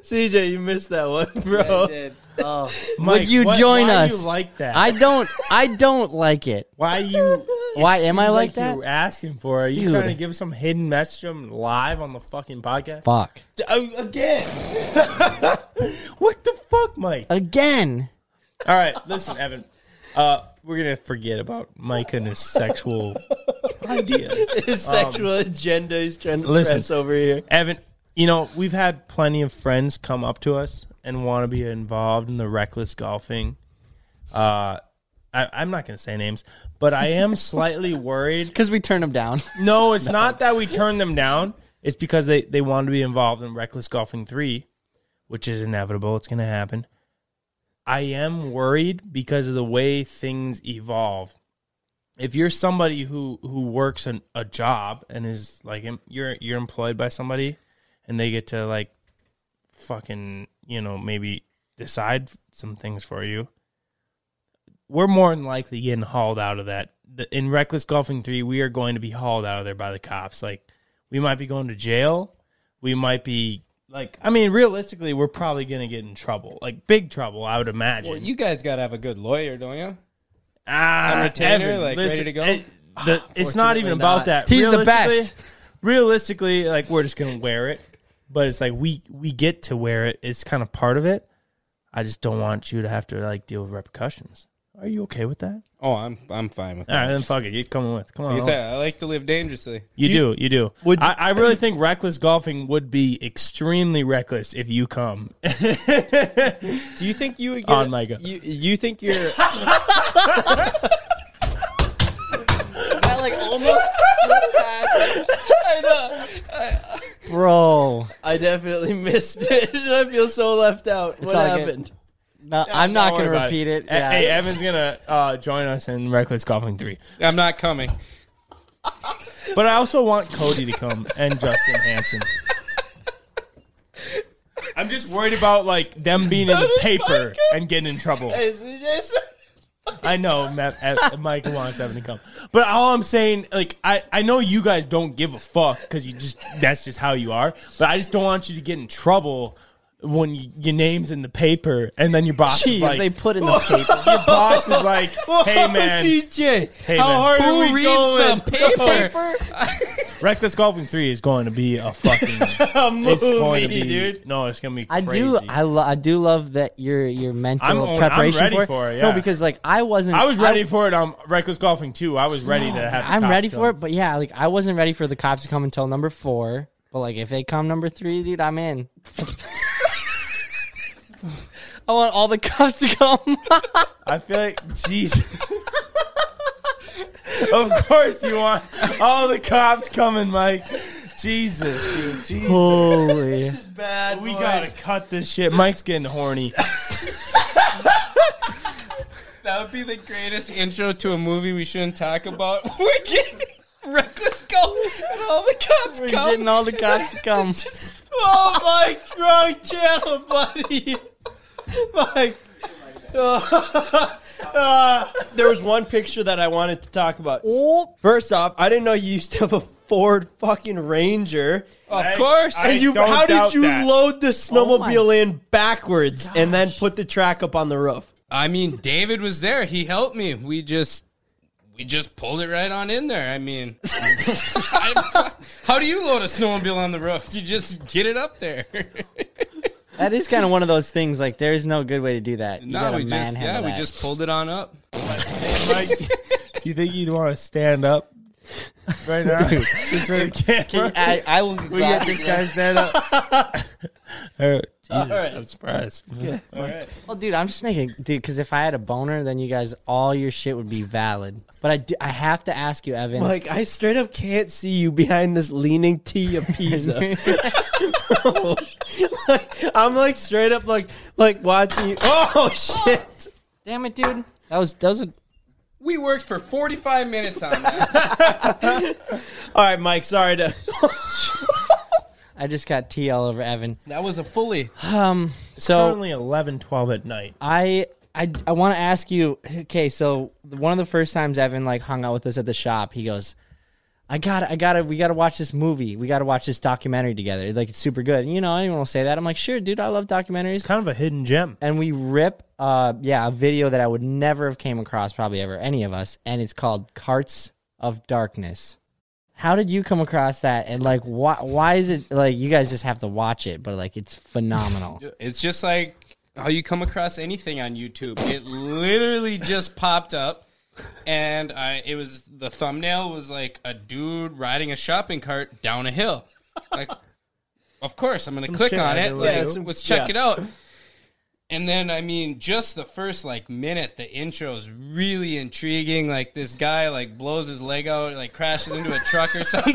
Speaker 8: CJ, you missed that one, bro.
Speaker 6: Oh,
Speaker 8: Mike,
Speaker 6: would you
Speaker 8: what-
Speaker 6: join
Speaker 8: why
Speaker 6: us?
Speaker 8: you *laughs* like that?
Speaker 6: I don't. I don't like it.
Speaker 5: Why you?
Speaker 6: Why
Speaker 5: It
Speaker 6: am I
Speaker 5: seems
Speaker 6: like, that?
Speaker 5: You're asking for. it. Are you
Speaker 6: Dude.
Speaker 5: trying to give some hidden message to him live on the fucking podcast?
Speaker 6: Fuck.
Speaker 5: D- uh,
Speaker 6: oh,
Speaker 5: again. what the fuck, Mike?
Speaker 6: Again.
Speaker 5: All right, listen, Evan. Uh, we're gonna forget about Mike and his sexual ideas.
Speaker 8: His
Speaker 5: Um,
Speaker 8: sexual agenda is trying to
Speaker 5: *laughs* Listen.
Speaker 8: press over here.
Speaker 5: Evan, you know, we've had plenty of friends come up to us and want to be involved in the reckless golfing. Uh, I, I'm not going to say names, but I am
Speaker 6: *laughs*
Speaker 5: slightly worried
Speaker 6: because we turn them down.
Speaker 5: *laughs* No,
Speaker 6: *laughs*
Speaker 5: it's not that we turn them down. It's because they they want to be involved in reckless golfing three, which is inevitable. It's going to happen. I am worried because of the way things evolve. If you're somebody who who works an, a job and is like em- you're you're employed by somebody, and they get to like fucking you know maybe decide some things for you, we're more than likely getting hauled out of that. The, in reckless golfing three, we are going to be hauled out of there by the cops. Like we might be going to jail. We might be like, I mean, realistically, we're probably going to get in trouble, like big trouble. I would imagine.
Speaker 9: Well, you guys gotta have a good lawyer, don't you?
Speaker 5: Ah,
Speaker 9: On retainer,
Speaker 5: Evan,
Speaker 9: like
Speaker 5: listen,
Speaker 9: ready to go.
Speaker 5: it-
Speaker 9: *sighs*
Speaker 5: the- it's not even about that.
Speaker 6: He's the
Speaker 5: Realistically-
Speaker 6: best.
Speaker 5: Realistically, like we're just gonna wear it, but it's like we we get to wear it. It's kind of part of it. I just don't want you to have to like deal with repercussions. Are you okay with that?
Speaker 9: Oh, I'm I'm fine with
Speaker 5: All right,
Speaker 9: that.
Speaker 5: then fuck it. You come with. Come on.
Speaker 9: Like I
Speaker 5: over.
Speaker 9: said, I like to live dangerously.
Speaker 5: You do, you do.
Speaker 9: Would you-
Speaker 5: I, I really think reckless golfing would be extremely reckless if you come.
Speaker 8: Do you think you would get
Speaker 5: On my go.
Speaker 8: You, Um, you think
Speaker 5: *laughs*
Speaker 8: you're
Speaker 13: *laughs*
Speaker 8: *laughs*
Speaker 13: I like almost slipped past. I know.
Speaker 6: Bro.
Speaker 8: I definitely missed it, *laughs* and I feel so left out.
Speaker 6: It's
Speaker 8: what
Speaker 6: all good.
Speaker 8: happened?
Speaker 6: No, I'm not
Speaker 5: Don't
Speaker 6: going
Speaker 5: worry
Speaker 6: to
Speaker 5: about
Speaker 6: repeat it.
Speaker 5: Hey,
Speaker 6: Yeah.
Speaker 5: Hey, Evan's gonna uh, join us in reckless golfing three.
Speaker 9: I'm not coming.
Speaker 5: But I also want Cody to come and Justin Hansen. I'm just worried about like them being in the paper and getting in trouble.
Speaker 8: Hey, CJ, sir.
Speaker 5: I know Matt, Ev- Mike wants Evan to come, but all I'm saying, like, I, I know you guys don't give a fuck because you just that's just how you are. But I just don't want you to get in trouble when you, your name's in the paper and then your boss
Speaker 6: Jeez,
Speaker 5: is like,
Speaker 6: they put in the paper.
Speaker 5: *laughs* your boss is like,
Speaker 8: *laughs*
Speaker 5: hey man,
Speaker 8: CJ,
Speaker 5: Hey,
Speaker 8: how
Speaker 5: man.
Speaker 8: hard
Speaker 5: Who
Speaker 8: are we
Speaker 5: reads
Speaker 8: going?
Speaker 5: the
Speaker 9: Oh,
Speaker 5: reckless golfing three is going
Speaker 6: *laughs*
Speaker 5: to be a fucking movie, it's going to be,
Speaker 8: dude.
Speaker 5: No, it's gonna be.
Speaker 6: I
Speaker 5: Crazy.
Speaker 6: do. I lo- I do love that your your mental
Speaker 5: I'm on- I'm
Speaker 6: preparation
Speaker 5: ready
Speaker 6: for, it.
Speaker 5: for it,
Speaker 6: No,
Speaker 5: yeah.
Speaker 6: because like I wasn't.
Speaker 5: I was ready for it on reckless golfing too. I was ready to have. the
Speaker 6: I'm
Speaker 5: cops
Speaker 6: ready
Speaker 5: come.
Speaker 6: for it, but yeah, like I wasn't ready for the cops to come until number four. But like if they come number three, dude, I'm
Speaker 5: *laughs*
Speaker 6: in. I want all the *laughs* cops to come.
Speaker 5: I feel like Jesus. of course you want all the cops coming, Mike. Jesus, dude. Jesus.
Speaker 8: Holy.
Speaker 5: This is
Speaker 13: bad,
Speaker 5: We
Speaker 13: boys.
Speaker 5: gotta cut this shit. Mike's getting horny.
Speaker 9: That would be the greatest intro to a movie we shouldn't talk about.
Speaker 13: We're getting reckless go, and
Speaker 9: Oh
Speaker 13: all the cops
Speaker 9: We're
Speaker 13: come.
Speaker 9: getting all the cops
Speaker 5: *laughs* to come.
Speaker 13: oh my, wrong channel, buddy.
Speaker 5: Mike. Ah, *laughs* there was one picture that I wanted to talk about.
Speaker 6: Oh.
Speaker 5: First off, I didn't know you used to have a Ford fucking Ranger.
Speaker 9: Of course. I
Speaker 5: and you
Speaker 9: don't
Speaker 5: how did
Speaker 9: doubt
Speaker 5: you
Speaker 9: that.
Speaker 5: load the
Speaker 9: Oh my-
Speaker 5: snowmobile in backwards and then put the track up on the roof?
Speaker 9: I mean, David was there. He helped me. We just we just pulled it right on in there. I mean, I- how do you load a snowmobile on the roof? You just get it up there. *laughs*
Speaker 6: That is kind of one of those things. Like, there is no good way to do that. You
Speaker 9: no,
Speaker 6: gotta
Speaker 9: we just yeah,
Speaker 6: manhandle
Speaker 9: we
Speaker 6: that.
Speaker 9: just pulled it on up.
Speaker 5: Do you think you'd want to stand up right now?
Speaker 13: Dude.
Speaker 5: *laughs* Just for the camera?
Speaker 13: Can- I- I will
Speaker 5: We get this guy stand up. *laughs* All right.
Speaker 6: *laughs* All
Speaker 5: right. I'm surprised.
Speaker 6: *laughs* Yeah.
Speaker 5: All right.
Speaker 6: Well, dude, I'm just making dude because if I had a boner, then you guys all your shit would be valid. But I do, I have to ask you, Evan.
Speaker 8: Like I straight up can't see you behind this leaning T of
Speaker 6: *laughs*
Speaker 8: Pisa. Bro. *laughs* Like, I'm like straight up like like watching you. Oh shit!
Speaker 6: *laughs* Damn it, dude. That was that was a
Speaker 9: We worked for forty five minutes on that.
Speaker 5: All right, Mike. Sorry to.
Speaker 6: *laughs* I just got tea all over Evan.
Speaker 9: That was a fully.
Speaker 6: Um. So
Speaker 5: Currently 11, 12 at night.
Speaker 6: I I I want to ask you. Okay, so one of the first times Evan like hung out with us at the shop, he goes, "I got I gotta we gotta watch this movie. We gotta watch this documentary together. Like it's super good. And, you know, anyone will say that. I'm like, sure, dude. I love documentaries. It's
Speaker 5: kind of a hidden gem.
Speaker 6: And we rip, uh, yeah, a video that I would never have came across probably ever any of us, and it's called Carts of Darkness. How did you come across that? And like, why why is it like you guys just have to watch it? But like, it's phenomenal.
Speaker 9: It's just like how you come across anything on YouTube. It literally just popped up, and I it was the thumbnail was like a dude riding a shopping cart down a hill. Like, of course, I'm gonna
Speaker 8: Some
Speaker 9: click
Speaker 8: shit
Speaker 9: on
Speaker 8: I
Speaker 9: it.
Speaker 8: know
Speaker 9: Let's-
Speaker 8: about you.
Speaker 9: let's check
Speaker 8: Yeah.
Speaker 9: it out. And then, I mean, just the first like minute, the intro is really intriguing. Like this guy like blows his leg out, like crashes into a truck or *laughs* something.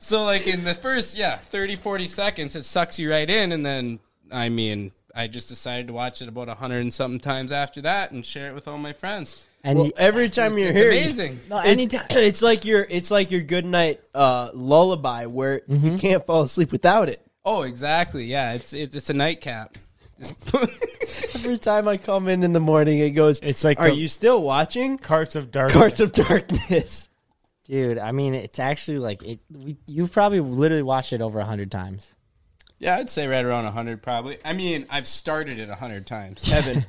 Speaker 9: so like in the first yeah 30 40 seconds it sucks you right in and then i mean i just decided to watch it about 100 and something times after that and share it with all my friends
Speaker 6: And
Speaker 9: Well,
Speaker 8: Every time
Speaker 9: it's-
Speaker 8: you're
Speaker 9: it's
Speaker 8: here,
Speaker 9: amazing
Speaker 8: it's, *clears throat* it's like your it's like your good night uh, lullaby where
Speaker 6: Mm-hmm.
Speaker 8: you can't fall asleep without it.
Speaker 9: oh exactly yeah it's it's, it's a nightcap
Speaker 8: Every time I come in in the morning, it goes. It's like, are
Speaker 6: the-
Speaker 8: you still watching
Speaker 5: Carts of
Speaker 6: *laughs*
Speaker 5: Darkness?
Speaker 8: Carts of Darkness.
Speaker 6: Dude, I mean, it's actually like it. We, you've probably literally watched it over a hundred times.
Speaker 9: yeah i'd say right around 100 probably i mean i've started it 100 times
Speaker 8: evan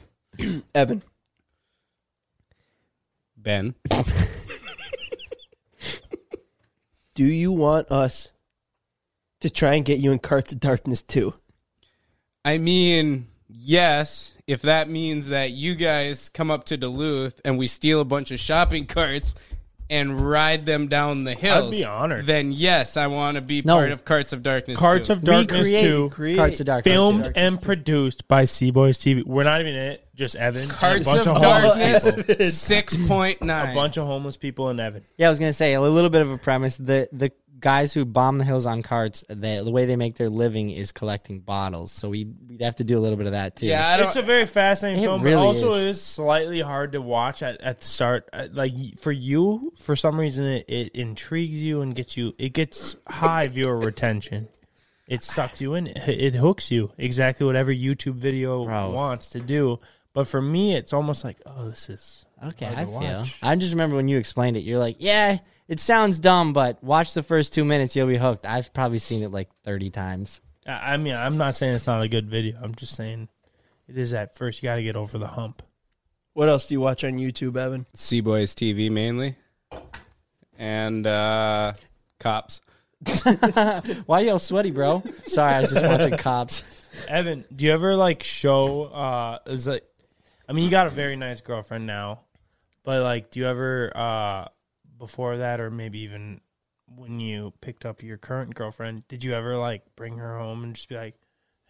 Speaker 8: evan
Speaker 9: ben
Speaker 8: Do you want us to try and get you in Carts of Darkness too?
Speaker 9: *clears throat* i mean yes if that means that you guys come up to duluth and we steal a bunch of shopping *laughs* carts and ride them down the hills
Speaker 5: be honored.
Speaker 9: then yes i want to be
Speaker 5: No.
Speaker 9: part of carts of darkness
Speaker 5: Carts
Speaker 9: too.
Speaker 5: of Darkness 2.
Speaker 6: Carts of Darkness
Speaker 5: Filmed
Speaker 6: 2.
Speaker 5: and produced by Seaboys TV. We're not even in it. Just Evan. and a
Speaker 9: Carts
Speaker 5: bunch
Speaker 9: of
Speaker 5: homeless
Speaker 9: Darkness,
Speaker 5: *laughs* people.
Speaker 9: 6.9.
Speaker 5: A bunch of homeless people and Evan.
Speaker 6: Yeah, I was gonna say a little bit of a premise. The the guys who bomb the hills on carts, they, the way they make their living is collecting bottles. So we we'd have to do a little bit of that too.
Speaker 5: it's a very fascinating
Speaker 6: It
Speaker 5: film,
Speaker 6: really
Speaker 5: but also it is slightly hard to watch at, at the start. Uh, Like y- for you, for some reason, it, it intrigues you and gets you. It gets high viewer retention. It sucks you in. It it hooks you exactly whatever YouTube video wants to do. But for me, it's almost like, oh, this is
Speaker 6: okay.
Speaker 5: hard
Speaker 6: I
Speaker 5: to
Speaker 6: feel.
Speaker 5: watch.
Speaker 6: I just remember when you explained it. You're like, yeah, it sounds dumb, but watch the first two minutes, you'll be hooked. I've probably seen it like thirty times.
Speaker 5: I I mean, I'm not saying it's not a good video. I'm just saying it is at first. You got to get over the hump.
Speaker 8: What else do you watch on YouTube, Evan?
Speaker 9: Seaboys TV mainly. And uh cops.
Speaker 6: Why y'all *laughs* sweaty, bro? Sorry, I was just
Speaker 5: *laughs*
Speaker 6: watching cops.
Speaker 5: Evan, do you ever like show uh is like I mean you got a very nice girlfriend now, but like do you ever uh before that or maybe even when you picked up your current girlfriend, did you ever like bring her home and just be like,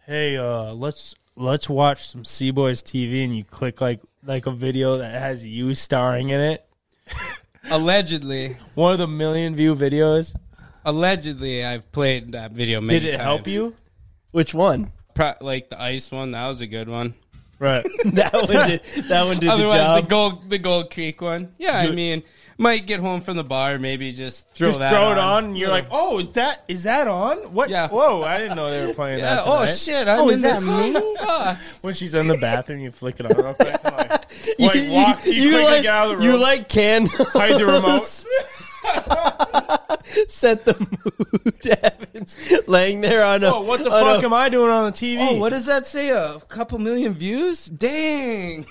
Speaker 5: "Hey, uh let's let's watch some Seaboys TV" and you click like like a video that has you starring in it?
Speaker 9: Allegedly,
Speaker 5: one of the million view videos.
Speaker 9: Allegedly, I've played that video many
Speaker 8: Did it
Speaker 9: times.
Speaker 8: help you? Which one?
Speaker 9: Pro- like the ice one. That was a good one.
Speaker 5: Right.
Speaker 8: *laughs* that one did. That one did
Speaker 9: Otherwise,
Speaker 8: the job.
Speaker 9: gold, the Gold Creek one. Yeah, I
Speaker 8: You-
Speaker 9: mean, might get home from the bar, maybe just throw
Speaker 5: Just
Speaker 9: that
Speaker 5: throw
Speaker 9: on.
Speaker 5: it on, and you're
Speaker 9: Yeah.
Speaker 5: like, oh, is that is that on? What? Whoa, I didn't know they were playing
Speaker 9: Yeah,
Speaker 5: that.
Speaker 9: oh,
Speaker 5: tonight.
Speaker 9: shit, I'm
Speaker 5: oh,
Speaker 9: in
Speaker 5: is that
Speaker 9: this
Speaker 5: me? *laughs*
Speaker 9: one? Fuck.
Speaker 5: when she's in the bathroom, you flick it on real quick. Like, like walk,
Speaker 8: *laughs*
Speaker 5: you,
Speaker 8: you
Speaker 5: quickly
Speaker 8: like-
Speaker 5: get out of the
Speaker 8: you
Speaker 5: room.
Speaker 8: like candles.
Speaker 5: *laughs* Hide the remote.
Speaker 8: Set the mood, Evans. *laughs* Laying there on a.
Speaker 5: Oh, what the
Speaker 8: on
Speaker 5: fuck
Speaker 8: a-
Speaker 5: am I doing on the TV?
Speaker 8: Oh,
Speaker 13: what does that say? A couple million views? Dang.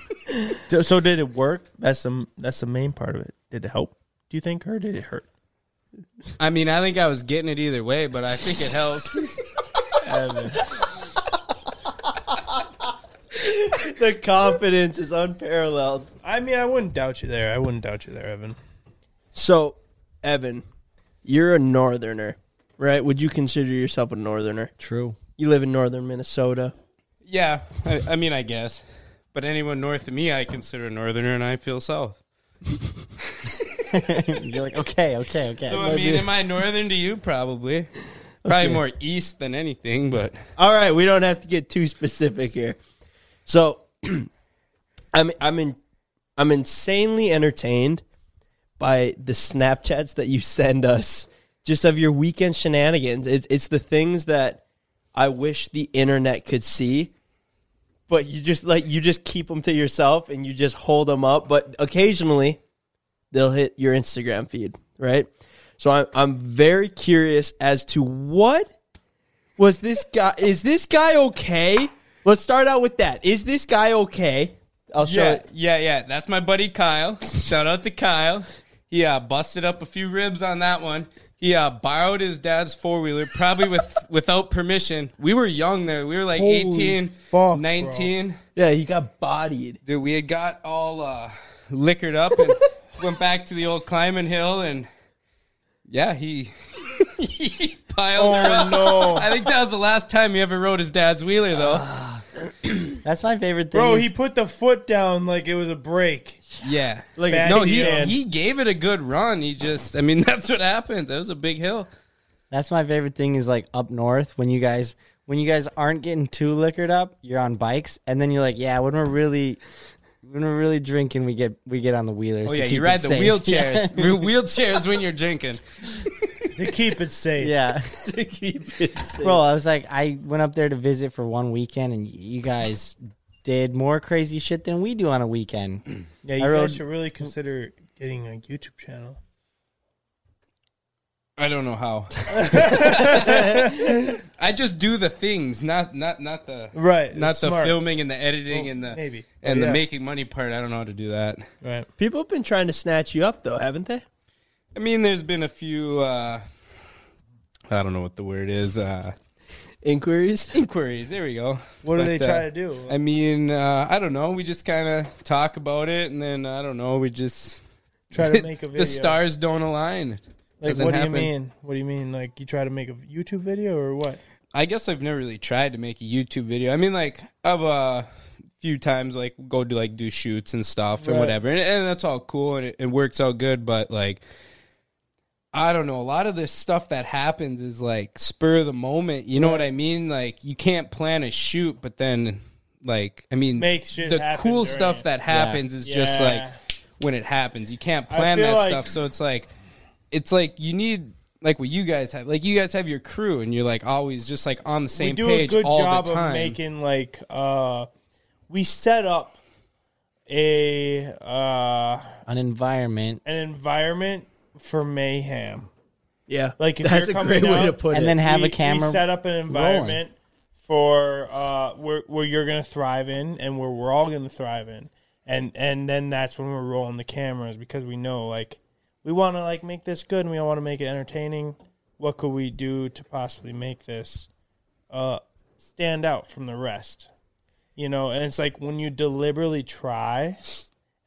Speaker 5: So, so did it work? That's the that's the main part of it. Did it help? Do you think, or did it hurt?
Speaker 9: *laughs* I mean, I think I was getting it either way, but I think it helped.
Speaker 8: The confidence is unparalleled.
Speaker 5: I mean, I wouldn't doubt you there. I wouldn't doubt you there, Evan.
Speaker 8: So, Evan, you're a northerner, right? Would you consider yourself a northerner?
Speaker 6: True.
Speaker 8: You live in northern Minnesota.
Speaker 9: yeah, I, I mean, I guess. But anyone north of me, I consider a northerner, and I feel south.
Speaker 6: You're like, okay, okay, okay.
Speaker 9: So I mean, am I northern to you? Probably. Probably
Speaker 8: Okay.
Speaker 9: more east than anything, but
Speaker 8: All right, we don't have to get too specific here. So, *clears throat* I'm I'm in I'm insanely entertained by the Snapchats that you send us, just of your weekend shenanigans. It's it's the things that I wish the internet could see, but you just like you just keep them to yourself and you just hold them up. But occasionally, they'll hit your Instagram feed, right? So I'm I'm very curious as to what was this guy is this guy okay? Let's start out with that. Is this guy okay? I'll show
Speaker 9: yeah,
Speaker 8: it.
Speaker 9: yeah, yeah. That's my buddy Kyle. Shout out to Kyle. He uh, busted up a few ribs on that one. He uh, borrowed his dad's four wheeler, probably with *laughs* without permission. We were young there. We were like
Speaker 8: Holy
Speaker 9: eighteen,
Speaker 8: fuck, bro.
Speaker 9: 19.
Speaker 8: Yeah, he got bodied.
Speaker 9: Dude, we had got all uh, liquored up
Speaker 8: *laughs*
Speaker 9: and went back to the old climbing hill and yeah, he *laughs* he piled
Speaker 8: Oh,
Speaker 9: her up.
Speaker 5: no.
Speaker 9: I think that was the last time he ever rode his dad's wheeler though.
Speaker 8: Ah.
Speaker 6: That's my favorite thing.
Speaker 5: Bro,
Speaker 6: is-
Speaker 5: he put the foot down like it was a break.
Speaker 9: Yeah.
Speaker 5: Like a
Speaker 9: no,
Speaker 5: bad
Speaker 9: he
Speaker 5: man.
Speaker 9: he gave it a good run. He just, I mean, *laughs* that's what happens. That was a big hill.
Speaker 6: That's my favorite thing is like up north when you guys when you guys aren't getting too liquored up, you're on bikes, and then you're like, yeah, when we're really when we're really drinking, we get we get on the wheelers.
Speaker 9: Oh
Speaker 6: to
Speaker 9: yeah,
Speaker 6: keep
Speaker 9: you
Speaker 6: it
Speaker 9: ride the
Speaker 6: safe. *laughs*
Speaker 9: wheelchairs. *laughs* wheelchairs when you're drinking.
Speaker 5: *laughs* to keep it safe. *laughs*
Speaker 6: Yeah.
Speaker 8: To keep it safe.
Speaker 6: bro, I was like, I went up there to visit for one weekend, and you guys did more crazy shit than we do on
Speaker 9: *clears throat*
Speaker 6: a weekend.
Speaker 5: Yeah, you
Speaker 6: I rode-
Speaker 5: guys should really consider getting a YouTube channel.
Speaker 9: I don't know
Speaker 5: *laughs*
Speaker 9: how. I just do the things, not not not the
Speaker 5: Right,
Speaker 9: not
Speaker 5: it's
Speaker 9: the
Speaker 5: smart.
Speaker 9: filming and the editing and the
Speaker 5: maybe.
Speaker 9: and
Speaker 5: Oh,
Speaker 9: the
Speaker 5: yeah.
Speaker 9: making money part. I don't know how to do that.
Speaker 5: Right.
Speaker 8: People have been trying to snatch you up though, haven't they?
Speaker 9: I mean, there's been a few. uh I don't know what the word is. Uh,
Speaker 8: Inquiries.
Speaker 9: inquiries. There we go.
Speaker 5: What do they
Speaker 9: uh,
Speaker 5: try to do?
Speaker 9: I mean, uh, I don't know. We just kind of talk about it, and then I don't know. We just
Speaker 5: Try
Speaker 9: *laughs*
Speaker 5: to make a video.
Speaker 9: the stars don't align.
Speaker 5: Like,
Speaker 9: Doesn't
Speaker 5: what
Speaker 9: happen.
Speaker 5: do you mean? What do you mean? Like, you try to make a YouTube video or what?
Speaker 9: I guess I've never really tried to make a YouTube video. I mean, like I've uh, few times like go do like do shoots and stuff and
Speaker 5: Right.
Speaker 9: whatever, and, and that's all cool and it, it works out good. But like, I don't know. A lot of this stuff that happens is like spur of the moment. You know what I mean? Like you can't plan a shoot, but then like I mean,
Speaker 5: Make shit
Speaker 9: the
Speaker 5: happen
Speaker 9: cool
Speaker 5: during
Speaker 9: stuff
Speaker 5: it.
Speaker 9: that happens is just
Speaker 5: Yeah.
Speaker 9: like when it happens. You can't plan
Speaker 5: feel
Speaker 9: that
Speaker 5: like-
Speaker 9: stuff. So it's like it's like you need like what you guys have. Like you guys have your crew and you're like always just like on the same
Speaker 5: we do
Speaker 9: page
Speaker 5: a good
Speaker 9: all
Speaker 5: job
Speaker 9: the
Speaker 5: of
Speaker 9: time.
Speaker 5: making like uh we set up a uh
Speaker 6: An environment,
Speaker 5: an environment for mayhem
Speaker 8: Yeah.
Speaker 5: like if
Speaker 8: that's
Speaker 5: you're
Speaker 8: a
Speaker 5: coming
Speaker 8: great way
Speaker 5: out,
Speaker 8: to put
Speaker 6: and
Speaker 8: it.
Speaker 6: then have
Speaker 5: we,
Speaker 6: a camera.
Speaker 5: we set up an environment for uh where, where you're gonna thrive in and where we're all gonna thrive in and and then that's when we're rolling the cameras because we know like we want to like make this good and we want to make it entertaining what could we do to possibly make this uh stand out from the rest you know and it's like when you deliberately try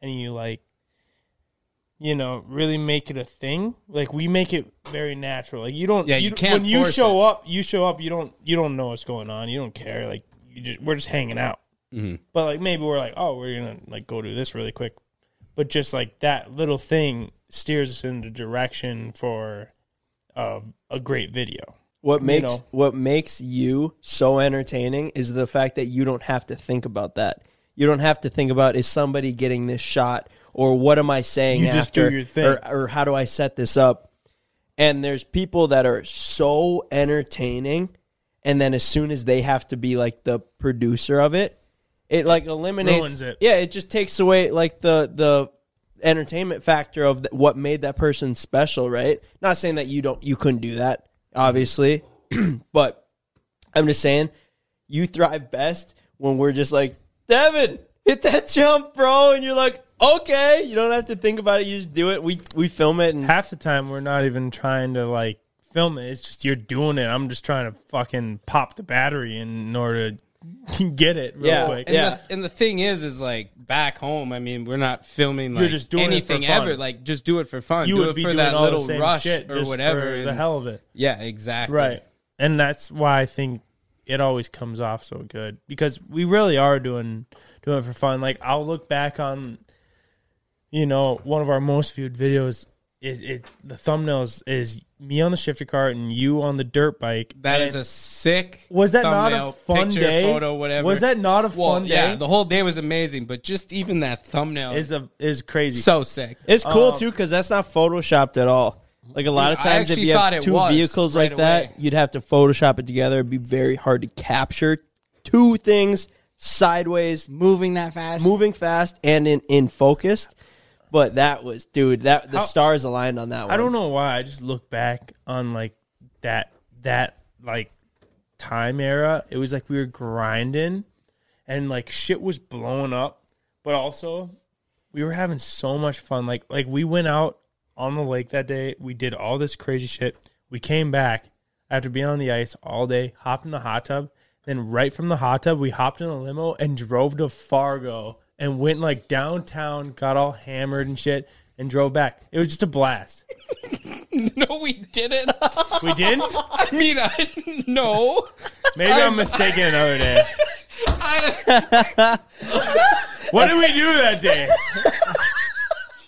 Speaker 5: and you like you know really make it a thing like we make it very natural like you don't
Speaker 9: Yeah, you can't
Speaker 5: when you
Speaker 9: force
Speaker 5: show up you show up you don't you don't know what's going on you don't care like you just, we're just hanging out
Speaker 8: Mm-hmm.
Speaker 5: but like maybe we're like oh we're gonna like go do this really quick but just like that little thing steers us in the direction for um, a great video.
Speaker 8: What
Speaker 5: You
Speaker 8: makes
Speaker 5: know.
Speaker 8: what makes you so entertaining is the fact that you don't have to think about that. You don't have to think about is somebody getting this shot or what am I saying
Speaker 5: You just do
Speaker 8: after
Speaker 5: your thing.
Speaker 8: Or, or how do I set this up? And there's people that are so entertaining, and then as soon as they have to be like the producer of it, it like eliminates
Speaker 5: Ruins it.
Speaker 8: Yeah, it just takes away like the the entertainment factor of th- what made that person special, right? Not saying that you don't you couldn't do that, obviously, *clears throat* but I'm just saying you thrive best when we're just like Devin, hit that jump, bro, and you're like, okay, you don't have to think about it. You just do it. We we film it, and
Speaker 5: half the time we're not even trying to like film it. It's just you're doing it. I'm just trying to fucking pop the battery in order to *laughs* get it real quick.
Speaker 9: And The, and the thing is, is like back home. I mean, we're not filming like
Speaker 5: You're just doing it for
Speaker 9: anything
Speaker 5: fun.
Speaker 9: ever. Like just do it for fun.
Speaker 5: You
Speaker 9: do
Speaker 5: would
Speaker 9: it
Speaker 5: be
Speaker 9: for
Speaker 5: doing
Speaker 9: that
Speaker 5: all the
Speaker 9: little
Speaker 5: same
Speaker 9: rush
Speaker 5: shit
Speaker 9: or
Speaker 5: just
Speaker 9: whatever.
Speaker 5: for the
Speaker 9: and-
Speaker 5: hell of it.
Speaker 9: Yeah, exactly.
Speaker 5: Right. And that's why I think it always comes off so good because we really are doing doing it for fun. Like I'll look back on you know, one of our most viewed videos is, is the thumbnails is me on the shifter cart and you on the dirt bike.
Speaker 9: That
Speaker 5: and
Speaker 9: is a sick.
Speaker 5: Was that not
Speaker 9: thumbnail,
Speaker 5: a fun
Speaker 9: picture,
Speaker 5: day?
Speaker 9: Photo, whatever.
Speaker 5: Was that not a
Speaker 9: Well,
Speaker 5: fun
Speaker 9: Yeah,
Speaker 5: day?
Speaker 9: the whole day was amazing, but just even that thumbnail
Speaker 5: Is a is crazy.
Speaker 9: So sick.
Speaker 8: It's cool
Speaker 9: Um,
Speaker 8: too because that's not photoshopped at all. Like a lot of
Speaker 9: I
Speaker 8: times, if
Speaker 9: actually
Speaker 8: you
Speaker 9: thought
Speaker 8: have
Speaker 9: it
Speaker 8: two
Speaker 9: was
Speaker 8: vehicles
Speaker 9: right
Speaker 8: like that,
Speaker 9: away.
Speaker 8: you'd have to Photoshop it together. It'd be very hard to capture two things sideways,
Speaker 6: moving that fast,
Speaker 8: moving fast, and in in focused. But that was, dude. That the
Speaker 5: How-
Speaker 8: stars aligned on that one. *laughs*
Speaker 5: I don't know why. I just look back on like that that like time era. It was like we were grinding and like shit was blowing up, but also we were having so much fun. Like like we went out on the lake that day. We did all this crazy shit. We came back after being on the ice all day, hopped in the hot tub. Then right from the hot tub, we hopped in a limo and drove to Fargo and went like downtown, got all hammered and shit, and drove back. It was just a blast.
Speaker 9: *laughs* no, we didn't.
Speaker 5: We did.
Speaker 9: *laughs* I mean, I no.
Speaker 5: Maybe I'm mistaken
Speaker 8: *laughs*
Speaker 5: another day.
Speaker 9: I,
Speaker 5: What did we do that day?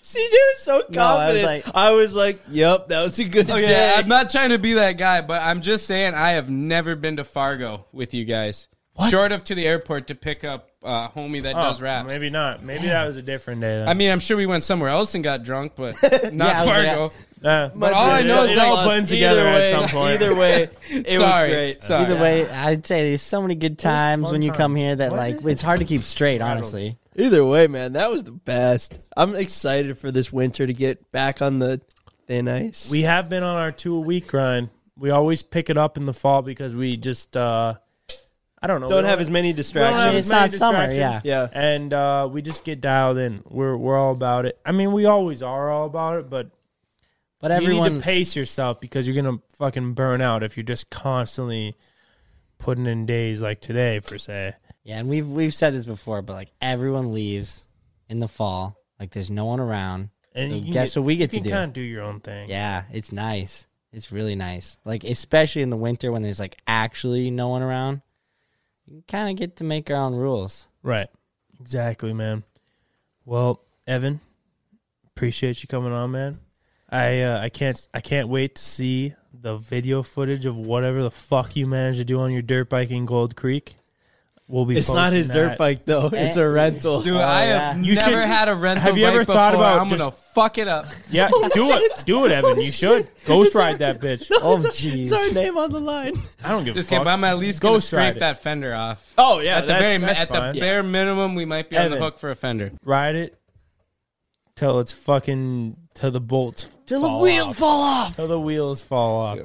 Speaker 8: CJ was so confident.
Speaker 9: I was
Speaker 8: I, was like, "Yep, that was a good
Speaker 9: Okay,
Speaker 8: day."
Speaker 9: I'm not trying to be that guy, but I'm just saying I have never been to Fargo with you guys. Short of to the airport to pick up uh, homie that
Speaker 5: Oh,
Speaker 9: does raps.
Speaker 5: Maybe not. Maybe that was a different day. Then.
Speaker 9: I mean, I'm sure we went somewhere else and got drunk, *laughs* but not
Speaker 5: I was like,
Speaker 9: Fargo.
Speaker 5: Uh,
Speaker 9: but all I know
Speaker 5: it,
Speaker 9: is
Speaker 5: it
Speaker 9: that
Speaker 5: all blends together
Speaker 9: either
Speaker 5: at
Speaker 9: way-
Speaker 5: some point.
Speaker 8: Either
Speaker 5: *laughs*
Speaker 8: way, it
Speaker 9: Sorry.
Speaker 8: was great.
Speaker 9: Sorry.
Speaker 6: Either way, I'd say there's so many good times when you come here that like it's hard to keep straight.
Speaker 8: I don't-
Speaker 6: Honestly,
Speaker 8: Either way, man, that was the best. I'm excited for this winter to get back on the thin ice.
Speaker 5: we have been on our two a week grind. We always pick it up in the fall because we just uh, I don't know. we
Speaker 8: Don't have as many
Speaker 5: we don't
Speaker 8: distractions.
Speaker 5: have as
Speaker 8: It's
Speaker 5: many
Speaker 8: not summer,
Speaker 5: distractions.
Speaker 8: yeah.
Speaker 5: And uh, we just get dialed in. We're we're all about it. I mean, we always are all about it, but
Speaker 6: But
Speaker 5: you need
Speaker 6: everyone-
Speaker 5: to pace yourself because you're gonna fucking burn out if you're just constantly putting in days like today per se.
Speaker 6: yeah, and we've we've said this before, but like everyone leaves in the fall, like there's no one around.
Speaker 5: And
Speaker 6: So
Speaker 5: you can
Speaker 6: guess
Speaker 5: get-
Speaker 6: what we
Speaker 5: you
Speaker 6: get
Speaker 5: can
Speaker 6: to do?
Speaker 5: kinda do your own thing.
Speaker 6: Yeah, it's nice. It's really nice. Like especially in the winter when there's like actually no one around, you kind of get to make our own rules.
Speaker 5: Right. Exactly, man. Well, Evan, appreciate you coming on, man. I uh, I can't I can't wait to see the video footage of whatever the fuck you managed to do on your dirt bike in Gold Creek. We'll be.
Speaker 8: It's not
Speaker 5: posting
Speaker 8: his dirt
Speaker 5: that.
Speaker 8: bike, though. It's a rental.
Speaker 9: Dude, I have
Speaker 5: You
Speaker 9: never
Speaker 5: should-
Speaker 9: had a rental
Speaker 5: Have you
Speaker 9: bike
Speaker 5: ever
Speaker 9: before.
Speaker 5: thought about
Speaker 9: I'm
Speaker 5: just,
Speaker 9: gonna fuck it up. *laughs*
Speaker 5: Yeah, do it, do it, Evan. You should ghost ride that bitch.
Speaker 8: Oh,
Speaker 5: jeez.
Speaker 8: It's our name on the line. *laughs*
Speaker 5: I don't give
Speaker 9: Just
Speaker 5: a fuck.
Speaker 9: kidding, but I'm at least gonna
Speaker 5: ghost ride
Speaker 9: scrape
Speaker 5: it.
Speaker 9: that fender off.
Speaker 8: Oh, yeah,
Speaker 9: at the
Speaker 8: that's-
Speaker 9: very mi-
Speaker 8: that's
Speaker 9: at
Speaker 8: fine.
Speaker 9: the bare minimum, we might be on
Speaker 5: Evan.
Speaker 9: the hook for a fender.
Speaker 5: Ride it till it's fucking till the bolts
Speaker 6: Till the wheels fall off.
Speaker 5: Till the wheels fall off.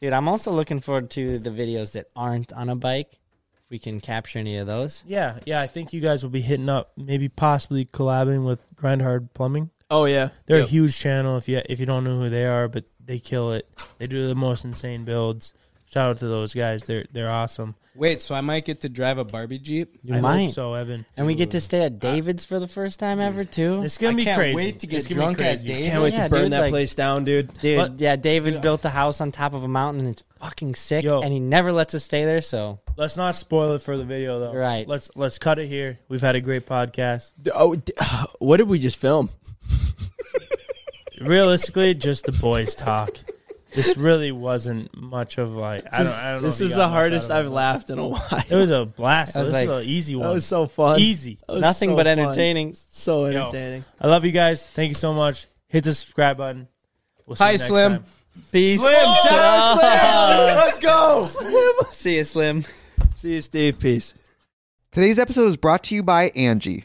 Speaker 6: Dude, I'm also looking forward to the videos that aren't on a bike. If we can capture any of those.
Speaker 5: Yeah, yeah. I think you guys will be hitting up, maybe possibly collabing with Grindhard Plumbing.
Speaker 8: Oh yeah,
Speaker 5: they're
Speaker 8: Yep.
Speaker 5: a huge channel. If you if you don't know who they are, but they kill it. They do the most insane builds. Shout out to those guys. They're they're awesome.
Speaker 9: Wait, so I might get to drive a Barbie Jeep?
Speaker 6: You
Speaker 5: I hope
Speaker 6: might.
Speaker 5: so, Evan.
Speaker 6: And we get to stay at David's for the first time ever too.
Speaker 5: It's gonna
Speaker 9: I
Speaker 5: be
Speaker 9: can't
Speaker 5: crazy.
Speaker 9: wait to get
Speaker 5: It's gonna be
Speaker 9: drunk at
Speaker 5: crazy.
Speaker 9: Dave's. Can't wait to burn that
Speaker 8: place down, dude.
Speaker 6: Dude,
Speaker 5: But-
Speaker 6: yeah, David built a house on top of a mountain and it's fucking sick
Speaker 5: Yo.
Speaker 6: and he never lets us stay there, so
Speaker 5: Let's not spoil it for the video though.
Speaker 6: Right.
Speaker 5: Let's let's cut it here. We've had a great podcast.
Speaker 8: D- Oh, d- *sighs* what did we just film?
Speaker 5: Realistically, just the boys talk. This really wasn't much of like I
Speaker 8: This-
Speaker 5: don't, I don't know
Speaker 8: this
Speaker 5: if you
Speaker 8: is
Speaker 5: got
Speaker 8: the
Speaker 5: much
Speaker 8: hardest
Speaker 5: out of
Speaker 8: I've laughed in a while.
Speaker 5: It was a blast.
Speaker 8: That was
Speaker 5: This is
Speaker 8: like-
Speaker 5: an easy
Speaker 8: that
Speaker 5: one.
Speaker 8: was so fun.
Speaker 5: Easy.
Speaker 8: That was Nothing so but fun. entertaining. So
Speaker 5: Yo,
Speaker 8: entertaining.
Speaker 5: I love you guys. Thank you so much. Hit the subscribe button. We'll see
Speaker 8: Hi,
Speaker 5: you next
Speaker 8: Slim.
Speaker 5: time.
Speaker 8: Peace.
Speaker 5: Slim, shout out
Speaker 8: *laughs*
Speaker 5: Slim.
Speaker 8: Let's go. See you, Slim. See you, Steve. Peace.
Speaker 1: Today's episode is brought to you by Angie.